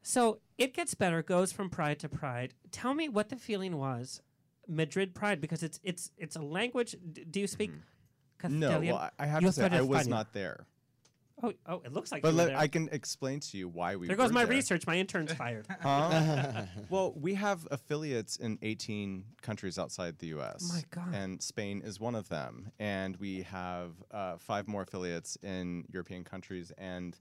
Speaker 1: So it gets better, goes from pride to pride. Tell me what the feeling was, Madrid Pride, because it's it's it's a language. D- do you speak?
Speaker 4: Mm-hmm. No,
Speaker 1: Castilian?
Speaker 4: well, I- I have
Speaker 1: Yo
Speaker 4: to say,
Speaker 1: soy de
Speaker 4: I was
Speaker 1: España.
Speaker 4: not there.
Speaker 1: Oh, oh, it looks like.
Speaker 4: but
Speaker 1: you were
Speaker 4: let-
Speaker 1: there.
Speaker 4: I can explain to you why we.
Speaker 1: There goes
Speaker 4: were
Speaker 1: my research. My intern's fired.
Speaker 4: Huh? well, we have affiliates in 18 countries outside the U.S.
Speaker 1: Oh My God.
Speaker 4: And Spain is one of them, and we have uh, five more affiliates in European countries and.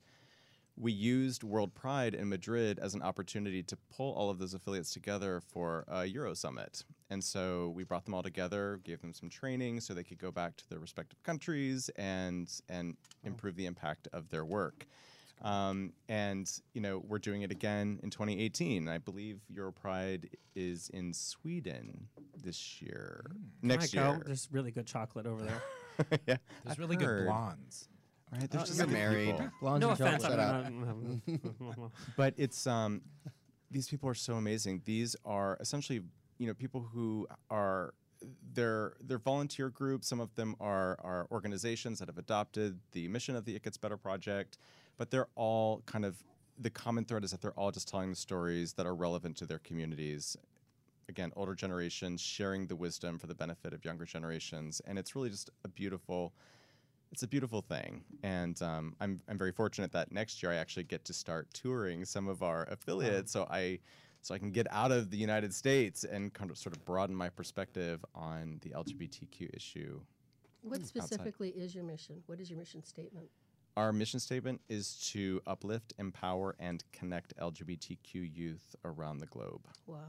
Speaker 4: We used World Pride in Madrid as an opportunity to pull all of those affiliates together for a Euro Summit. And so we brought them all together, gave them some training so they could go back to their respective countries and and improve the impact of their work. Um, and you know we're doing it again in 2018. I believe Euro Pride is in Sweden this year,
Speaker 1: Hmm. Can I
Speaker 4: next
Speaker 1: go?
Speaker 4: year.
Speaker 1: There's really good chocolate over there.
Speaker 4: yeah,
Speaker 5: There's
Speaker 4: I've
Speaker 5: really
Speaker 4: heard.
Speaker 5: good blondes.
Speaker 4: Right,
Speaker 5: There's
Speaker 4: there's just good people.
Speaker 1: Oh, no offense.
Speaker 4: Shut up.
Speaker 1: I'm not- I'm-
Speaker 4: but it's um, these people are so amazing. These are essentially you know people who are they're they're volunteer groups. Some of them are are organizations that have adopted the mission of the It Gets Better project, but they're all kind of the common thread is that they're all just telling the stories that are relevant to their communities. Again, older generations sharing the wisdom for the benefit of younger generations, and it's really just a beautiful it's a beautiful thing, and um, I'm I'm very fortunate that next year I actually get to start touring some of our affiliates, so I so I can get out of the United States and kind of sort of broaden my perspective on the LGBTQ issue.
Speaker 7: What
Speaker 4: outside.
Speaker 7: specifically is your mission? What is your mission statement?
Speaker 4: Our mission statement is to uplift, empower, and connect LGBTQ youth around the globe.
Speaker 7: Wow.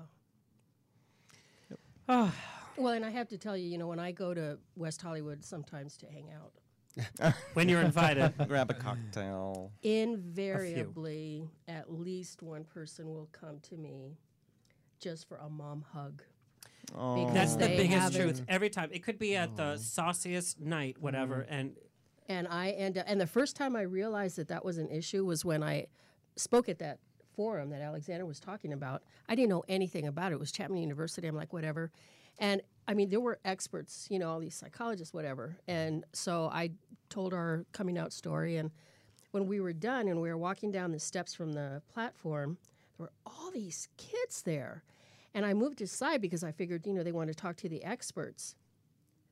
Speaker 7: Well, and I have to tell you, you know, when I go to West Hollywood sometimes to hang out,
Speaker 1: when you're invited,
Speaker 4: grab a cocktail.
Speaker 7: invariably at least one person will come to me just for a mom hug. Because
Speaker 1: That's the
Speaker 7: they
Speaker 1: biggest
Speaker 7: haven't-
Speaker 1: truth. Every time, it could be at the sauciest night, whatever, and
Speaker 7: And I end up, and the first time I realized that that was an issue was when I spoke at that forum that Alexander was talking about. I didn't know anything about it. It was Chapman University. I'm like, whatever. And I mean, there were experts, you know, all these psychologists, whatever. And so I told our coming out story. And when we were done and we were walking down the steps from the platform, there were all these kids there. And I moved aside because I figured, you know, they want to talk to the experts.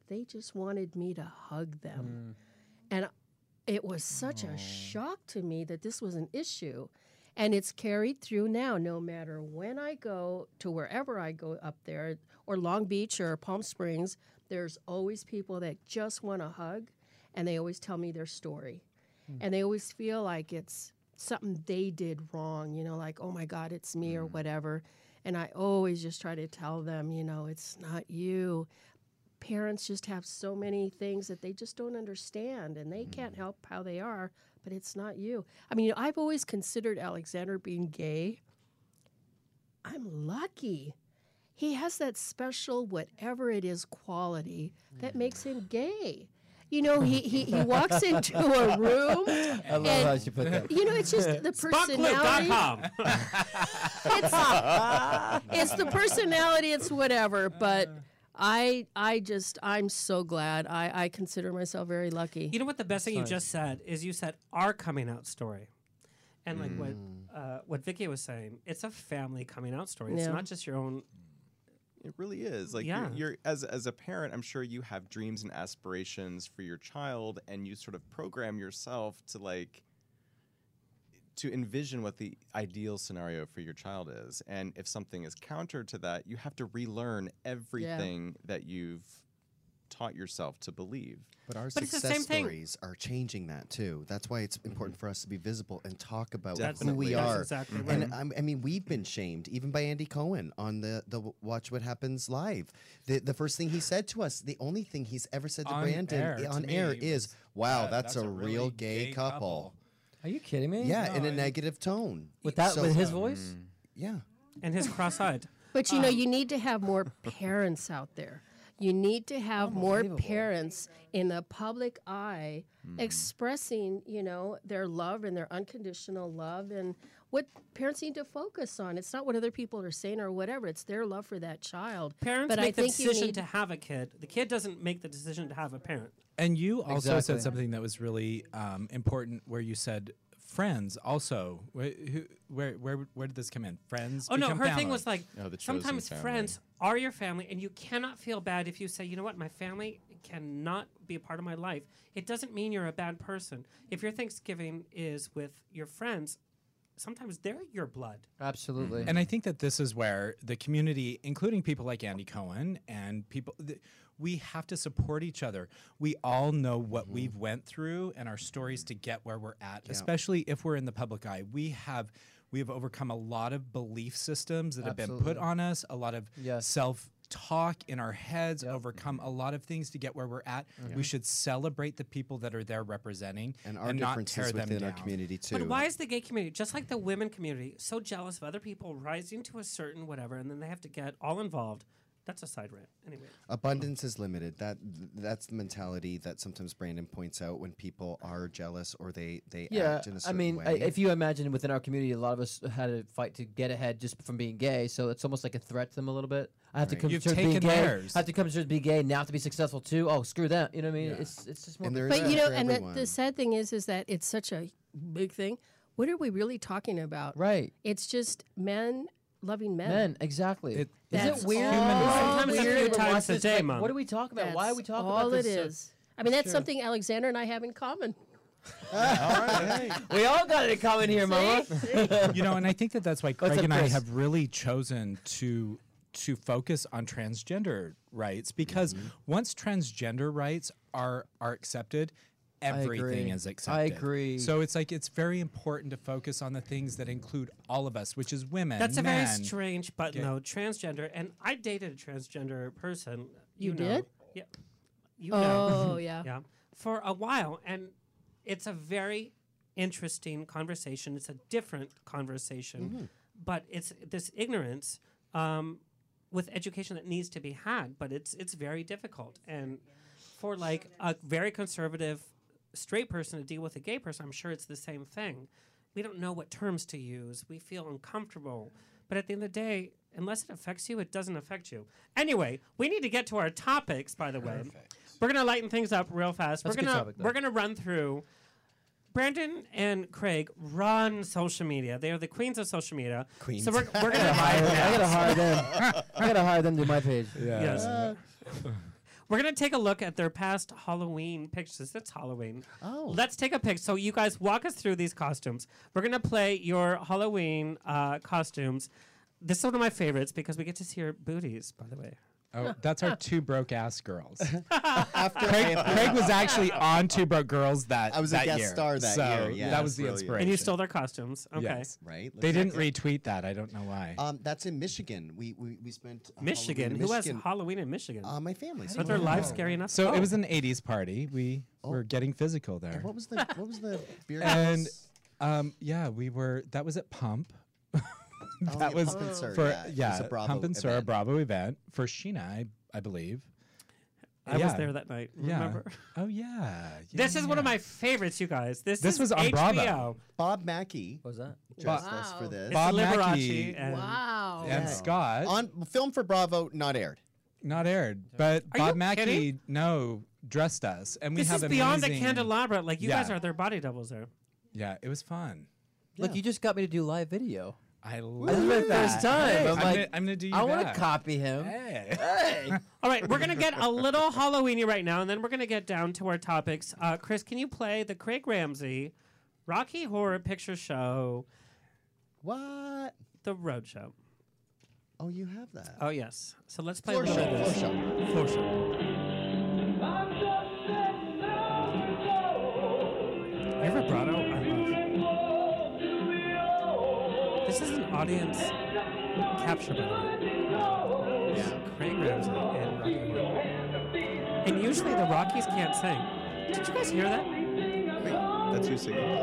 Speaker 7: They just wanted me to hug them. And it was such a shock to me that this was an issue. And it's carried through now, no matter when I go to wherever I go up there, or Long Beach or Palm Springs, there's always people that just want a hug and they always tell me their story. And they always feel like it's something they did wrong, you know, like, oh my God, it's me or whatever. And I always just try to tell them, you know, it's not you parents just have so many things that they just don't understand and they can't help how they are, but it's not you. I mean, I've always considered Alexander being gay. I'm lucky. He has that special whatever it is quality that makes him gay. You know, he, he, he walks into a room.
Speaker 2: I love
Speaker 7: and,
Speaker 2: how she put that.
Speaker 7: You know, it's just the personality. it's, it's the personality. It's whatever. But I I just I'm so glad. I I consider myself very lucky.
Speaker 1: You know what the best thing you
Speaker 7: Sorry.
Speaker 1: just said is you said our coming out story. And like what uh, what Vicky was saying, it's a family coming out story. It's
Speaker 4: Yeah.
Speaker 1: not just your own
Speaker 4: It really is. Like
Speaker 1: Yeah.
Speaker 4: you're, you're as as a parent, I'm sure you have dreams and aspirations for your child and you sort of program yourself to like to envision what the ideal scenario for your child is. And if something is counter to that, you have to relearn everything that you've taught yourself to believe.
Speaker 3: But our
Speaker 4: But it's the
Speaker 3: success
Speaker 4: same thing.
Speaker 3: stories are changing that too. That's why it's important for us to be visible and talk about who
Speaker 4: Definitely.
Speaker 3: we
Speaker 4: That's
Speaker 3: are.
Speaker 4: exactly
Speaker 3: and
Speaker 4: right.
Speaker 3: I'm- I mean, we've been shamed even by Andy Cohen on the the Watch What Happens live. The the first thing he said to us, the only thing he's ever said to
Speaker 2: On
Speaker 3: Brandon
Speaker 2: air,
Speaker 3: i-
Speaker 2: to
Speaker 3: on
Speaker 2: me,
Speaker 3: air
Speaker 2: was,
Speaker 3: is, "Wow,
Speaker 2: "Yeah,
Speaker 3: that's,
Speaker 2: that's
Speaker 3: a,
Speaker 2: a
Speaker 3: real
Speaker 2: really
Speaker 3: gay,
Speaker 2: gay
Speaker 3: couple.
Speaker 2: Are you kidding me?
Speaker 3: Yeah,
Speaker 2: No,
Speaker 3: in a
Speaker 2: I- Mm.
Speaker 3: negative tone.
Speaker 2: With that-
Speaker 3: So-
Speaker 2: with his voice?
Speaker 3: Yeah.
Speaker 1: and his cross-eyed. Um,
Speaker 7: But you know, you need to have more parents out there. You need to have more parents in the public eye
Speaker 1: Hmm.
Speaker 7: expressing, you know, their love and their unconditional love and what parents need to focus on. It's not what other people are saying or whatever. It's their love for that child.
Speaker 1: Parents
Speaker 7: but
Speaker 1: make
Speaker 7: I
Speaker 1: the
Speaker 7: think you
Speaker 1: decision
Speaker 7: need
Speaker 1: to have a kid. The kid doesn't make the decision to have a parent.
Speaker 5: And you also
Speaker 1: Exactly.
Speaker 5: said something that was really um, important, where you said friends. Also, where who, where, where where did this come in? Friends.
Speaker 1: Oh no,
Speaker 5: become
Speaker 1: her thing
Speaker 5: family.
Speaker 1: was like
Speaker 3: Oh,
Speaker 1: sometimes friends are your family, and you cannot feel bad if you say, you know what, my family cannot be a part of my life. It doesn't mean you're a bad person. If your Thanksgiving is with your friends, sometimes they're your blood.
Speaker 10: Absolutely.
Speaker 5: And I think that this is where the community, including people like Andy Cohen and people, th- we have to support each other. We all know what
Speaker 3: Mm-hmm.
Speaker 5: we've went through and our stories to get where we're at,
Speaker 10: Yeah.
Speaker 5: especially if we're in the public eye. We have we have overcome a lot of belief systems that have been put
Speaker 10: Absolutely.
Speaker 5: on us, a lot of self talk in our heads, overcome a lot of things to get where we're at. We
Speaker 3: Mhm.
Speaker 5: should celebrate the people that are there representing
Speaker 3: And our
Speaker 5: not tear
Speaker 3: differences
Speaker 5: them
Speaker 3: within our
Speaker 5: down.
Speaker 3: community too.
Speaker 1: But why is the gay community, just like the women community, so jealous of other people rising to a certain whatever, and then they have to get all involved? That's a side rant. Anyway,
Speaker 3: abundance is limited that that's the mentality that sometimes brandon points out when people are jealous or they they
Speaker 2: Yeah,
Speaker 3: act in a
Speaker 2: I
Speaker 3: certain
Speaker 2: mean,
Speaker 3: way
Speaker 2: I, if you imagine within our community, a lot of us had to fight to get ahead just from being gay. So it's almost like a threat to them a little bit. I have to
Speaker 3: Right.
Speaker 2: come
Speaker 3: You've
Speaker 2: to terms with being
Speaker 3: taken
Speaker 2: gay.
Speaker 3: theirs.
Speaker 2: I have to come to terms with being gay now to be successful too. Oh, screw that. You know what I mean? It's it's just more.
Speaker 3: And there is
Speaker 7: But you
Speaker 3: that
Speaker 7: know,
Speaker 3: for
Speaker 7: and the,
Speaker 3: everyone.
Speaker 7: the sad thing is, is that it's such a big thing. What are we really talking about?
Speaker 2: Right.
Speaker 7: It's just men loving men.
Speaker 2: Men, exactly. Is
Speaker 7: That's
Speaker 2: it weird?
Speaker 7: all
Speaker 2: Sometimes
Speaker 7: weird.
Speaker 2: a few times a day, Mom. What do we talk about? Why are
Speaker 7: That's
Speaker 2: we talking
Speaker 7: all
Speaker 2: about this?
Speaker 7: it
Speaker 2: So-
Speaker 7: is. I mean, that's
Speaker 2: Sure.
Speaker 7: something Alexander and I have in common.
Speaker 2: we all got it in common here, Mama.
Speaker 5: you know, and I think that that's why Craig
Speaker 2: up,
Speaker 5: and I
Speaker 2: Chris?
Speaker 5: have really chosen to to focus on transgender rights because
Speaker 3: Mm-hmm.
Speaker 5: once transgender rights are are accepted, everything
Speaker 2: agree.
Speaker 5: is
Speaker 2: I
Speaker 5: accepted.
Speaker 2: agree.
Speaker 5: So it's like it's very important to focus on the things that include all of us, which is women.
Speaker 1: that's a very
Speaker 5: men,
Speaker 1: strange, but
Speaker 5: gay-
Speaker 1: no, transgender. And I dated a transgender person. You,
Speaker 7: You
Speaker 1: know.
Speaker 7: did?
Speaker 1: Yeah. You know.
Speaker 7: Oh, yeah.
Speaker 1: Yeah. For a while, and it's a very interesting conversation. It's a different conversation,
Speaker 7: Mm-hmm.
Speaker 10: Mhm.
Speaker 1: but it's this ignorance. Um, with education that needs to be had, but it's it's very difficult. And for like a very conservative straight person to deal with a gay person, I'm sure it's the same thing. We don't know what terms to use. We feel uncomfortable. But at the end of the day, unless it affects you, it doesn't affect you. Anyway, we need to get to our topics, by the way. We're gonna lighten things up real fast.
Speaker 2: That's a
Speaker 1: we're
Speaker 2: good
Speaker 1: gonna
Speaker 2: topic, though.
Speaker 1: we're gonna run through Brandon and Craig run social media. They are the queens of social media.
Speaker 2: Queens.
Speaker 1: So we're, we're gonna
Speaker 2: I gotta hire them. I gotta hire them. I gotta hire them to do my page.
Speaker 1: Yes. We're gonna take a look at their past Halloween pictures. It's Halloween.
Speaker 3: Oh.
Speaker 1: Let's take a pic. So you guys walk us through these costumes. We're gonna play your Halloween uh, costumes. This is one of my favorites because we get to see your booties. By the way,
Speaker 5: Oh, that's our two broke ass girls.
Speaker 3: After
Speaker 5: Craig, Craig was actually on Two Broke Girls that
Speaker 3: I was a
Speaker 5: that
Speaker 3: guest
Speaker 5: year.
Speaker 3: star that
Speaker 5: so
Speaker 3: year, yeah.
Speaker 5: that was the
Speaker 3: Brilliant.
Speaker 5: inspiration.
Speaker 1: And you stole their costumes. Okay.
Speaker 5: Yes.
Speaker 3: Right,
Speaker 5: They didn't
Speaker 3: exactly.
Speaker 5: retweet that. I don't know why.
Speaker 3: Um, that's in Michigan. We we, we spent uh,
Speaker 1: Michigan?
Speaker 3: Halloween in
Speaker 1: Who has
Speaker 3: Michigan.
Speaker 1: Halloween in Michigan?
Speaker 3: Uh, my family.
Speaker 1: But their lives scary enough.
Speaker 5: So it
Speaker 1: Oh.
Speaker 5: was an '80s party. We
Speaker 3: Oh.
Speaker 5: were getting physical there.
Speaker 3: What was the what was the beer?
Speaker 5: and
Speaker 3: house?
Speaker 5: um, yeah, we were. That was at Pump. that
Speaker 3: Oh, yeah,
Speaker 5: was
Speaker 3: Pump and Serve,
Speaker 5: for
Speaker 3: yeah, it was a Bravo
Speaker 5: Pump and Serve,
Speaker 3: event.
Speaker 5: Bravo event for Sheena, I, I believe.
Speaker 1: I was there that night,
Speaker 5: Yeah.
Speaker 1: remember?
Speaker 5: Oh yeah.
Speaker 1: this is one of my favorites, you guys. This,
Speaker 5: This
Speaker 1: is
Speaker 5: was on
Speaker 1: HBO.
Speaker 5: Bravo.
Speaker 3: Bob Mackey. What
Speaker 2: was that?
Speaker 3: Dressed
Speaker 1: Wow.
Speaker 3: us for this.
Speaker 1: It's Bob Liberace Mackey and- Wow.
Speaker 5: and Scott
Speaker 3: on film for Bravo, not aired.
Speaker 5: Not aired, but
Speaker 1: Are
Speaker 5: Bob
Speaker 1: you
Speaker 5: Mackey
Speaker 1: kidding?
Speaker 5: no dressed us, and we
Speaker 1: this
Speaker 5: have
Speaker 1: is beyond the
Speaker 5: amazing-
Speaker 1: candelabra. Like you
Speaker 5: Yeah.
Speaker 1: guys are their body doubles there.
Speaker 5: Yeah, it was fun.
Speaker 2: Look, you just got me to do live video.
Speaker 5: I
Speaker 2: This is
Speaker 5: love
Speaker 2: my
Speaker 5: that.
Speaker 2: first time.
Speaker 5: Hey,
Speaker 2: I'm, like,
Speaker 5: gonna, I'm gonna do. You
Speaker 2: I want
Speaker 5: back.
Speaker 2: to copy him.
Speaker 5: Hey.
Speaker 1: All right, we're gonna get a little Halloweeny right now, and then we're gonna get down to our topics. Uh, Chris, can you play the Craig Ramsey Rocky Horror Picture Show?
Speaker 3: What?
Speaker 1: The Road Show.
Speaker 3: Oh, you have that.
Speaker 1: Oh yes. So let's play
Speaker 3: Floor
Speaker 1: a little
Speaker 3: show,
Speaker 1: bit of this.
Speaker 3: floor show.
Speaker 1: Floor show. Your vibrato, I love. This is an audience capture by the way. Craig Ramsey and Rocky Horror. And usually the Rockies can't sing. Did you guys hear that?
Speaker 4: That's who singing.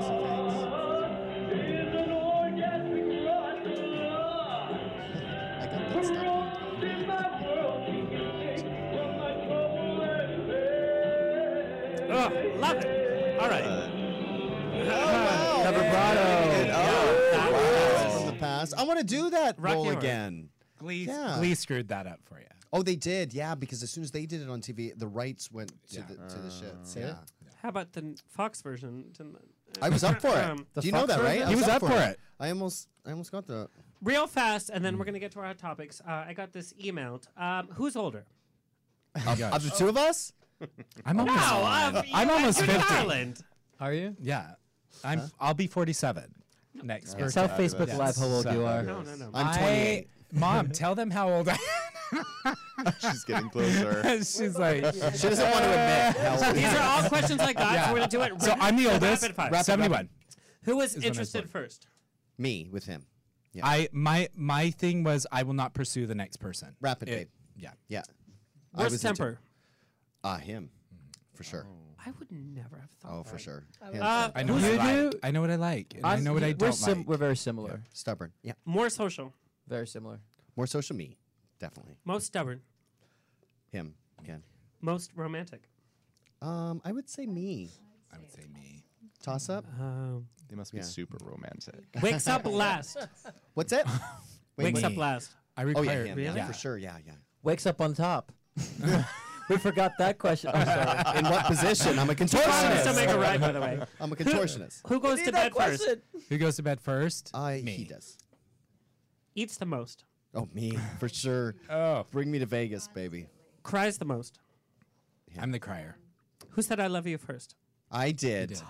Speaker 1: Ugh, love it. All right.
Speaker 4: Uh,
Speaker 3: The vibrato.
Speaker 1: that
Speaker 3: That's from the past. I want to do that
Speaker 5: Rocky
Speaker 3: roll
Speaker 5: Horror.
Speaker 3: again.
Speaker 5: Glee,
Speaker 3: Yeah.
Speaker 5: Glee screwed that up for you.
Speaker 3: Oh, they did. Yeah, because as soon as they did it on TV, the rights went to
Speaker 5: Yeah.
Speaker 3: the to the shits.
Speaker 1: Did it?
Speaker 3: Uh, Yeah.
Speaker 1: How about the n- Fox version? Didn't it?
Speaker 3: I was up for
Speaker 1: Um,
Speaker 3: it. Do you know that, right? I
Speaker 5: He was up for it.
Speaker 3: I almost I almost got that.
Speaker 1: Real fast, and then we're going to get to our hot topics. Uh, I got this email. Um, who's older?
Speaker 3: Of, of the two of us?
Speaker 5: I'm almost.
Speaker 1: No, um, you
Speaker 5: I'm
Speaker 1: and
Speaker 5: almost
Speaker 1: Judy
Speaker 5: fifty.
Speaker 1: Garland.
Speaker 2: Are you?
Speaker 5: Yeah, I'm. I'll be forty-seven next.
Speaker 2: Yeah.
Speaker 5: birthday.
Speaker 2: Tell Facebook Live how old you are.
Speaker 1: No, no, no.
Speaker 3: I'm
Speaker 5: I-
Speaker 3: 28.
Speaker 5: Mom, tell them how old I
Speaker 4: She's getting closer.
Speaker 5: am. She's like,
Speaker 3: She doesn't want to admit how old
Speaker 1: These are all questions I got. so we're going to do it.
Speaker 5: so I'm the
Speaker 1: rapid
Speaker 5: oldest.
Speaker 1: fire.
Speaker 5: Seventy-one.
Speaker 1: Who was
Speaker 5: is the next
Speaker 1: interested
Speaker 5: one.
Speaker 1: first?
Speaker 3: me with him. Yeah.
Speaker 5: I my my thing was I will not pursue the next person.
Speaker 3: Rapid
Speaker 5: It-
Speaker 3: babe.
Speaker 5: Yeah.
Speaker 3: Yeah. I
Speaker 1: Worst
Speaker 3: was into-
Speaker 1: temper.
Speaker 3: Ah, him. For sure.
Speaker 7: Oh.
Speaker 1: I would never have thought.
Speaker 3: Oh,
Speaker 1: that.
Speaker 3: for sure.
Speaker 1: Uh,
Speaker 3: Hands
Speaker 5: I
Speaker 3: down.
Speaker 5: know what I
Speaker 2: You
Speaker 5: like.
Speaker 2: do-
Speaker 5: I know what I like. And I know what I
Speaker 2: we're
Speaker 5: don't
Speaker 2: sim-
Speaker 5: like.
Speaker 2: We're very similar.
Speaker 3: Stubborn. Yeah.
Speaker 1: More social.
Speaker 2: Very similar.
Speaker 3: More social me. Definitely.
Speaker 1: Most stubborn.
Speaker 3: Him. Again.
Speaker 1: Most romantic.
Speaker 3: Um, I would say me.
Speaker 5: I would say me.
Speaker 3: Toss up.
Speaker 1: Um,
Speaker 4: They must be
Speaker 3: Yeah.
Speaker 4: super romantic.
Speaker 1: wakes up last.
Speaker 3: What's it? Wait,
Speaker 1: wakes
Speaker 3: wait.
Speaker 1: up last.
Speaker 5: I
Speaker 3: Oh
Speaker 5: require
Speaker 3: yeah, him. Yeah,
Speaker 5: yeah.
Speaker 3: for sure. Yeah, yeah.
Speaker 2: Wakes up on top. we forgot that question. I'm sorry.
Speaker 3: In what position? I'm a
Speaker 1: Promise
Speaker 3: contortionist.
Speaker 1: to make a right, by the way.
Speaker 3: I'm a contortionist.
Speaker 1: Who goes to bed first?
Speaker 5: Who goes to bed first?
Speaker 3: I
Speaker 5: me.
Speaker 3: he does.
Speaker 1: Eats the most.
Speaker 3: Oh me for sure.
Speaker 5: Oh,
Speaker 3: Bring me to Vegas, baby.
Speaker 1: Cries the most.
Speaker 5: I'm the crier.
Speaker 1: Who said I love you first?
Speaker 3: I did.
Speaker 5: did.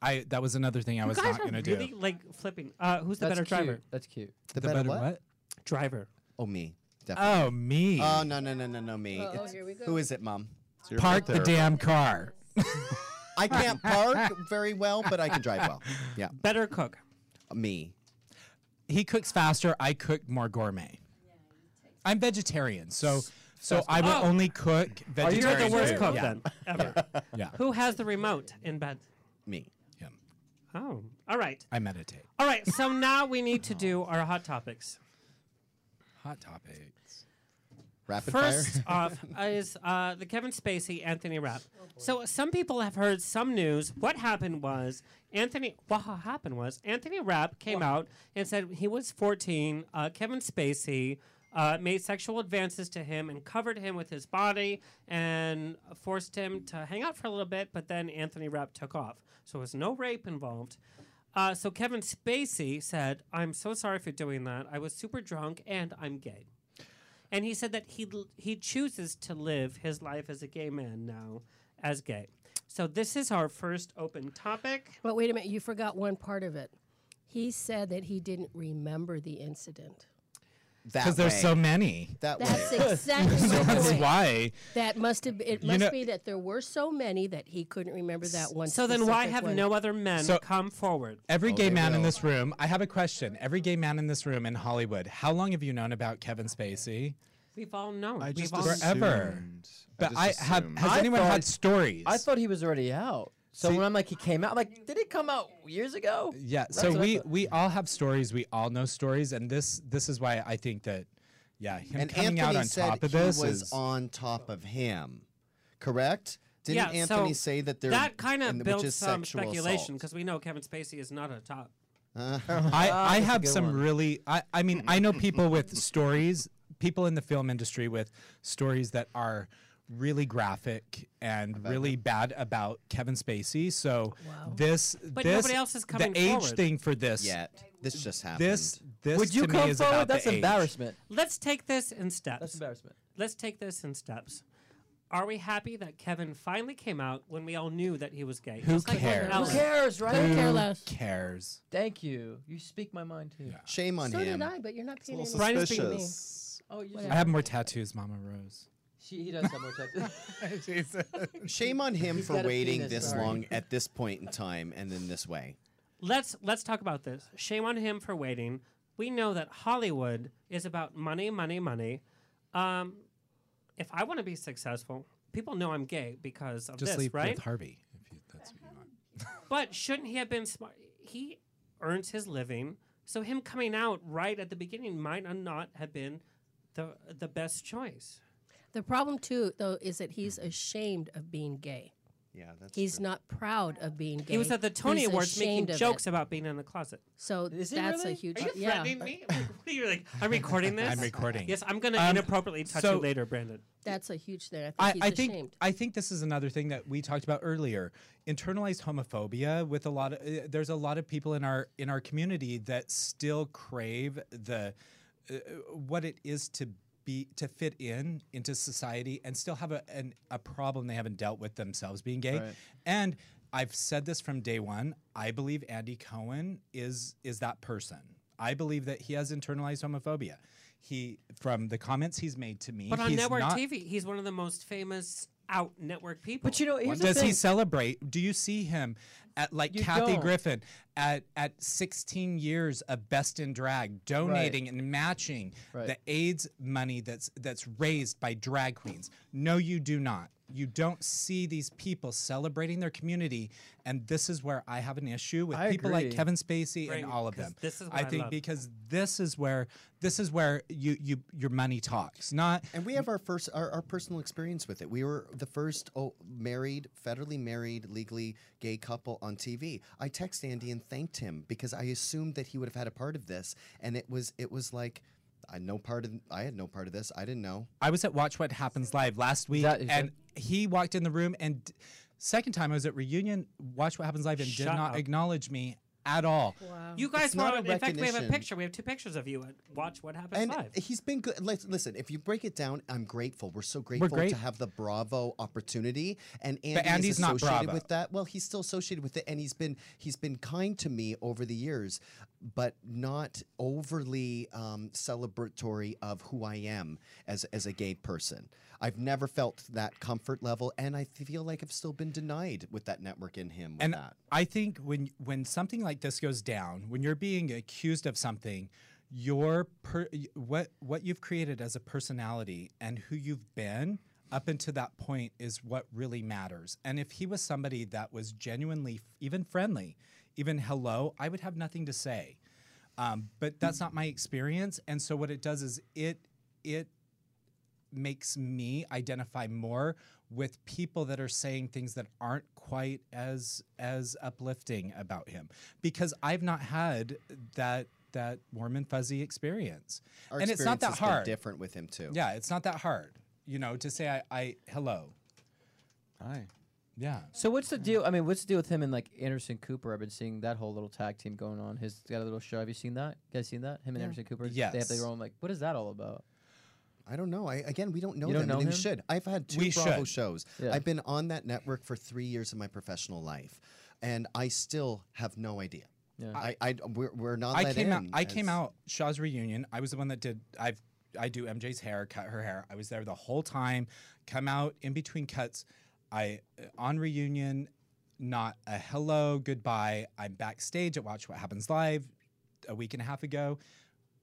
Speaker 5: I that was another thing I was
Speaker 1: you guys
Speaker 5: not gonna
Speaker 1: are really
Speaker 5: do.
Speaker 1: like flipping. Uh, who's the
Speaker 2: That's
Speaker 1: better
Speaker 2: cute.
Speaker 1: driver?
Speaker 2: That's cute.
Speaker 3: The, better, what?
Speaker 1: Driver.
Speaker 3: Oh me. Definitely.
Speaker 5: Oh me.
Speaker 3: Oh no no no no no me.
Speaker 11: oh,
Speaker 3: It's-
Speaker 11: here we go.
Speaker 3: Who is it, mom?
Speaker 4: So you're
Speaker 5: Park
Speaker 4: both
Speaker 5: the
Speaker 4: there.
Speaker 5: damn car.
Speaker 3: I can't park very well, Oh, but I can drive well. Yeah,
Speaker 1: Better cook.
Speaker 3: me.
Speaker 5: He cooks faster. I cook more gourmet. I'm vegetarian, so so I will
Speaker 1: Oh.
Speaker 5: only cook vegetarian.
Speaker 1: You're the worst
Speaker 5: food.
Speaker 1: cook
Speaker 5: yeah.
Speaker 1: then ever.
Speaker 5: Yeah.
Speaker 1: Who has the remote in bed?
Speaker 3: Me.
Speaker 5: Him.
Speaker 1: Oh, all right,
Speaker 5: I meditate.
Speaker 1: all right. So now we need to do our hot topics.
Speaker 5: Hot topics.
Speaker 3: Rapid
Speaker 1: First
Speaker 3: fire.
Speaker 1: off is uh, the Kevin Spacey Anthony rap. so some people have heard some news. What happened was Anthony. What ha- happened was Anthony Rapp came out and said he was 14. Uh, Kevin Spacey. Uh, made sexual advances to him and covered him with his body and forced him to hang out for a little bit, but then Anthony Rapp took off. So there was no rape involved. Uh, so Kevin Spacey said, I'm so sorry for doing that. I was super drunk and I'm gay and he said that he l- he chooses to live his life as a gay man now as gay. So this is our first open topic.
Speaker 7: But wait a minute, you forgot one part of it. He said that he didn't remember the incident.
Speaker 3: that
Speaker 5: 'Cause there's
Speaker 3: way.
Speaker 5: so many.
Speaker 3: That
Speaker 7: That's
Speaker 3: way.
Speaker 7: exactly
Speaker 5: So
Speaker 7: my
Speaker 5: that's
Speaker 7: point.
Speaker 5: why-
Speaker 7: That must have. It
Speaker 5: You
Speaker 7: must
Speaker 5: know-
Speaker 7: be that there were so many that he couldn't remember that one.
Speaker 1: So then why
Speaker 7: specific
Speaker 1: have
Speaker 7: one.
Speaker 1: no other men
Speaker 5: So-
Speaker 1: come forward?
Speaker 5: Every
Speaker 1: Oh,
Speaker 5: gay
Speaker 1: they
Speaker 5: man in
Speaker 1: will.
Speaker 5: this room, I have a question. Every gay man in this room in Hollywood, how long have you known about Kevin Spacey?
Speaker 1: We've all known.
Speaker 4: I
Speaker 1: We've
Speaker 4: just
Speaker 1: all
Speaker 5: Forever.
Speaker 4: Assumed. I
Speaker 5: But
Speaker 4: just
Speaker 5: I, have
Speaker 4: assumed.
Speaker 5: has
Speaker 2: I
Speaker 5: anyone
Speaker 2: thought-
Speaker 5: had stories?
Speaker 2: I thought he was already out. So when I'm like, he came out, I'm like, did it come out years ago?
Speaker 5: Yeah.
Speaker 2: That's
Speaker 5: So
Speaker 2: what I
Speaker 5: we
Speaker 2: thought.
Speaker 5: we all have stories. We all know stories, and this this is why I think that yeah, him
Speaker 3: and
Speaker 5: coming
Speaker 3: Anthony
Speaker 5: out on
Speaker 3: said
Speaker 5: top of
Speaker 3: he
Speaker 5: this
Speaker 3: was
Speaker 5: is
Speaker 3: on top of him, correct? Didn't
Speaker 1: yeah,
Speaker 3: Anthony
Speaker 1: so
Speaker 3: say that there
Speaker 1: that kind
Speaker 3: and- which
Speaker 1: of builds
Speaker 3: is
Speaker 1: some
Speaker 3: sexual Uh,
Speaker 1: speculation because we know Kevin Spacey is not a top.
Speaker 3: assault?
Speaker 5: I, I have some really I, I mean I know people with stories people in the film industry with stories that are really graphic and really bad about Kevin Spacey so this
Speaker 1: But
Speaker 5: this
Speaker 1: nobody else is coming
Speaker 5: the age
Speaker 1: forward.
Speaker 5: thing for this
Speaker 3: Yet this just happened.
Speaker 5: this this
Speaker 2: Would you
Speaker 5: to me
Speaker 2: come
Speaker 5: is
Speaker 2: forward?
Speaker 5: about the
Speaker 2: That's
Speaker 5: age.
Speaker 2: embarrassment.
Speaker 1: Let's take this in steps.
Speaker 2: That's embarrassment.
Speaker 1: Let's take this in steps. Are we happy that Kevin finally came out when we all knew that he was gay?
Speaker 5: Who
Speaker 1: Just like Gordon
Speaker 5: cares?
Speaker 1: Allison.
Speaker 2: Who cares, right?
Speaker 5: Who cares
Speaker 2: Thank you. You speak my mind too.
Speaker 3: Shame
Speaker 7: So did I, but you're not paying
Speaker 2: little
Speaker 7: any attention to me.
Speaker 2: suspicious. Oh, you-
Speaker 5: I have more tattoos Mama Rose
Speaker 2: She, he does have more tattoos.
Speaker 3: Shame on him
Speaker 2: He's
Speaker 3: for
Speaker 2: got a
Speaker 3: waiting
Speaker 2: penis,
Speaker 3: this
Speaker 2: sorry.
Speaker 3: long at this point in time and in this way.
Speaker 1: Let's let's talk about this. Shame on him for waiting. We know that Hollywood is about money, money, money. Um, if I want to be successful, people know I'm gay because of
Speaker 5: just
Speaker 1: this,
Speaker 5: leave
Speaker 1: right?
Speaker 5: with Harvey
Speaker 1: But shouldn't he have been smart? He earns his living, so him coming out right at the beginning might not have been the the best choice.
Speaker 7: The problem too, though, is that he's ashamed of being gay.
Speaker 3: Yeah, that's
Speaker 7: He's not proud of being gay.
Speaker 1: He was at the Tony
Speaker 7: He's
Speaker 1: Awards making
Speaker 7: ashamed of
Speaker 1: jokes
Speaker 7: it.
Speaker 1: about being in the closet.
Speaker 7: So that's a huge.
Speaker 1: Are you
Speaker 7: yeah.
Speaker 1: threatening me? Like, what are you like? I'm recording this.
Speaker 5: I'm recording.
Speaker 1: Yes, I'm gonna
Speaker 5: Um,
Speaker 1: inappropriately touch
Speaker 5: so-
Speaker 1: you later, Brandon.
Speaker 7: That's a huge thing.
Speaker 5: I,
Speaker 7: I think he's
Speaker 5: I
Speaker 7: ashamed.
Speaker 5: think I think this is another thing that we talked about earlier. Internalized homophobia with a lot of uh, there's a lot of people in our in our community that still crave the uh, what it is to be to fit in into society and still have a an, a problem they haven't dealt with themselves being gay.
Speaker 10: Right.
Speaker 5: And I've said this from day one. I believe Andy Cohen is is that person. I believe that he has internalized homophobia. He from the comments he's made to me.
Speaker 1: But on
Speaker 5: he's
Speaker 1: network
Speaker 5: not-
Speaker 1: TV, he's one of the most famous out network people.
Speaker 2: But you know, here's the
Speaker 5: does he
Speaker 2: thing.
Speaker 5: celebrate? Do you see him at like
Speaker 2: You
Speaker 5: Kathy
Speaker 2: don't.
Speaker 5: Griffin at at 16 years of Best in Drag, donating and matching
Speaker 2: Right.
Speaker 5: the AIDS money that's that's raised by drag queens? No, you do not. You don't see these people celebrating their community, and this is where I have an issue with
Speaker 2: I
Speaker 5: people like
Speaker 2: agree.
Speaker 5: Kevin Spacey
Speaker 1: Bring it,
Speaker 5: and all of
Speaker 1: 'cause
Speaker 5: them.
Speaker 1: this is what
Speaker 5: I
Speaker 1: I
Speaker 5: think
Speaker 1: love.
Speaker 5: because this is where this is where you you your money talks, not
Speaker 3: And we have our first our, our personal experience with it. We were the first oh, married, federally married, legally gay couple on TV. I texted Andy and thanked him because I assumed that he would have had a part of this, and it was it was like I no part of I had no part of this. I didn't know.
Speaker 5: I was at Watch What Happens Live last week,
Speaker 2: That is
Speaker 5: and he walked in the room. And d- second time I was at reunion, Watch What Happens Live, and did
Speaker 1: Shut
Speaker 5: not
Speaker 1: up.
Speaker 5: acknowledge me at all.
Speaker 1: You guys
Speaker 3: It's
Speaker 1: were.
Speaker 3: not a
Speaker 1: In fact, we have a
Speaker 3: recognition.
Speaker 1: picture. We have two pictures of you. At Watch what happens
Speaker 3: And
Speaker 1: live.
Speaker 3: he's been good. Let's, listen, if you break it down, I'm grateful. We're so grateful
Speaker 5: great.
Speaker 3: to have the Bravo opportunity, and Andy
Speaker 5: Andy's
Speaker 3: is
Speaker 5: not
Speaker 3: associated
Speaker 5: Bravo.
Speaker 3: with that. Well, he's still associated with it, and he's been he's been kind to me over the years, but not overly um, celebratory of who I am as as a gay person. I've never felt that comfort level, and I feel like I've still been denied with that network in him. With
Speaker 5: and
Speaker 3: that.
Speaker 5: I think when when something like this goes down, when you're being accused of something, your per, y- what what you've created as a personality and who you've been up until that point is what really matters. And if he was somebody that was genuinely f- even friendly, even hello, I would have nothing to say. Um, but that's not my experience, and so what it does is it it makes me identify more with people that are saying things that aren't quite as as uplifting about him because I've not had that that warm and fuzzy experience.
Speaker 3: Our
Speaker 5: and it's not
Speaker 3: experience
Speaker 5: that
Speaker 3: has been
Speaker 5: hard.
Speaker 3: different with him too.
Speaker 5: Yeah, it's not that hard. You know, to say I, I hello.
Speaker 4: Hi.
Speaker 5: Yeah.
Speaker 2: So what's the deal? I mean, what's the deal with him and like Anderson Cooper? I've been seeing that whole little tag team going on. His he's got a little show. Have you seen that? You guys seen that? Him and
Speaker 5: Yeah.
Speaker 2: Anderson Cooper. They have
Speaker 5: Yes.
Speaker 2: their own like. What is that all about?
Speaker 3: I don't know. I again, we don't know
Speaker 2: You don't
Speaker 3: them,
Speaker 2: know
Speaker 3: and
Speaker 2: him?
Speaker 3: we should. I've had two
Speaker 5: We
Speaker 3: Bravo
Speaker 5: should.
Speaker 3: shows.
Speaker 2: Yeah.
Speaker 3: I've been on that network for three years of my professional life, and I still have no idea. Yeah. I, I, we're, we're not.
Speaker 5: I
Speaker 3: let
Speaker 5: came out.
Speaker 3: in
Speaker 5: I
Speaker 3: as-
Speaker 5: came out Shaw's reunion. I was the one that did. I've I do MJ's hair, cut her hair. I was there the whole time. Come out in between cuts. I on reunion, not a hello, goodbye. I'm backstage at Watch What Happens Live, a week and a half ago.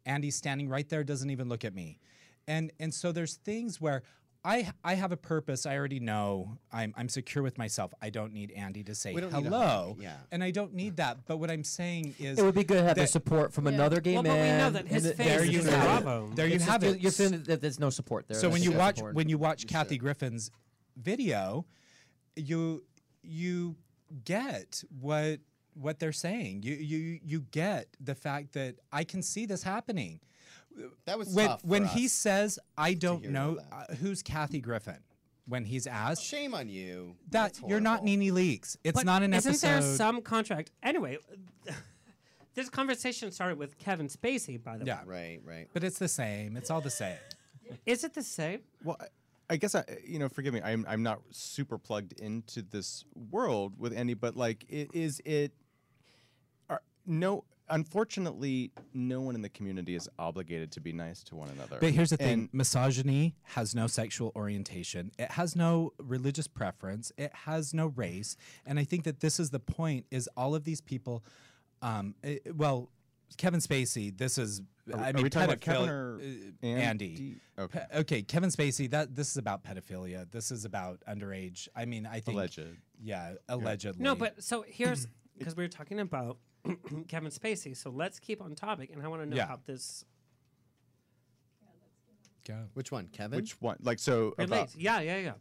Speaker 5: Andy's standing right there, doesn't even look at me, and and so there's things where. I, I have a purpose. I already know. I'm, I'm secure with myself. I don't need Andy to say
Speaker 3: We don't need a
Speaker 5: hello.
Speaker 3: hug, yeah.
Speaker 5: And I don't need that. But what I'm saying is
Speaker 2: It would be good to have the
Speaker 5: that-
Speaker 2: support from another gay
Speaker 5: Well, but
Speaker 2: man.
Speaker 5: we know that his
Speaker 2: and
Speaker 5: face There is you just have it. Bravo. There you
Speaker 2: It's just
Speaker 5: have
Speaker 2: feel-
Speaker 5: it.
Speaker 2: You're feeling that there's no support there.
Speaker 5: So when
Speaker 2: There's
Speaker 5: you
Speaker 2: no
Speaker 5: watch
Speaker 2: support.
Speaker 5: when you watch Kathy Griffin's video, you you get what what they're saying. You you you get the fact that I can see this happening.
Speaker 3: That was
Speaker 5: when
Speaker 3: tough for
Speaker 5: when he
Speaker 3: us
Speaker 5: says I don't know uh, who's Kathy Griffin when he's asked.
Speaker 3: Oh, Shame on you.
Speaker 5: That you're not Nene Leaks. It's
Speaker 1: But
Speaker 5: not an
Speaker 1: isn't
Speaker 5: episode.
Speaker 1: there some contract? Anyway, this conversation started with Kevin Spacey, by the
Speaker 5: Yeah.
Speaker 1: way.
Speaker 3: Right, right.
Speaker 5: But it's the same. It's all the same.
Speaker 1: Is it the same?
Speaker 4: Well, I- I guess I, you know, forgive me. I'm I'm not super plugged into this world with Andy, but like, i- is it? Are, no, unfortunately, no one in the community is obligated to be nice to one another.
Speaker 5: But here's the thing:
Speaker 4: And-
Speaker 5: misogyny has no sexual orientation. It has no religious preference. It has no race. And I think that this is the point: is all of these people, um, eh, well, Kevin Spacey. This is.
Speaker 4: Are-
Speaker 5: I
Speaker 4: are
Speaker 5: mean,
Speaker 4: we talking about
Speaker 5: pedophili-
Speaker 4: Kevin or
Speaker 5: eh, Andy?
Speaker 4: Andy?
Speaker 5: Okay. okay, Kevin Spacey. That this is about pedophilia. This is about underage. I mean, I think
Speaker 4: Alleged.
Speaker 5: Yeah, allegedly.
Speaker 1: No, but so here's because we were talking about Kevin Spacey. So let's keep on topic, and I want to know
Speaker 5: Yeah.
Speaker 1: how this
Speaker 3: Which one, Kevin?
Speaker 4: Which one? Like, so Oh, about
Speaker 1: relates. Yeah, yeah, yeah.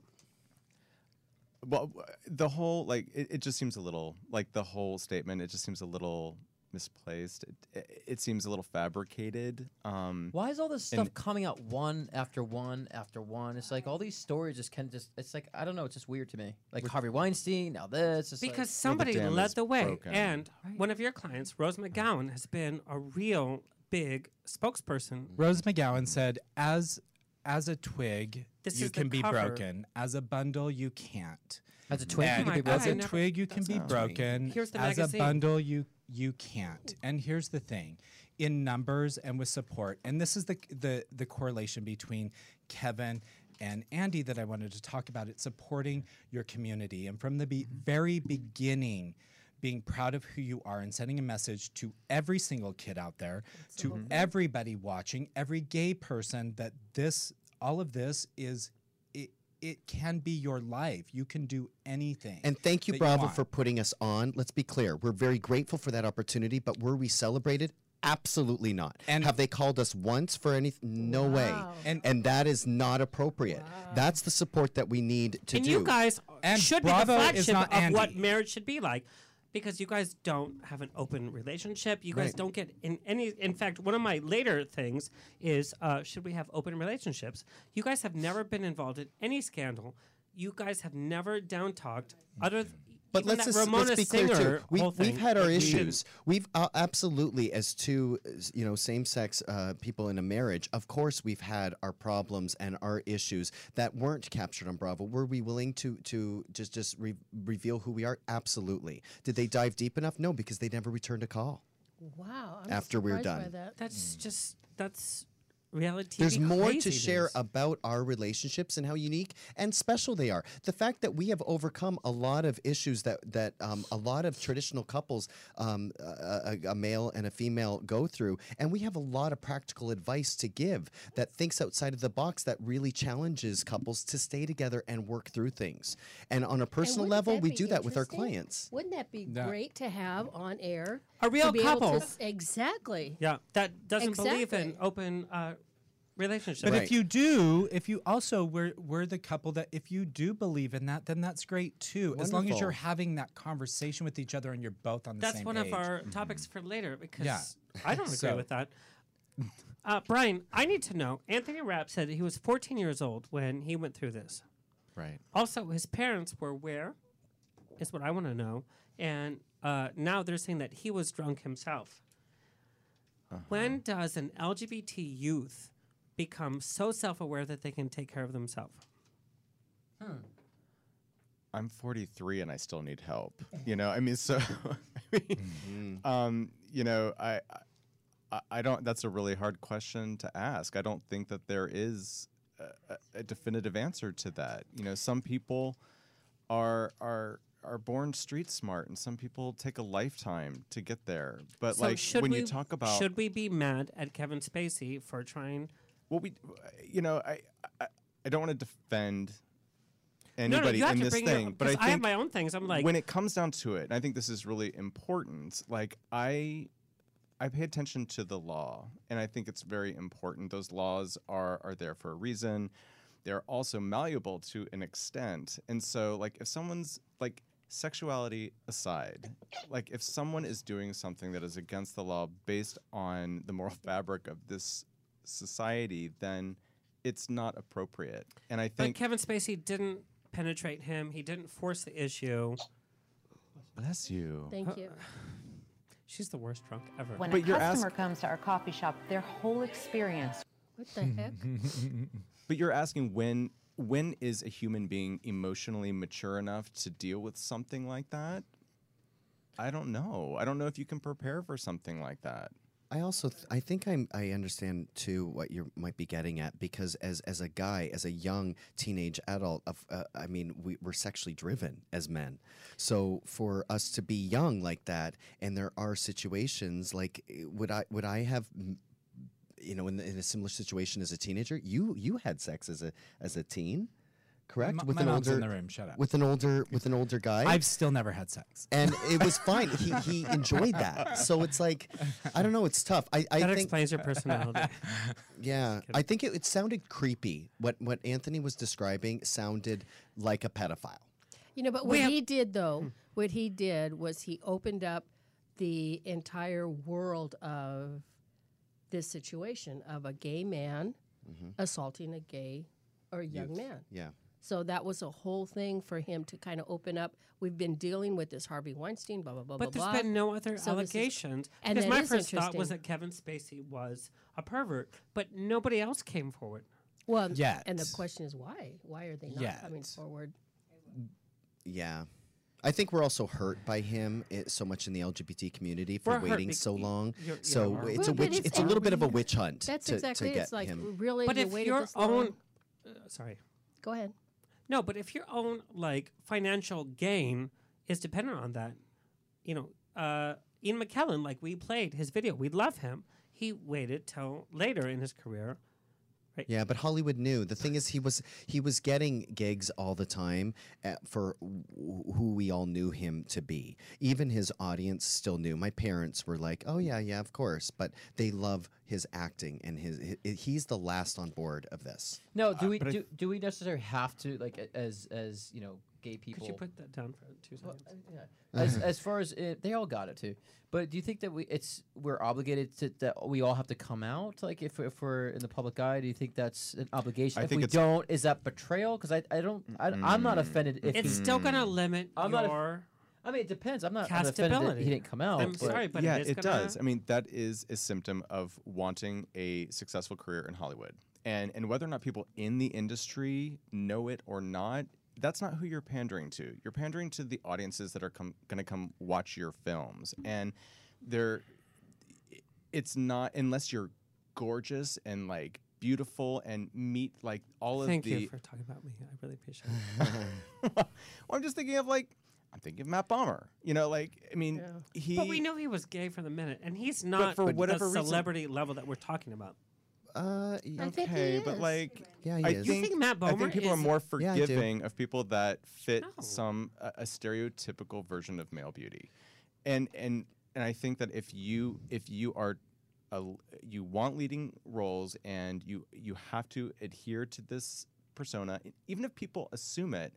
Speaker 4: well w- the whole like it, it just seems a little like the whole statement it just seems a little misplaced it, it, it seems a little fabricated um
Speaker 2: Why is all this
Speaker 4: and-
Speaker 2: stuff coming out one after one after one? It's like all these stories just can just. It's like I don't know. It's just weird to me. Like Harvey Weinstein. Now this. It's
Speaker 1: Because somebody
Speaker 2: led
Speaker 1: led the way, and one of your clients, Rose McGowan, has been a real big spokesperson.
Speaker 2: Mm-hmm.
Speaker 5: Rose McGowan said, "As as a twig,
Speaker 1: This
Speaker 5: you
Speaker 1: is the
Speaker 5: can be
Speaker 1: cover.
Speaker 5: broken. As a bundle, you can't.
Speaker 2: As a twig, you
Speaker 5: And
Speaker 2: can be broken.
Speaker 5: As a
Speaker 2: I never-
Speaker 5: twig, you can
Speaker 2: that's
Speaker 5: be
Speaker 2: not a twig.
Speaker 5: broken.
Speaker 2: Here's the
Speaker 5: as
Speaker 2: magazine.
Speaker 5: a bundle, you you can't. And here's the thing, in numbers and with support, and this is the the the correlation between Kevin." And Andy, that I wanted to talk about it's supporting your community. And from the be-
Speaker 2: Mm-hmm.
Speaker 5: very beginning, being proud of who you are and sending a message to every single kid out there, to everybody watching, every gay person that this, all of this is, it, it can be your life. You can do anything.
Speaker 3: And thank you,
Speaker 5: that
Speaker 3: Bravo,
Speaker 5: want.
Speaker 3: for putting us on. Let's be clear. We're very grateful for that opportunity, but were we celebrated? Absolutely not. And have they called us once for anything? No way. And, that is not appropriate. That's the support that we need to
Speaker 1: and
Speaker 3: do.
Speaker 1: you guys
Speaker 5: And
Speaker 1: should
Speaker 5: Bravo
Speaker 1: be
Speaker 5: is
Speaker 1: the flagship
Speaker 5: not
Speaker 1: of
Speaker 5: Andy.
Speaker 1: what marriage should be like because you guys don't have an open relationship you guys
Speaker 3: Right.
Speaker 1: don't get in any in fact one of my later things is uh, should we have open relationships you guys have never been involved in any scandal you guys have never down talked other th-
Speaker 3: But
Speaker 1: even
Speaker 3: let's,
Speaker 1: that
Speaker 3: just,
Speaker 1: Ramona
Speaker 3: let's be
Speaker 1: Singer
Speaker 3: clear too. We,
Speaker 1: whole
Speaker 3: we've
Speaker 1: thing,
Speaker 3: had our
Speaker 1: we didn't-
Speaker 3: issues. We've uh, absolutely, as two, uh, s- you know, same-sex uh, people in a marriage. Of course, we've had our problems and our issues that weren't captured on Bravo. Were we willing to to just just re- reveal who we are? Absolutely. Did they dive deep enough? No, because they never returned a call.
Speaker 7: Wow. I'm
Speaker 3: After we're
Speaker 7: surprised by
Speaker 3: done.
Speaker 7: that.
Speaker 1: That's just that's reality
Speaker 3: There's
Speaker 1: TV
Speaker 3: more to
Speaker 1: craziness.
Speaker 3: share about our relationships and how unique and special they are. The fact that we have overcome a lot of issues that that um, a lot of traditional couples, um, a, a- a male and a female, go through, and we have a lot of practical advice to give that thinks outside of the box that really challenges couples to stay together and work through things. And on a personal
Speaker 7: wouldn't
Speaker 3: level,
Speaker 7: that
Speaker 3: we
Speaker 7: be
Speaker 3: do that with our
Speaker 7: interesting?
Speaker 3: clients.
Speaker 7: Wouldn't that be
Speaker 3: Yeah.
Speaker 7: great to have on air?
Speaker 1: A real
Speaker 7: to be able to
Speaker 1: couple.
Speaker 7: s- exactly.
Speaker 1: yeah that doesn't believe in
Speaker 7: Exactly.
Speaker 1: open uh, relationships
Speaker 5: But if you do, if you also we're we're the couple that if you do believe in that, then that's great too. As long as
Speaker 1: Wonderful.
Speaker 5: you're having that conversation with each other and you're both on the
Speaker 1: That's
Speaker 5: same
Speaker 1: one
Speaker 5: page.
Speaker 1: of our
Speaker 4: Mm-hmm.
Speaker 1: topics for later because
Speaker 5: Yeah.
Speaker 1: I don't agree
Speaker 5: So-
Speaker 1: with that. Uh, Brian, I need to know. Anthony Rapp said he was 14 years old when he went through this.
Speaker 4: right
Speaker 1: Also, his parents were where? Is what I want to know. And uh, now they're saying that he was drunk himself.
Speaker 4: Uh-huh.
Speaker 1: When does an LGBT youth become so self aware that they can take care of themselves?
Speaker 4: I'm 43 and I still need help. You know, I mean, so, I mean, um, you know, I, I, I don't. That's a really hard question to ask. I don't think that there is a, a definitive answer to that. You know, some people are are are born street smart, and some people take a lifetime to get there. But
Speaker 1: So
Speaker 4: like
Speaker 1: should
Speaker 4: when
Speaker 1: we-
Speaker 4: you talk about
Speaker 1: should we be mad at Kevin Spacey for trying?
Speaker 4: Well, we, you know, I, I, I don't want to defend
Speaker 1: no, no,
Speaker 4: anybody
Speaker 1: you have
Speaker 4: in
Speaker 1: to
Speaker 4: this
Speaker 1: bring it up,
Speaker 4: thing, but I
Speaker 1: 'cause
Speaker 4: think
Speaker 1: I have my own things. I'm like-
Speaker 4: when it comes down to it, and I think this is really important. Like I, I pay attention to the law, and I think it's very important. Those laws are are there for a reason. They're also malleable to an extent, and so like if someone's like sexuality aside like if someone is doing something that is against the law based on the moral fabric of this society then it's not appropriate and i
Speaker 1: But
Speaker 4: think
Speaker 1: Kevin Spacey didn't penetrate him. He didn't force the issue.
Speaker 4: Bless you.
Speaker 7: Thank you.
Speaker 1: She's the worst drunk ever.
Speaker 13: When a customer comes to our coffee shop, their whole experience.
Speaker 7: What the heck?
Speaker 4: but you're asking when when is a human being emotionally mature enough to deal with something like that? I don't know. I don't know if you can prepare for something like that.
Speaker 3: I also th- I think I'm I understand too what you might be getting at because as as a guy as a young teenage adult of uh, I mean we, we're sexually driven as men so for us to be young like that and there are situations like eh, would I would I have mm, you know in, in a similar situation as a teenager you you had sex as a as a teen correct
Speaker 5: My- my mom's in the room, shut up.
Speaker 3: with an older with an older guy
Speaker 5: I've still never had sex.
Speaker 3: and it was fine. He he enjoyed that. So it's like, I don't know. It's tough. I, I
Speaker 1: That
Speaker 3: think,
Speaker 1: explains your personality.
Speaker 3: Yeah, I think it, it sounded creepy. What what Anthony was describing sounded like a pedophile.
Speaker 7: You know, but
Speaker 3: We
Speaker 7: what
Speaker 3: have-
Speaker 7: he did though, what he did was he opened up the entire world of this situation of a gay man
Speaker 3: Mhm.
Speaker 7: assaulting a gay or a young
Speaker 3: Youth.
Speaker 7: man.
Speaker 3: Yeah.
Speaker 7: So that was a whole thing for him to kind of open up. We've been dealing with this Harvey Weinstein, blah blah blah.
Speaker 1: But there's
Speaker 7: blah, blah.
Speaker 1: been no other
Speaker 7: So this is-
Speaker 1: allegations.
Speaker 7: and
Speaker 1: because
Speaker 7: that
Speaker 1: my
Speaker 7: is
Speaker 1: first thought was
Speaker 7: interesting.
Speaker 1: that Kevin Spacey was a pervert, but nobody else came forward.
Speaker 7: Well,
Speaker 1: Yet.
Speaker 7: and the question is why? Why are they not
Speaker 1: Yet.
Speaker 7: coming forward?
Speaker 3: Yeah. I think we're also hurt by him eh, so much in the LGBT community for
Speaker 7: We're hurt
Speaker 3: waiting
Speaker 7: bec-
Speaker 3: so long.
Speaker 1: you're- you're
Speaker 3: so
Speaker 1: right.
Speaker 3: it's a
Speaker 7: Well, but
Speaker 3: witch. It's,
Speaker 7: it's-
Speaker 3: a little
Speaker 7: and
Speaker 3: bit of a witch hunt.
Speaker 7: That's
Speaker 3: to,
Speaker 7: exactly
Speaker 3: to
Speaker 7: it.
Speaker 3: get
Speaker 7: It's like
Speaker 3: him.
Speaker 7: really.
Speaker 1: But
Speaker 7: you
Speaker 1: if
Speaker 7: waited
Speaker 1: your
Speaker 7: this long?
Speaker 1: own, uh, sorry,
Speaker 7: go ahead.
Speaker 1: no, but if your own like financial gain is dependent on that, you know, uh, Ian McKellen, like we played his video, we love him. He waited till later in his career.
Speaker 3: Yeah, but Hollywood knew. The thing is, he was he was getting gigs all the time uh for wh- who we all knew him to be. Even his audience still knew. My parents were like, "Oh yeah, yeah, of course," but they love his acting and his. hi he's the last on board of this.
Speaker 1: Uh,
Speaker 2: No,
Speaker 4: Uh,
Speaker 2: do we do, do we necessarily have to like a- as as you know gay people? uh,
Speaker 1: Could you put that down for two seconds?
Speaker 2: as, as far as it, they all got it too, but do you think that we it's we're obligated to that we all have to come out like if, if we're in the public eye? Do you think that's an obligation?
Speaker 1: I
Speaker 2: if
Speaker 1: think
Speaker 2: we
Speaker 1: it's-
Speaker 2: don't, is that betrayal? Because I, I don't I, I'm not offended. If
Speaker 1: it's
Speaker 2: he-
Speaker 1: still going to limit
Speaker 2: I'm not a-
Speaker 1: your.
Speaker 2: I mean, it depends. I'm not I'm offended that
Speaker 1: castability.
Speaker 2: he didn't come out.
Speaker 1: I'm sorry, but
Speaker 4: yeah,
Speaker 1: it is
Speaker 4: it
Speaker 1: gonna-
Speaker 4: does. I mean, that is a symptom of wanting a successful career in Hollywood, and and whether or not people in the industry know it or not, that's not who you're pandering to. You're pandering to the audiences that are com- going to come watch your films, and they're. It's not unless you're gorgeous and like beautiful and meet like all
Speaker 1: Thank
Speaker 4: of the.
Speaker 1: you for talking about me. I really appreciate it.
Speaker 4: well, I'm just thinking of like. I'm thinking of Matt Bomber. You know, like I mean, he.
Speaker 1: but we know he was gay for the minute, and he's not
Speaker 4: for
Speaker 1: for
Speaker 4: whatever
Speaker 1: whatever
Speaker 4: reason-
Speaker 1: celebrity level that we're talking about.
Speaker 3: Uh,
Speaker 1: I think
Speaker 4: okay,
Speaker 1: he
Speaker 4: but
Speaker 1: is.
Speaker 4: like,
Speaker 3: Yeah, he
Speaker 4: I
Speaker 3: is. You
Speaker 4: think,
Speaker 1: think Matt
Speaker 4: I
Speaker 1: Bomer
Speaker 4: think people are
Speaker 1: is-
Speaker 4: more
Speaker 1: Yeah, I do.
Speaker 4: forgiving of people that fit some a, a stereotypical version of male beauty, and and and I think that if you if you are a l you want leading roles and you you have to adhere to this persona, even if people assume it.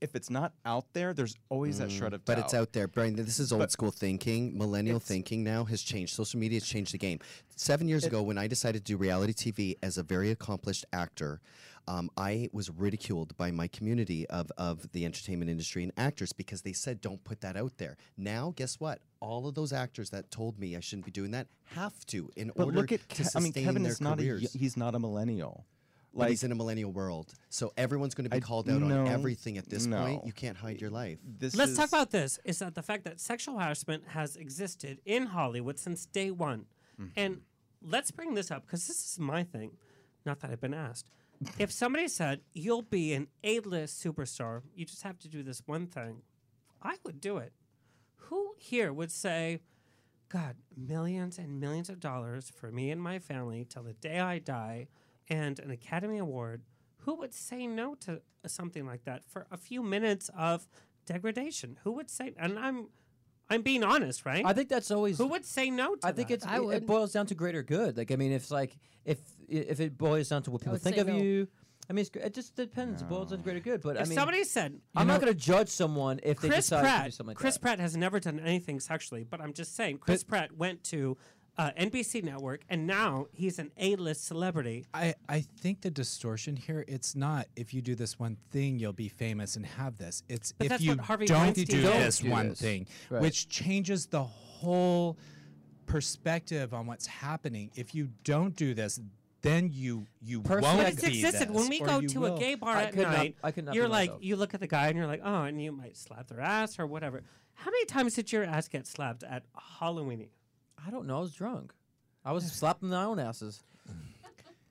Speaker 4: If it's not out there, there's always that shred of
Speaker 3: Mm, but
Speaker 4: doubt.
Speaker 3: it's out there, Brian. This is old
Speaker 4: But-
Speaker 3: school thinking. Millennial thinking now has changed. Social media has changed the game. Seven years ago, when I decided to do reality TV as a very accomplished actor, um, I was ridiculed by my community of of the entertainment industry and actors because they said, "Don't put that out there." Now, guess what? All of those actors that told me I shouldn't be doing that have to in
Speaker 4: But
Speaker 3: order
Speaker 4: look at
Speaker 3: to
Speaker 4: Ke- I mean,
Speaker 3: sustain
Speaker 4: Kevin
Speaker 3: their
Speaker 4: is not a y-
Speaker 3: careers.
Speaker 4: he's not a millennial.
Speaker 3: but he's in a millennial world, so everyone's going to be called out
Speaker 4: no,
Speaker 3: on everything at this
Speaker 4: no.
Speaker 3: point. You can't hide your life.
Speaker 1: Let's talk about this. Is that the fact that sexual harassment has existed in Hollywood since day one?
Speaker 14: Mhm.
Speaker 1: And let's bring this up because this is my thing. Not that I've been asked. if somebody said you'll be an A-list superstar, you just have to do this one thing, I would do it. Who here would say, God, millions and millions of dollars for me and my family till the day I die, and an Academy Award? Who would say no to something like that for a few minutes of degradation? Who would say? And I'm, I'm being honest, right?
Speaker 2: I think that's always.
Speaker 1: Who would say no to
Speaker 2: I think
Speaker 1: that?
Speaker 2: it's it, it boils down to greater good. Like I mean, if it's like if if it boils down to what people
Speaker 1: would
Speaker 2: think
Speaker 1: say
Speaker 2: of
Speaker 1: no.
Speaker 2: you, I mean, it's, gr- it just depends. It boils down to greater good. But I
Speaker 1: If
Speaker 2: mean,
Speaker 1: somebody said,
Speaker 2: I'm
Speaker 1: you
Speaker 2: not
Speaker 1: know,
Speaker 2: going to judge someone if they
Speaker 1: Chris
Speaker 2: decide to do
Speaker 1: Pratt.
Speaker 2: something like
Speaker 1: Chris
Speaker 2: that.
Speaker 1: Pratt has never done anything sexually, but I'm just saying Chris Pratt went to uh, NBC Network and now he's an A-list celebrity.
Speaker 5: I, I think the distortion here it's not if you do this one thing you'll be famous and have this it's
Speaker 1: But
Speaker 5: if
Speaker 1: that's
Speaker 5: you
Speaker 1: what Harvey
Speaker 5: don't
Speaker 1: Weinstein
Speaker 5: do
Speaker 1: did.
Speaker 5: this
Speaker 1: Don't do
Speaker 5: one
Speaker 1: this.
Speaker 5: thing
Speaker 1: Right.
Speaker 5: which changes the whole perspective on what's happening if you don't do this then you you
Speaker 1: But
Speaker 5: won't
Speaker 1: it's
Speaker 5: be
Speaker 1: existed
Speaker 5: this,
Speaker 1: when we
Speaker 5: or
Speaker 1: go
Speaker 5: you
Speaker 1: to
Speaker 5: will.
Speaker 1: a gay bar
Speaker 5: I
Speaker 1: at
Speaker 5: could not-
Speaker 1: night.
Speaker 5: I could not be
Speaker 1: you're like,
Speaker 5: myself.
Speaker 1: you look at the guy and you're like, oh, and you might slap their ass or whatever. How many times did your ass get slapped at Halloween?
Speaker 2: I don't know. I was drunk. I was slapping my own asses.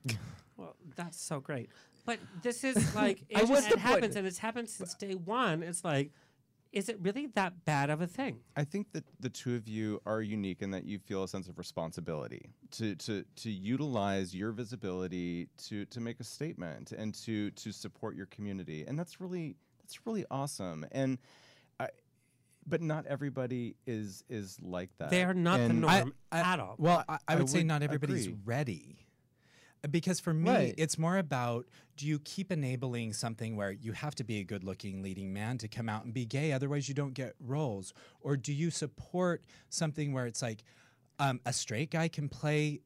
Speaker 1: Well, that's so great. But this is like it,
Speaker 2: I was
Speaker 1: just- it
Speaker 2: the
Speaker 1: happens,
Speaker 2: point.
Speaker 1: and it's happened since day one. It's like, is it really that bad of a thing?
Speaker 4: I think that the two of you are unique in that you feel a sense of responsibility to to to utilize your visibility to to make a statement and to to support your community, and that's really that's really awesome. And I, but not everybody is is like that.
Speaker 1: They are not the
Speaker 4: And-
Speaker 1: norm at all.
Speaker 5: Well, I, I, would, say
Speaker 4: would
Speaker 5: not everybody's
Speaker 4: agree.
Speaker 5: ready. Uh, Because for me,
Speaker 4: Right.
Speaker 5: it's more about do you keep enabling something where you have to be a good looking leading man to come out and be gay, otherwise you don't get roles? Or do you support something where it's like um, a straight guy can play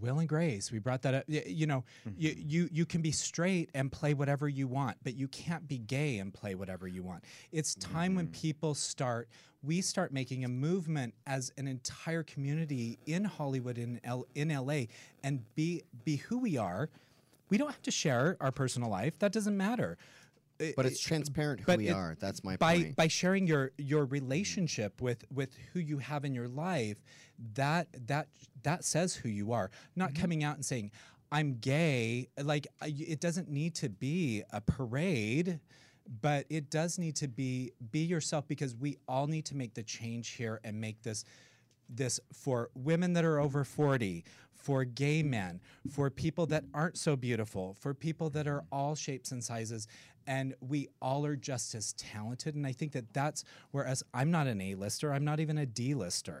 Speaker 5: Will and Grace? We brought that up. Y- You know,
Speaker 3: Mm-hmm.
Speaker 5: you, you, you can be straight and play whatever you want, but you can't be gay and play whatever you want. It's time when
Speaker 3: Mm-hmm.
Speaker 5: people start, we start making a movement as an entire community in Hollywood, in, L, in LA, and be, be who we are. We don't have to share our personal life. That doesn't matter. I-
Speaker 3: But
Speaker 5: I-
Speaker 3: it's transparent who
Speaker 5: but
Speaker 3: we
Speaker 5: it-
Speaker 3: are. That's my
Speaker 5: by
Speaker 3: point. Mm.
Speaker 5: by sharing your your relationship with with who you have in your life, that that that says who you are. Not
Speaker 3: Mm-hmm.
Speaker 5: coming out and saying I'm gay. Like I- it doesn't need to be a parade. But it does need to be be yourself because we all need to make the change here and make this this for women that are over 40, for gay men, for people that aren't so beautiful, for people that are all shapes and sizes. And we all are just as talented. And I think that that's whereas I'm not an A lister, I'm not even a D lister,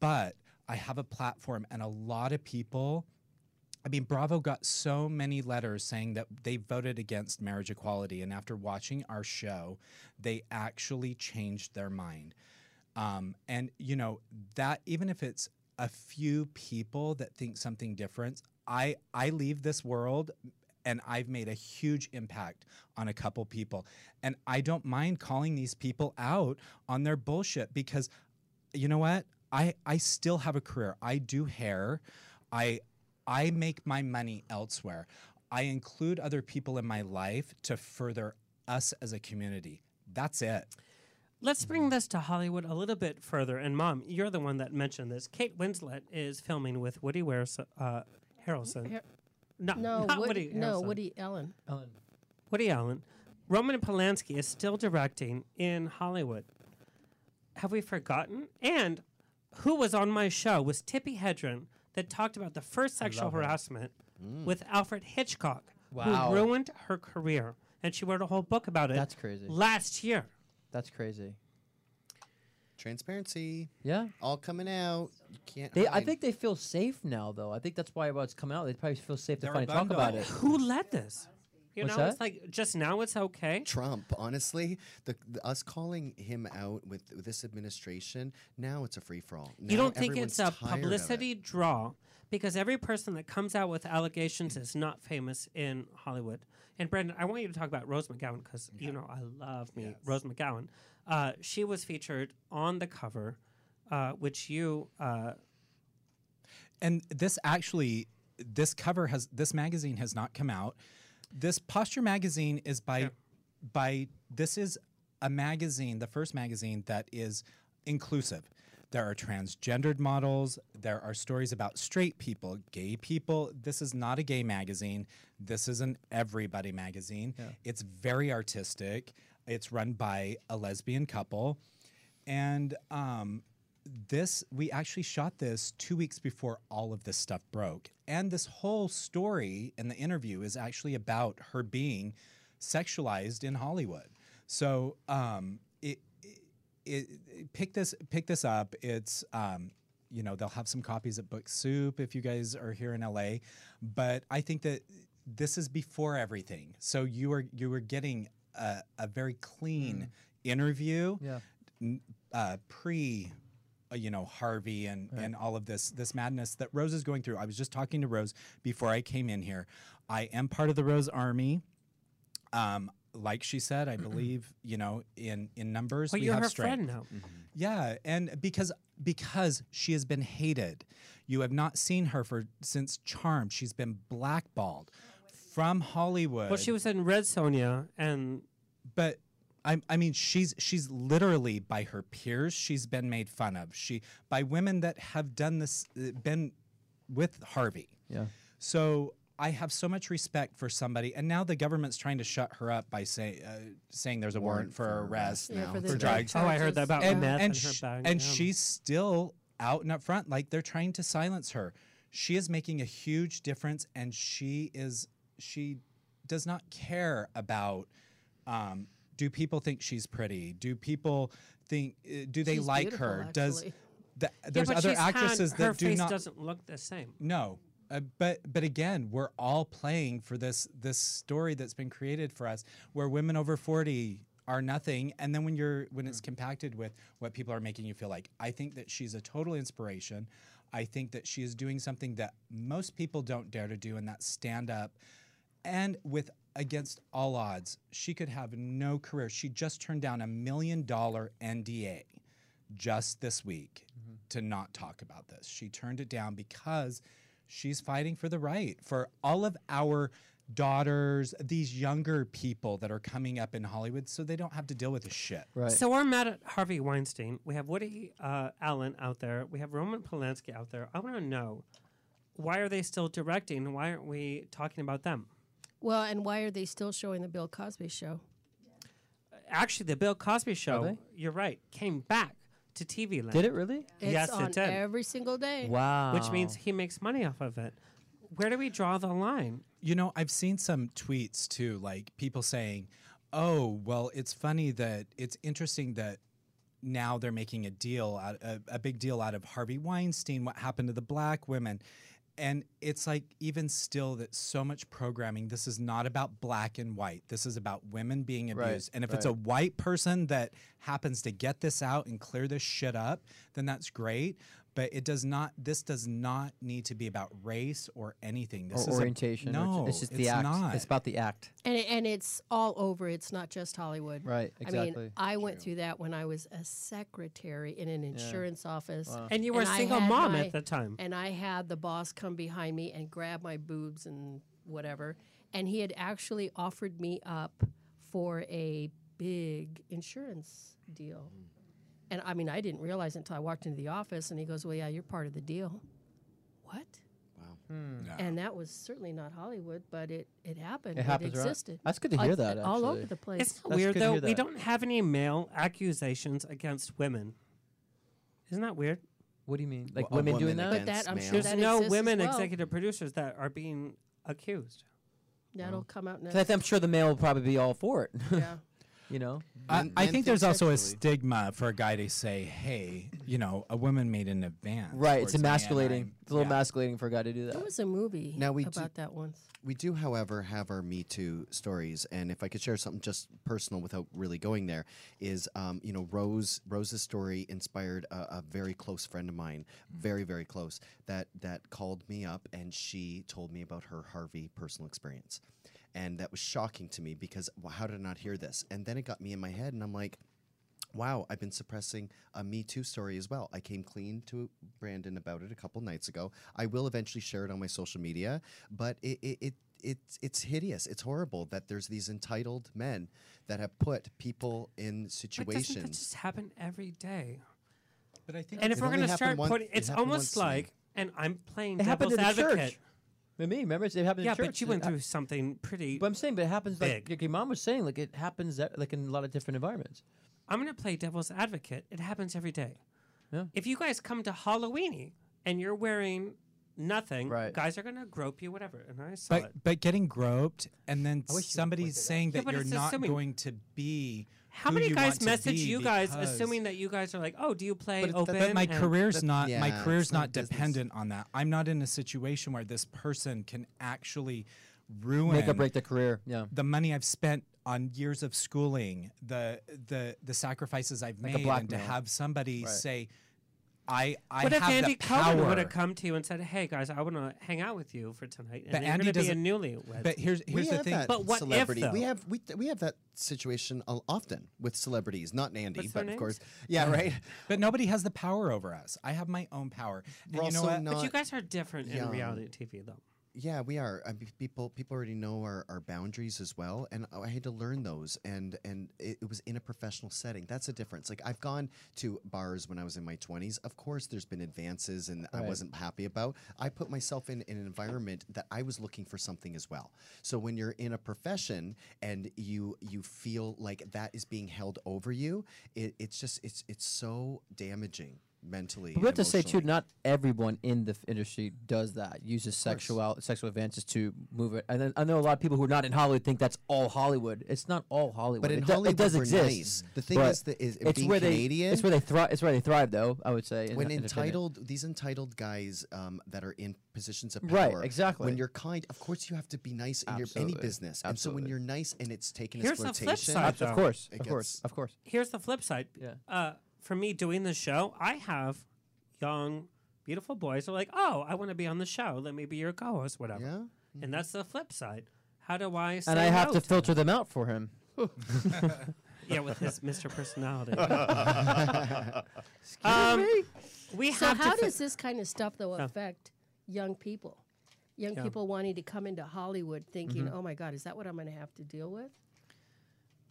Speaker 5: but I have a platform and a lot of people. I mean, Bravo got so many letters saying that they voted against marriage equality. And after watching our show, they actually changed their mind. Um, and, you know, that even if it's a few people that think something different, I, I leave this world and I've made a huge impact on a couple people. And I don't mind calling these people out on their bullshit because you know what? I I still have a career. I do hair. I I make my money elsewhere. I include other people in my life to further us as a community. That's it.
Speaker 1: Let's bring this to Hollywood a little bit further. And mom, you're the one that mentioned this. Kate Winslet is filming with Woody Wars- uh, Harrelson.
Speaker 7: Har-
Speaker 1: No,
Speaker 7: no,
Speaker 1: not
Speaker 7: Woody,
Speaker 1: Woody.
Speaker 7: no,
Speaker 1: Harrelson.
Speaker 7: Woody Allen.
Speaker 1: Woody Allen. Roman Polanski is still directing in Hollywood. Have we forgotten? And who was on my show was Tippi Hedren that talked about the first
Speaker 2: I love
Speaker 1: sexual
Speaker 2: her.
Speaker 1: harassment
Speaker 2: Mm.
Speaker 1: with Alfred Hitchcock,
Speaker 2: Wow.
Speaker 1: who ruined her career. And she wrote a whole book about it.
Speaker 2: That's crazy.
Speaker 1: Last year.
Speaker 2: That's crazy.
Speaker 3: Transparency.
Speaker 2: Yeah.
Speaker 3: All coming out. You can't.
Speaker 2: They, I
Speaker 3: hide.
Speaker 2: think they feel safe now, though. I think that's why what's come out. They probably feel safe to
Speaker 3: They're
Speaker 2: finally talk
Speaker 3: abundant.
Speaker 2: about it.
Speaker 1: Who led this? You
Speaker 2: What's
Speaker 1: know,
Speaker 2: that?
Speaker 1: it's like just now it's okay.
Speaker 3: Trump, honestly, the, the- us calling him out with this administration now it's a free for all.
Speaker 1: You don't think it's a publicity draw because every person that comes out with allegations is not famous in Hollywood. And Brandon, I want you to talk about Rose McGowan because you know I love me Rose McGowan. Uh, she was featured on the cover, uh, which you uh,
Speaker 5: And this actually this cover has this magazine has not come out. This Posture magazine is by by this is a magazine, the first magazine that is inclusive. There are transgendered models, there are stories about straight people, gay people. This is not a gay magazine. This is an everybody magazine.
Speaker 10: Yeah.
Speaker 5: It's very artistic. It's run by a lesbian couple. And um, this, we actually shot this two weeks before all of this stuff broke. And this whole story in the interview is actually about her being sexualized in Hollywood. So um, it, it, it pick this pick this up. It's um, you know they'll have some copies at Book Soup if you guys are here in LA, but I think that this is before everything. So you are you are getting a, a very clean interview.
Speaker 2: Yeah.
Speaker 5: n- Uh, pre uh, you know Harvey and and all of this this madness that Rose is going through. I was just talking to Rose before I came in here. I am part of the Rose Army. Um, like she said, I believe you know in in numbers.
Speaker 14: Well,
Speaker 5: we
Speaker 14: you're
Speaker 5: have
Speaker 14: her
Speaker 5: strength. Mm-hmm.
Speaker 14: friend now.
Speaker 5: Yeah, and because because she has been hated, you have not seen her for since Charmed. She's been blackballed from Hollywood.
Speaker 14: Well, she was in Red Sonja, and
Speaker 5: but I, I mean she's she's literally by her peers she's been made fun of she by women that have done this uh, been with Harvey
Speaker 10: Yeah.
Speaker 5: so I have so much respect for somebody and now the government's trying to shut her up by saying uh, saying there's a warrant, for her arrest
Speaker 14: Yeah,
Speaker 5: now
Speaker 14: for
Speaker 5: for,
Speaker 14: the drug
Speaker 5: drugs
Speaker 14: Oh, I heard that about
Speaker 5: and,
Speaker 14: meth
Speaker 5: and,
Speaker 14: and her
Speaker 5: sh-
Speaker 14: bag,
Speaker 5: and
Speaker 14: yeah.
Speaker 5: she's still out and up front like they're trying to silence her she is making a huge difference and she is she does not care about um, do people think she's pretty? Do people think? Uh, do they
Speaker 14: She's
Speaker 5: like
Speaker 14: beautiful,
Speaker 5: her? Does
Speaker 14: actually.
Speaker 5: the, there's
Speaker 14: yeah, but
Speaker 5: other
Speaker 14: she's had-
Speaker 5: actresses
Speaker 14: her
Speaker 5: that do
Speaker 14: face
Speaker 5: not?
Speaker 14: doesn't look the same.
Speaker 5: No, uh, but but again, we're all playing for this this story that's been created for us, where women over forty are nothing, and then when you're when it's compacted with what people are making you feel like, I think that she's a total inspiration. I think that she is doing something that most people don't dare to do, and that's stand up. And with against all odds, she could have no career. She just turned down a million dollar NDA just this week to not talk about this. She turned it down because she's fighting for the right for all of our daughters, these younger people that are coming up in Hollywood so they don't have to deal with this shit.
Speaker 14: So we're mad at Harvey Weinstein. We have Woody uh, Allen out there. We have Roman Polanski out there. I want to know why are they still directing? Why aren't we talking about them?
Speaker 7: Well, and why are they still showing the Bill Cosby show?
Speaker 14: Actually, the Bill Cosby
Speaker 7: they?
Speaker 14: show. You're right. Came back to TV land.
Speaker 2: Did it really?
Speaker 7: It's
Speaker 14: yes,
Speaker 7: on
Speaker 14: it did.
Speaker 7: every single day.
Speaker 14: Which means he makes money off of it. Where do we draw the line?
Speaker 5: You know, I've seen some tweets too, like people saying, "Oh, well, it's funny that it's interesting that now they're making a deal, out, a, a big deal out of Harvey Weinstein. What happened to the black women?" And it's like even still that so much programming. This is not about black and white. This is about women being
Speaker 10: Right,
Speaker 5: abused. and if it's a
Speaker 10: right.
Speaker 5: white person that happens to get this out and clear this shit up, then that's great. But it does not. This does not need to be about race or anything. This
Speaker 10: Or
Speaker 5: is a-
Speaker 10: orientation or ju-
Speaker 5: no,
Speaker 10: it's just the act.
Speaker 5: Not.
Speaker 10: It's about the act.
Speaker 7: And, and it's all over. It's not just Hollywood.
Speaker 10: Right,
Speaker 7: I mean,
Speaker 10: exactly.
Speaker 7: I went through that when I was a secretary in an insurance office.
Speaker 14: Wow. And you were a
Speaker 7: I
Speaker 14: single
Speaker 7: had
Speaker 14: mom at the time.
Speaker 7: And I had the boss come behind me and grab my boobs and whatever. And he had actually offered me up for a big insurance deal. And I mean, I didn't realize until I walked into the office and he goes, Well, yeah, you're part of the deal. What?
Speaker 10: Hmm.
Speaker 7: And that was certainly not Hollywood, but it, it happened.
Speaker 10: It happens around-
Speaker 7: existed.
Speaker 10: That's good to
Speaker 7: All-
Speaker 10: hear that,
Speaker 7: All over
Speaker 10: actually.
Speaker 7: the place.
Speaker 14: It's not weird though. We don't have any male accusations against women. Isn't that weird?
Speaker 2: What do you mean? Like women doing that?
Speaker 14: There's no women
Speaker 7: well.
Speaker 14: executive producers that are being accused.
Speaker 7: That'll come out next.
Speaker 2: Because I'm sure the male will probably be all for it.
Speaker 7: Yeah.
Speaker 2: you know.
Speaker 5: I, I think there's also a stigma for a guy to say, "Hey, you know, a woman made an advance."
Speaker 2: Right,
Speaker 5: towards
Speaker 2: it's
Speaker 5: a man,
Speaker 2: emasculating.
Speaker 5: I'm-
Speaker 2: It's a little
Speaker 5: yeah.
Speaker 2: emasculating for a guy to do that.
Speaker 7: There was a movie
Speaker 3: Now we do-
Speaker 7: about that once.
Speaker 3: We do, however, have our Me Too stories, and if I could share something just personal without really going there, is um, you know Rose Rose's story inspired a, a very close friend of mine, very very close, that that called me up and she told me about her Harvey personal experience, and that was shocking to me because well, how did I not hear this? And then it got me in my head, and I'm like wow, I've been suppressing a Me Too story as well. I came clean to Brandon about it a couple nights ago. I will eventually share it on my social media, but it, it, it it's it's hideous. It's horrible that there's these entitled men that have put people in
Speaker 1: But doesn't that
Speaker 3: situations.
Speaker 1: just happen every day?
Speaker 5: But I think
Speaker 1: and
Speaker 3: it
Speaker 1: if we're
Speaker 3: only
Speaker 1: going to
Speaker 3: happened
Speaker 1: start
Speaker 3: once-
Speaker 1: putting,
Speaker 3: it
Speaker 1: it's
Speaker 3: happened
Speaker 1: almost
Speaker 3: once to me.
Speaker 1: like, and I'm playing
Speaker 2: It happened
Speaker 1: devil's
Speaker 2: in the
Speaker 1: advocate.
Speaker 2: church. With me, remember? It happened in
Speaker 1: Yeah,
Speaker 2: the church.
Speaker 1: but you went
Speaker 2: It hap-
Speaker 1: through something pretty.
Speaker 2: But I'm saying, but it happens
Speaker 1: big.
Speaker 2: like, like your mom was saying, like it happens at, like in a lot of different environments.
Speaker 1: I'm going to play devil's advocate. It happens every day.
Speaker 2: Yeah.
Speaker 1: If you guys come to Halloweeny and you're wearing nothing, guys are going to grope you, whatever. And I saw
Speaker 5: But
Speaker 1: it.
Speaker 5: but getting groped and then somebody's saying
Speaker 1: Yeah,
Speaker 5: that
Speaker 1: but
Speaker 5: you're
Speaker 1: it's
Speaker 5: not
Speaker 1: assuming-
Speaker 5: going to be.
Speaker 1: How
Speaker 5: who
Speaker 1: many
Speaker 5: you
Speaker 1: guys
Speaker 5: want to
Speaker 1: message
Speaker 5: be
Speaker 1: you guys
Speaker 5: because-
Speaker 1: assuming that you guys are like, oh, do you play
Speaker 5: But,
Speaker 1: open?
Speaker 5: but my
Speaker 1: and-
Speaker 5: career's not my
Speaker 1: Yeah,
Speaker 5: career's
Speaker 1: it's not
Speaker 5: not
Speaker 1: business.
Speaker 5: dependent on that. I'm not in a situation where this person can actually ruin
Speaker 2: Make or break their career. Yeah.
Speaker 5: the money I've spent on years of schooling, the the the sacrifices I've
Speaker 2: Like a
Speaker 5: made, and to
Speaker 2: blackmail.
Speaker 5: have somebody
Speaker 2: Right.
Speaker 5: say, "I I
Speaker 1: What if
Speaker 5: have
Speaker 1: Andy
Speaker 5: the power."
Speaker 1: Cohen would have come to you and said, "Hey guys, I want to hang out with you for tonight," and
Speaker 5: But
Speaker 1: then you're
Speaker 5: Andy
Speaker 1: going to be a
Speaker 5: doesn't-
Speaker 1: newlywed?
Speaker 5: but here's-
Speaker 3: We have that
Speaker 1: but what
Speaker 3: celebrity.
Speaker 1: if though?
Speaker 3: we have we, we have that situation o- often with celebrities, not Andy,
Speaker 5: What's their
Speaker 3: but of
Speaker 5: names?
Speaker 3: course, yeah, right.
Speaker 5: But nobody has the power over us. I have my own power. And
Speaker 3: We're
Speaker 5: you know
Speaker 3: also
Speaker 5: what?
Speaker 3: not
Speaker 1: But you guys are different in
Speaker 3: young.
Speaker 1: reality TV though.
Speaker 3: Yeah, we are. I mean, people people already know our, our boundaries as well, and I had to learn those. And and it, it was in a professional setting. That's the difference. Like I've gone to bars when I was in my twenties. Of course, there's been advances, and I
Speaker 2: Right.
Speaker 3: wasn't happy about. I put myself in, in an environment that I was looking for something as well. So when you're in a profession and you you feel like that is being held over you, it, it's just it's it's so damaging mentally.
Speaker 2: But we have to say too,
Speaker 3: emotionally.
Speaker 2: not everyone in the f- industry does that. Uses sexual sexual advances to move it. And then I know a lot of people who are not in Hollywood think that's all Hollywood. It's not all Hollywood.
Speaker 3: in
Speaker 2: it, do-
Speaker 3: Hollywood,
Speaker 2: it does
Speaker 3: we're
Speaker 2: exist.
Speaker 3: nice. The thing
Speaker 2: but
Speaker 3: is that- is
Speaker 2: it's
Speaker 3: being
Speaker 2: where they-
Speaker 3: Canadian-
Speaker 2: it's where they thrive. It's where they thrive, though. I would say in-
Speaker 3: when
Speaker 2: in opinion.
Speaker 3: entitled these entitled guys um, that are in positions of
Speaker 2: Right,
Speaker 3: power
Speaker 2: exactly.
Speaker 3: when you're kind of course you have to be nice in your any
Speaker 2: Absolutely,
Speaker 3: business and so when
Speaker 2: absolutely.
Speaker 3: you're nice and it's taken
Speaker 1: Here's
Speaker 3: as
Speaker 1: the
Speaker 3: flirtation
Speaker 1: flip side,
Speaker 2: Of course, of course, of course.
Speaker 1: Here's the flip side.
Speaker 2: Yeah.
Speaker 1: Uh, for me doing the show, I have young, beautiful boys who are like, "Oh, I want to be on the show. Let me be your co-host, whatever."
Speaker 3: Yeah. Mm-hmm.
Speaker 1: And that's the flip side. How do I? Say
Speaker 2: And I have
Speaker 1: no
Speaker 2: to filter them out for him.
Speaker 1: yeah, with his Mr. Personality. Um,
Speaker 7: Excuse me?
Speaker 1: We
Speaker 7: so
Speaker 1: have
Speaker 7: how
Speaker 1: to fi-
Speaker 7: does this kind of stuff though
Speaker 1: Yeah.
Speaker 7: affect young people? Young
Speaker 1: Yeah.
Speaker 7: people wanting to come into Hollywood, thinking,
Speaker 1: Mm-hmm.
Speaker 4: Mhm.
Speaker 7: "Oh my God, is that what I'm going to have to deal with?"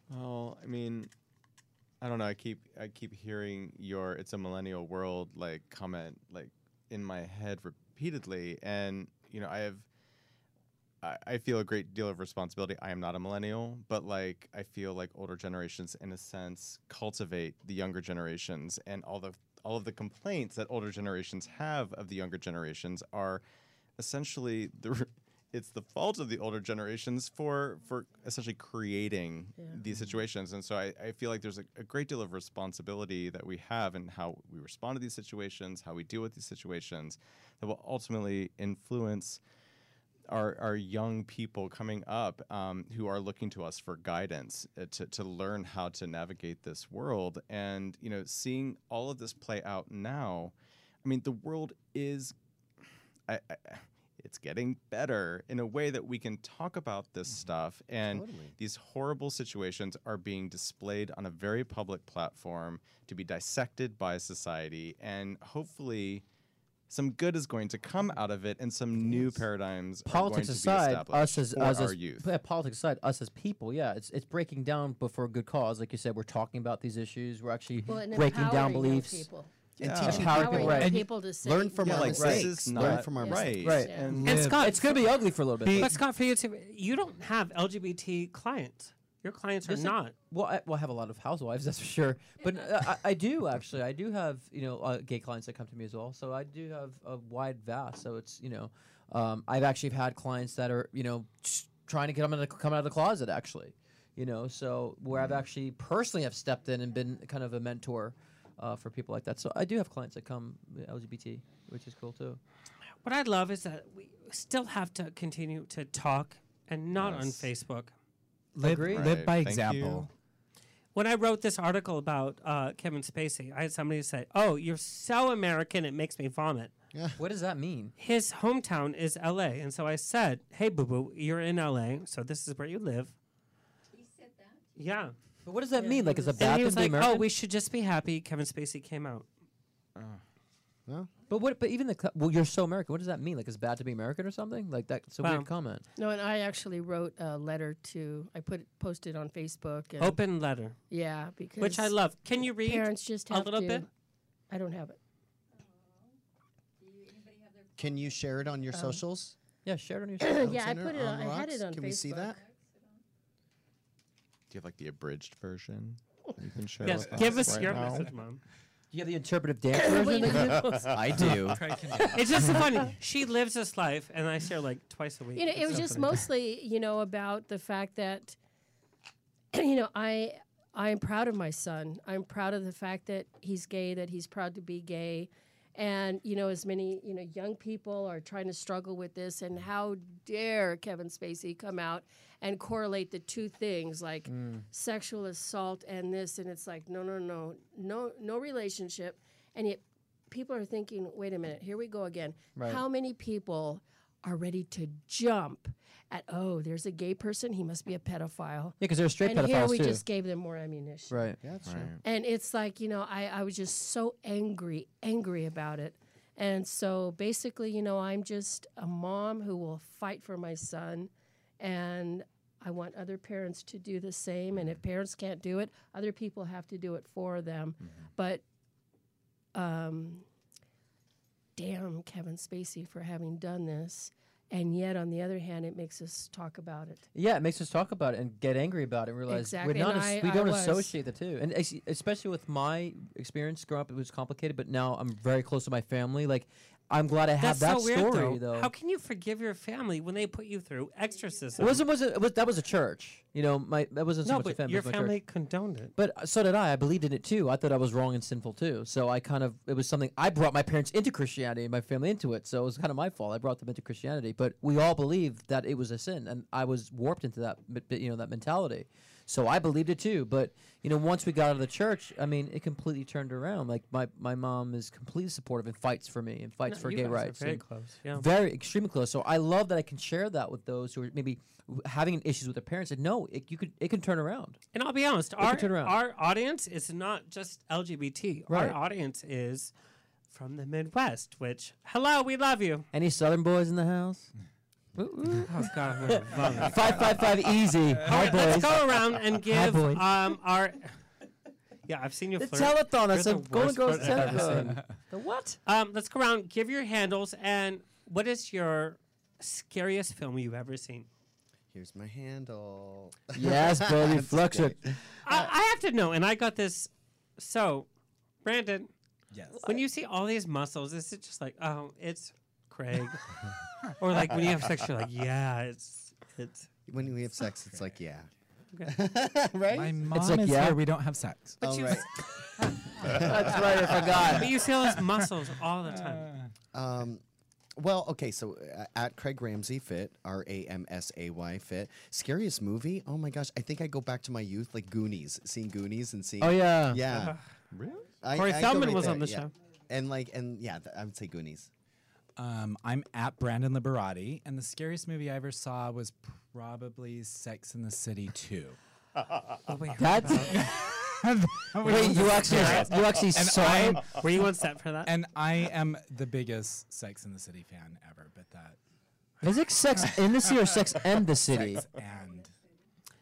Speaker 4: Well, I mean, I don't know. I keep I keep hearing your "it's a millennial world" like comment like in my head repeatedly, and you know I have. I I feel a great deal of responsibility. I am not a millennial, but like I feel like older generations, in a sense, cultivate the younger generations, and all the all of the complaints that older generations have of the younger generations are essentially the r- it's the fault of the older generations for for essentially creating these situations and so I, I feel like there's a, a great deal of responsibility that we have in how we respond to these situations how we deal with these situations that will ultimately influence our, our young people coming up um, who are looking to us for guidance uh, to, to learn how to navigate this world and you know seeing all of this play out now i mean the world is I, I, it's getting better in a way that we can talk about this stuff and
Speaker 3: Totally.
Speaker 4: these horrible situations are being displayed on a very public platform to be dissected by society and hopefully some good is going to come out of it and some new paradigms
Speaker 2: politics
Speaker 4: are going to be
Speaker 2: aside,
Speaker 4: established
Speaker 2: us as
Speaker 4: for
Speaker 2: us
Speaker 4: our
Speaker 2: as
Speaker 4: youth.
Speaker 2: yeah, politics aside, us as people, yeah, it's it's breaking down, but for a good cause. Like you said, we're talking about these issues. We're actually
Speaker 7: Well, and
Speaker 2: breaking down
Speaker 7: empowering young
Speaker 2: beliefs.
Speaker 7: people.
Speaker 3: and
Speaker 2: Yeah.
Speaker 3: teaching
Speaker 2: Empowering
Speaker 3: people,
Speaker 2: young
Speaker 3: and
Speaker 7: people to say
Speaker 3: learn from
Speaker 7: no.
Speaker 3: our
Speaker 7: Like,
Speaker 3: mistakes.
Speaker 4: this is
Speaker 3: learn
Speaker 4: not
Speaker 3: from our
Speaker 4: Yes.
Speaker 3: mistakes.
Speaker 4: right. And
Speaker 1: And Scott,
Speaker 2: it's gonna be ugly for a little bit.
Speaker 1: But
Speaker 2: though.
Speaker 1: Scott, for you too, you don't have LGBT clients. Your clients are
Speaker 2: Yes, I-
Speaker 1: not.
Speaker 2: Well, I, well, I have a lot of housewives, that's for sure. But uh, I, I do actually. I do have you know uh, gay clients that come to me as well. So I do have a wide vast. So it's you know, um, I've actually had clients that are you know s- trying to get them to come out of the closet actually. You know, so where
Speaker 1: Mm.
Speaker 2: I've actually personally have stepped in and been kind of a mentor uh, for people like that. So I do have clients that come uh, LGBT, which is cool too.
Speaker 1: What I love is that we still have to continue to talk and not on Facebook.
Speaker 5: Live,
Speaker 1: Agree.
Speaker 5: live
Speaker 1: Right,
Speaker 5: by
Speaker 1: thank
Speaker 5: example.
Speaker 1: When I wrote this article about uh, Kevin Spacey, I had somebody say, "Oh, you're so American, it makes me vomit."
Speaker 2: What does that mean?
Speaker 1: His hometown is L.A., and so I said, "Hey, Boo Boo, you're in L.A., so this is where you live."
Speaker 15: He said that.
Speaker 1: Yeah.
Speaker 2: But what does that mean? Like, is a
Speaker 1: And he
Speaker 2: bathroom
Speaker 1: was
Speaker 2: the
Speaker 1: like,
Speaker 2: American?
Speaker 1: "Oh, we should just be happy." Kevin Spacey came out.
Speaker 2: But what? But even the cl- well, you're so American. What does that mean? Like, it's bad to be American or something? Like that? It's a
Speaker 1: Wow.
Speaker 2: weird comment.
Speaker 7: No, and I actually wrote a letter to. I put it posted on Facebook. And
Speaker 1: Open letter.
Speaker 7: Yeah, because
Speaker 1: Which I love. Can you read
Speaker 7: Parents just
Speaker 1: a
Speaker 7: have
Speaker 1: little
Speaker 7: to-
Speaker 1: bit?
Speaker 7: I don't have it.
Speaker 3: Can you share it on your
Speaker 7: Um,
Speaker 3: socials?
Speaker 2: Yeah, share it on your
Speaker 7: yeah, I put it. On, I had it on Facebook.
Speaker 3: Can we see that?
Speaker 4: Do you have like the abridged version? that You can share.
Speaker 1: Yes,
Speaker 4: with
Speaker 1: give us
Speaker 4: right
Speaker 1: your
Speaker 4: now?
Speaker 1: message, mom.
Speaker 2: You got the interpretive dance version. that you do?
Speaker 3: I do.
Speaker 1: it's just so funny. She lives this life, and I see her like twice a week.
Speaker 7: You know,
Speaker 1: It's
Speaker 7: it was
Speaker 1: so
Speaker 7: just
Speaker 1: funny.
Speaker 7: mostly, you know, about the fact that, you know, I I am proud of my son. I'm proud of the fact that he's gay, that he's proud to be gay, and you know, as many you know young people are trying to struggle with this, and how dare Kevin Spacey come out and correlate the two things like
Speaker 5: Mm-hmm.
Speaker 11: Mm.
Speaker 7: sexual assault and this, and it's like no, no, no, no, no relationship, and yet people are thinking, wait a minute, here we go again.
Speaker 11: Right.
Speaker 7: How many people are ready to jump at, oh, there's a gay person, he must be a pedophile.
Speaker 2: Yeah, 'cause there are straight
Speaker 7: and here
Speaker 2: pedophiles,
Speaker 7: we
Speaker 2: too.
Speaker 7: just gave them more ammunition.
Speaker 2: Right. Yeah, that's
Speaker 3: true.
Speaker 7: And it's like, you know, I, I was just so angry, angry about it. And so basically, you know, I'm just a mom who will fight for my son. And I want other parents to do the same. And if parents can't do it, other people have to do it for them. But um, damn Kevin Spacey for having done this. And yet, on the other hand, it makes us talk about it.
Speaker 2: Yeah, it makes us talk about it and get angry about it and realize
Speaker 7: Exactly,
Speaker 2: we're not
Speaker 7: and
Speaker 2: as-
Speaker 7: I-
Speaker 2: we
Speaker 7: I
Speaker 2: don't
Speaker 7: was.
Speaker 2: associate the two. And es- especially with my experience growing up, it was complicated. But now I'm very close to my family. Like I'm glad I have
Speaker 1: That's
Speaker 2: that
Speaker 1: so weird,
Speaker 2: story
Speaker 1: though.
Speaker 2: though.
Speaker 1: How can you forgive your family when they put you through exorcism?
Speaker 2: it wasn't was it was that was a church. You know, my that wasn't so
Speaker 1: No,
Speaker 2: much a
Speaker 1: but
Speaker 2: family.
Speaker 1: your
Speaker 2: it was my
Speaker 1: family
Speaker 2: church.
Speaker 1: condoned it.
Speaker 2: But uh, so did I. I believed in it too. I thought I was wrong and sinful too. So I kind of it was something I brought my parents into Christianity and my family into it. So it was kind of my fault. I brought them into Christianity, but we all believed that it was a sin, and I was warped into that m- you know that mentality. So I believed it too. But you know, once we got out of the church, I mean, it completely turned around. Like my my mom is completely supportive and fights for me and fights
Speaker 1: No,
Speaker 2: for
Speaker 1: you
Speaker 2: gay
Speaker 1: guys are
Speaker 2: rights.
Speaker 1: very
Speaker 2: and
Speaker 1: close, yeah.
Speaker 2: very extremely close. So I love that I can share that with those who are maybe w- having issues with their parents. And no, it, you could it can turn around.
Speaker 1: And I'll be honest,
Speaker 2: It can
Speaker 1: our,
Speaker 2: turn around.
Speaker 1: our audience is not just LGBT.
Speaker 2: Right.
Speaker 1: Our audience is from the Midwest, which, hello, we love you.
Speaker 2: Any Southern boys in the house?
Speaker 1: Oh, God, I'm gonna vomit.
Speaker 2: five five five easy.
Speaker 1: All
Speaker 2: Hi
Speaker 1: right, Uh, let's
Speaker 2: boys.
Speaker 1: go around and
Speaker 2: Hi
Speaker 1: give
Speaker 2: boys.
Speaker 1: um, our. Yeah, I've seen you
Speaker 2: The
Speaker 1: flirt.
Speaker 2: telethon,
Speaker 1: You're
Speaker 2: that's
Speaker 1: the
Speaker 2: a Golden
Speaker 1: worst
Speaker 2: Girls
Speaker 1: flirt I've ever
Speaker 2: telethon.
Speaker 1: seen.
Speaker 2: The what?
Speaker 1: Um, let's go around. Give your handles and what is your scariest film you've ever seen?
Speaker 3: Here's my handle.
Speaker 2: Yes, baby,
Speaker 3: That's
Speaker 2: flux
Speaker 3: great.
Speaker 2: it.
Speaker 1: I, I have to know, and I got this. So, Brandon,
Speaker 5: Yes.
Speaker 1: when you see all these muscles, is it just like, oh, it's Craig, or like when you have sex, you're like, yeah, it's it's.
Speaker 3: When we have sex, it's like yeah.
Speaker 1: right?
Speaker 5: My mom
Speaker 3: like,
Speaker 5: is
Speaker 3: yeah.
Speaker 5: here. We don't have sex.
Speaker 1: But
Speaker 3: All
Speaker 1: you-
Speaker 3: Oh, right.
Speaker 1: That's right, I forgot. Uh, But you see all those muscles all the time.
Speaker 3: Um, well, okay, so uh, at Craig Ramsey Fit, R A M S A Y Fit. Scariest movie? Oh my gosh, I think I go back to my youth, like Goonies, seeing Goonies and seeing.
Speaker 2: Oh, yeah.
Speaker 3: yeah.
Speaker 4: Really?
Speaker 3: I-
Speaker 1: Corey
Speaker 3: I go
Speaker 1: Feldman was on the
Speaker 3: yeah.
Speaker 1: show.
Speaker 3: and like, and yeah, th- I would say Goonies.
Speaker 5: Um, I'm at Brandon Liberati, and the scariest movie I ever saw was probably Sex in the City 2.
Speaker 1: Oh, wait,
Speaker 2: That's Wait, you actually you actually saw it?
Speaker 1: Were you on set for that?
Speaker 5: And I am the biggest Sex in the City fan ever, but that
Speaker 2: Is it Sex in the City or Sex and the City?
Speaker 5: Sex and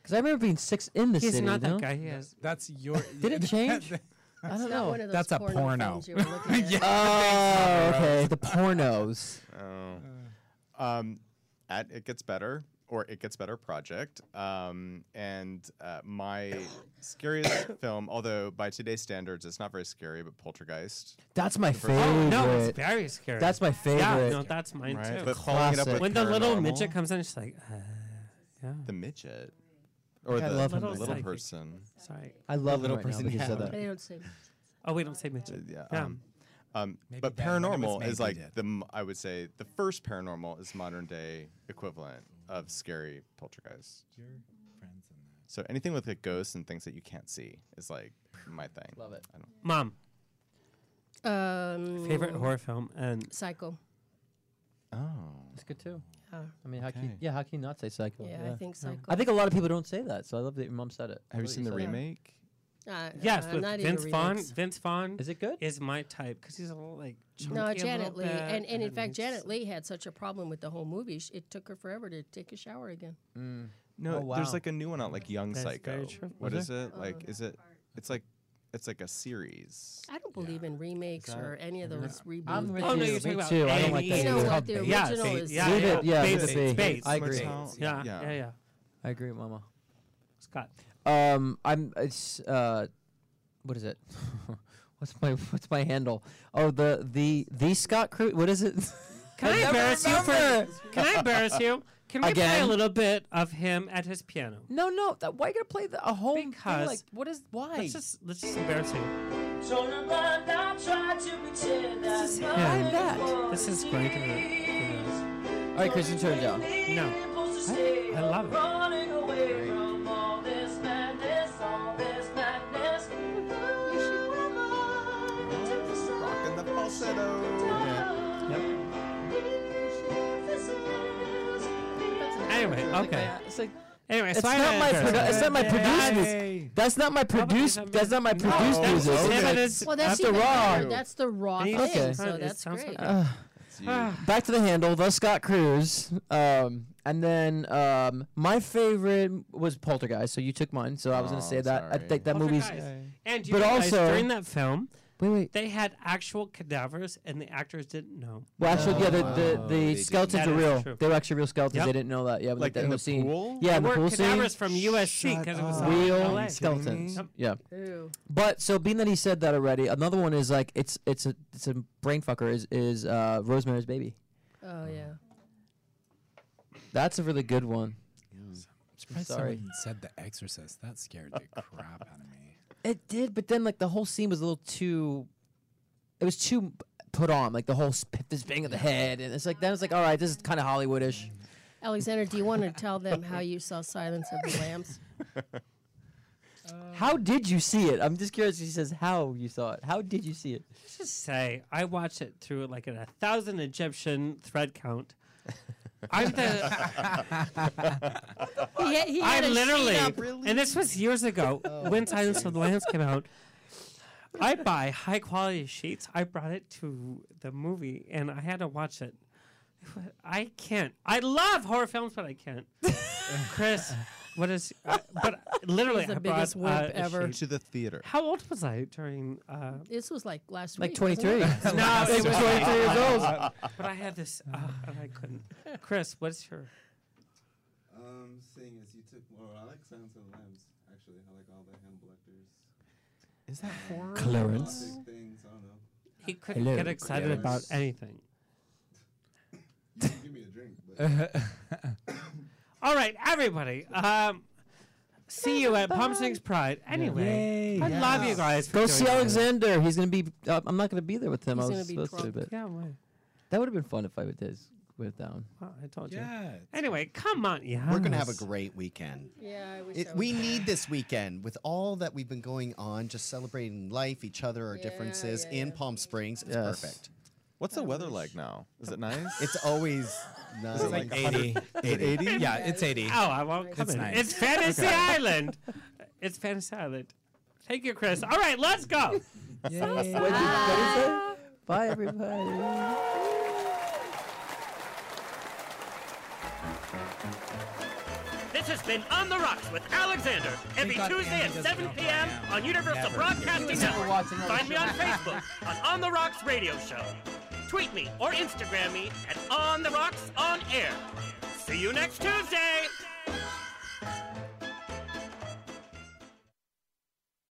Speaker 2: Because I remember being Sex in the
Speaker 1: He's
Speaker 2: City.
Speaker 1: not that
Speaker 2: no?
Speaker 1: guy. He is.
Speaker 5: that's your
Speaker 2: Did it change? I
Speaker 7: It's
Speaker 2: don't
Speaker 7: not
Speaker 2: know.
Speaker 7: one of those
Speaker 5: That's a
Speaker 7: porno
Speaker 5: porno.
Speaker 7: films you were looking at.
Speaker 2: Oh, okay. The pornos.
Speaker 4: Oh. Um, at It Gets Better or It Gets Better Project. Um, and uh, my scariest film, although by today's standards, it's not very scary, but Poltergeist.
Speaker 2: That's my
Speaker 4: The first-
Speaker 1: Oh no, it's
Speaker 2: Favorite.
Speaker 1: very scary.
Speaker 2: That's my
Speaker 1: Yeah,
Speaker 2: favorite.
Speaker 1: no, that's mine
Speaker 4: Right,
Speaker 1: too.
Speaker 4: but following it up
Speaker 2: Classic.
Speaker 4: with
Speaker 1: when the little
Speaker 4: Paranormal,
Speaker 1: midget comes in, she's like, uh, yeah.
Speaker 4: The midget. Or
Speaker 2: I
Speaker 4: the
Speaker 2: love him,
Speaker 4: little,
Speaker 2: man.
Speaker 4: little
Speaker 1: Psychic.
Speaker 4: person.
Speaker 1: Sorry.
Speaker 2: I love
Speaker 3: The little
Speaker 2: him right
Speaker 3: person,
Speaker 2: now that you said
Speaker 3: yeah.
Speaker 2: that.
Speaker 7: They don't say.
Speaker 1: Oh, we don't say midget.
Speaker 4: Yeah.
Speaker 1: Yeah.
Speaker 4: Um, um,
Speaker 5: Maybe
Speaker 4: but
Speaker 5: back when it was
Speaker 4: paranormal
Speaker 5: made,
Speaker 4: is
Speaker 5: they
Speaker 4: like
Speaker 5: did.
Speaker 4: the m- I would say the first paranormal is modern day equivalent of scary poltergeist.
Speaker 5: Your friends in that.
Speaker 4: So anything with like ghosts and things that you can't see is like my thing. Love
Speaker 2: it.
Speaker 4: I don't,
Speaker 1: Mom,
Speaker 7: Um,
Speaker 1: favorite horror film and
Speaker 7: Uh, Psycho.
Speaker 4: oh,
Speaker 2: That's good too.
Speaker 7: Yeah.
Speaker 2: I mean, how can you,
Speaker 7: Okay.
Speaker 2: yeah? How can you not say psycho?
Speaker 7: Yeah, I think
Speaker 2: I think a lot of people don't say that, so I love that your mom said it.
Speaker 4: Have you seen the remake?
Speaker 7: Uh,
Speaker 1: yes,
Speaker 7: uh,
Speaker 1: with
Speaker 7: not even
Speaker 1: Vince Vaughn.
Speaker 7: remakes.
Speaker 1: Vince Vaughn
Speaker 2: is it good?
Speaker 1: Is my type because he's a little like chunky
Speaker 7: No,
Speaker 1: a
Speaker 7: Janet
Speaker 1: little
Speaker 7: Lee,
Speaker 2: Uh,
Speaker 1: bit,
Speaker 7: and, and in fact,
Speaker 1: he's-
Speaker 7: Janet Lee had such a problem with the whole movie. sh- It took her forever to take a shower again.
Speaker 2: Mm.
Speaker 4: No,
Speaker 7: Oh,
Speaker 4: there's
Speaker 7: wow.
Speaker 4: like a new one out, like Young
Speaker 1: That's
Speaker 4: Psycho.
Speaker 1: very true.
Speaker 4: What
Speaker 1: Was
Speaker 4: is
Speaker 1: there?
Speaker 4: it? Like, is it? It's like, it's like a series.
Speaker 7: I don't believe in remakes
Speaker 4: Is that-
Speaker 7: or any of
Speaker 4: Yeah.
Speaker 7: those reboots.
Speaker 2: I'm with Oh, no, you. you're talking Me about too. I don't like that
Speaker 7: You know
Speaker 2: either.
Speaker 7: what? The
Speaker 2: Yeah,
Speaker 7: original
Speaker 2: see,
Speaker 7: is.
Speaker 2: yeah, Leave yeah. it, yeah, leave it be. I agree.
Speaker 1: Yeah, yeah,
Speaker 2: Yeah.
Speaker 1: yeah. yeah.
Speaker 2: I agree, Mama.
Speaker 1: Scott.
Speaker 2: Um, I'm. It's uh, what is it? what's my What's my handle? Oh, the the the Scott Crew. What is it?
Speaker 1: Can I
Speaker 2: never
Speaker 1: embarrass you for?
Speaker 2: remember.
Speaker 1: Can I embarrass you? Can we play a
Speaker 2: Again?
Speaker 1: little bit of him at his piano?
Speaker 2: No, no. That, why you gonna play the, a home? thing
Speaker 1: Because-
Speaker 2: like, what is why?
Speaker 1: Let's just let's just embarrass him.
Speaker 2: Why that?
Speaker 1: This is great. isn't it?
Speaker 2: All right, Christian, turn it down.
Speaker 1: No. I, I love it.
Speaker 4: Rocking the falsetto.
Speaker 1: Anyway, okay. Anyway,
Speaker 2: It's
Speaker 1: so I
Speaker 2: not,
Speaker 1: had
Speaker 2: my
Speaker 1: embarrassed
Speaker 2: produ-
Speaker 1: him.
Speaker 2: it's not my produced music. That's not my produced. That's not my produced
Speaker 1: that's
Speaker 2: music.
Speaker 1: him and his-
Speaker 7: Well, that's
Speaker 2: the
Speaker 7: even better.
Speaker 2: raw.
Speaker 7: That's the raw
Speaker 2: Okay.
Speaker 7: thing.
Speaker 2: Okay.
Speaker 7: So
Speaker 2: It
Speaker 7: that's
Speaker 1: sounds
Speaker 7: great.
Speaker 2: Uh, back to the handle, the Scott Cruz. Um, and then um, my favorite was Poltergeist. So you took mine. So I was gonna
Speaker 1: Oh,
Speaker 2: say that. I
Speaker 1: sorry.
Speaker 2: think that movie's.
Speaker 1: Poltergeist. And you
Speaker 2: but
Speaker 1: realize
Speaker 2: also
Speaker 1: during that film,
Speaker 2: Wait, wait.
Speaker 1: they had actual cadavers, and the actors didn't know.
Speaker 2: Well, actually, yeah, the, the, the
Speaker 1: Oh, They
Speaker 2: skeletons
Speaker 1: didn't.
Speaker 2: are
Speaker 1: That is
Speaker 2: real.
Speaker 1: true.
Speaker 2: They were actually real skeletons.
Speaker 1: Yep.
Speaker 2: They didn't know that. Yeah,
Speaker 1: Like
Speaker 2: that
Speaker 1: in
Speaker 2: whole
Speaker 1: the
Speaker 2: scene.
Speaker 1: pool?
Speaker 2: Yeah,
Speaker 1: They
Speaker 2: in the
Speaker 1: were
Speaker 2: pool scene.
Speaker 1: cadavers from USC 'cause it was all in LA. Are you
Speaker 2: real
Speaker 1: kidding
Speaker 2: skeletons.
Speaker 1: me?
Speaker 2: Yeah.
Speaker 7: Ew.
Speaker 2: But so being that he said that already, another one is like it's it's a it's a brain fucker is is uh, Rosemary's Baby.
Speaker 7: Oh yeah.
Speaker 2: That's a really good one.
Speaker 5: surprised
Speaker 2: sorry.
Speaker 5: someone said The Exorcist. That scared the crap out of me.
Speaker 2: It did, but then like the whole scene was a little too. It was too put on, like the whole sp- this bang of the head, and it's like then it's like all right, this is kind of Hollywoodish.
Speaker 7: Alexander, do you want to tell them how you saw Silence of the Lambs?
Speaker 2: How did you see it? I'm just curious. She says how you saw it. How did you see it?
Speaker 1: Let's just say I watched it through like a thousand Egyptian thread count. I'm the.
Speaker 7: He had- he had
Speaker 1: I
Speaker 7: a sheet Oh.
Speaker 1: literally,
Speaker 7: up. Really?
Speaker 1: and this was years ago when Silence of the Lambs came out. I buy high quality sheets. I brought it to the movie and I had to watch it. I can't. I love horror films, but I can't. Chris, what is? Uh, but literally,
Speaker 7: He's the
Speaker 1: I brought,
Speaker 7: biggest wimp
Speaker 1: uh, a
Speaker 7: ever.
Speaker 1: sheet.
Speaker 4: To the theater.
Speaker 1: How old was I during? Uh,
Speaker 7: This was like last
Speaker 2: Like
Speaker 7: week. wasn't it?
Speaker 2: 23.
Speaker 1: no,
Speaker 2: Like 23 years old.
Speaker 1: But I had this, uh, and I couldn't. Chris, what's your?
Speaker 8: Um, seeing as you took, well, I like Silence of the Lambs. Actually, I like all the Hannibal Lecters.
Speaker 1: Is that horror?
Speaker 8: Clarence. Things, I don't know.
Speaker 1: He couldn't
Speaker 8: Hello,
Speaker 1: get excited about
Speaker 8: Clarence.
Speaker 1: anything.
Speaker 8: You can give me a drink, but
Speaker 1: All right, everybody. Um, see you at Palm Springs Pride. Anyway, I love you guys. for
Speaker 2: Go
Speaker 1: doing
Speaker 2: see
Speaker 1: this.
Speaker 2: Alexander. He's gonna be. Uh, I'm not gonna be there with him.
Speaker 1: He's
Speaker 2: I
Speaker 1: gonna
Speaker 2: was
Speaker 1: be
Speaker 2: supposed to,
Speaker 1: drunk.
Speaker 2: but
Speaker 1: Yeah, why?
Speaker 2: that would have been fun if I would have went down.
Speaker 1: Well, I told you.
Speaker 5: Yeah.
Speaker 1: Anyway, come on, yeah.
Speaker 3: We're gonna have a great weekend.
Speaker 7: Yeah, I wish
Speaker 3: It,
Speaker 7: I
Speaker 3: we
Speaker 7: was-
Speaker 3: need this weekend with all that we've been going on, just celebrating life, each other, our differences in Palm Springs. It's
Speaker 4: Yes.
Speaker 3: perfect.
Speaker 4: What's the weather like now? Is it nice?
Speaker 3: It's always nice.
Speaker 4: Is it like
Speaker 5: 80. 80? Yeah, it's 80.
Speaker 1: Oh, I won't
Speaker 5: It's
Speaker 1: come in.
Speaker 5: nice.
Speaker 1: It's Fantasy
Speaker 5: Okay.
Speaker 1: Island. It's Fantasy Island. Thank you, Chris. All right, let's go.
Speaker 2: Bye, everybody.
Speaker 14: This has been On the Rocks with Alexander every
Speaker 1: God
Speaker 14: Tuesday
Speaker 1: Andy
Speaker 14: at
Speaker 1: doesn't
Speaker 14: 7 p.m. on Universal
Speaker 1: Never. He
Speaker 14: Broadcasting
Speaker 1: was never
Speaker 14: Network.
Speaker 1: watching another
Speaker 14: Find me
Speaker 1: show.
Speaker 14: on Facebook on On the Rocks Radio Show. Tweet me or Instagram me at On the Rocks On Air. See you next Tuesday.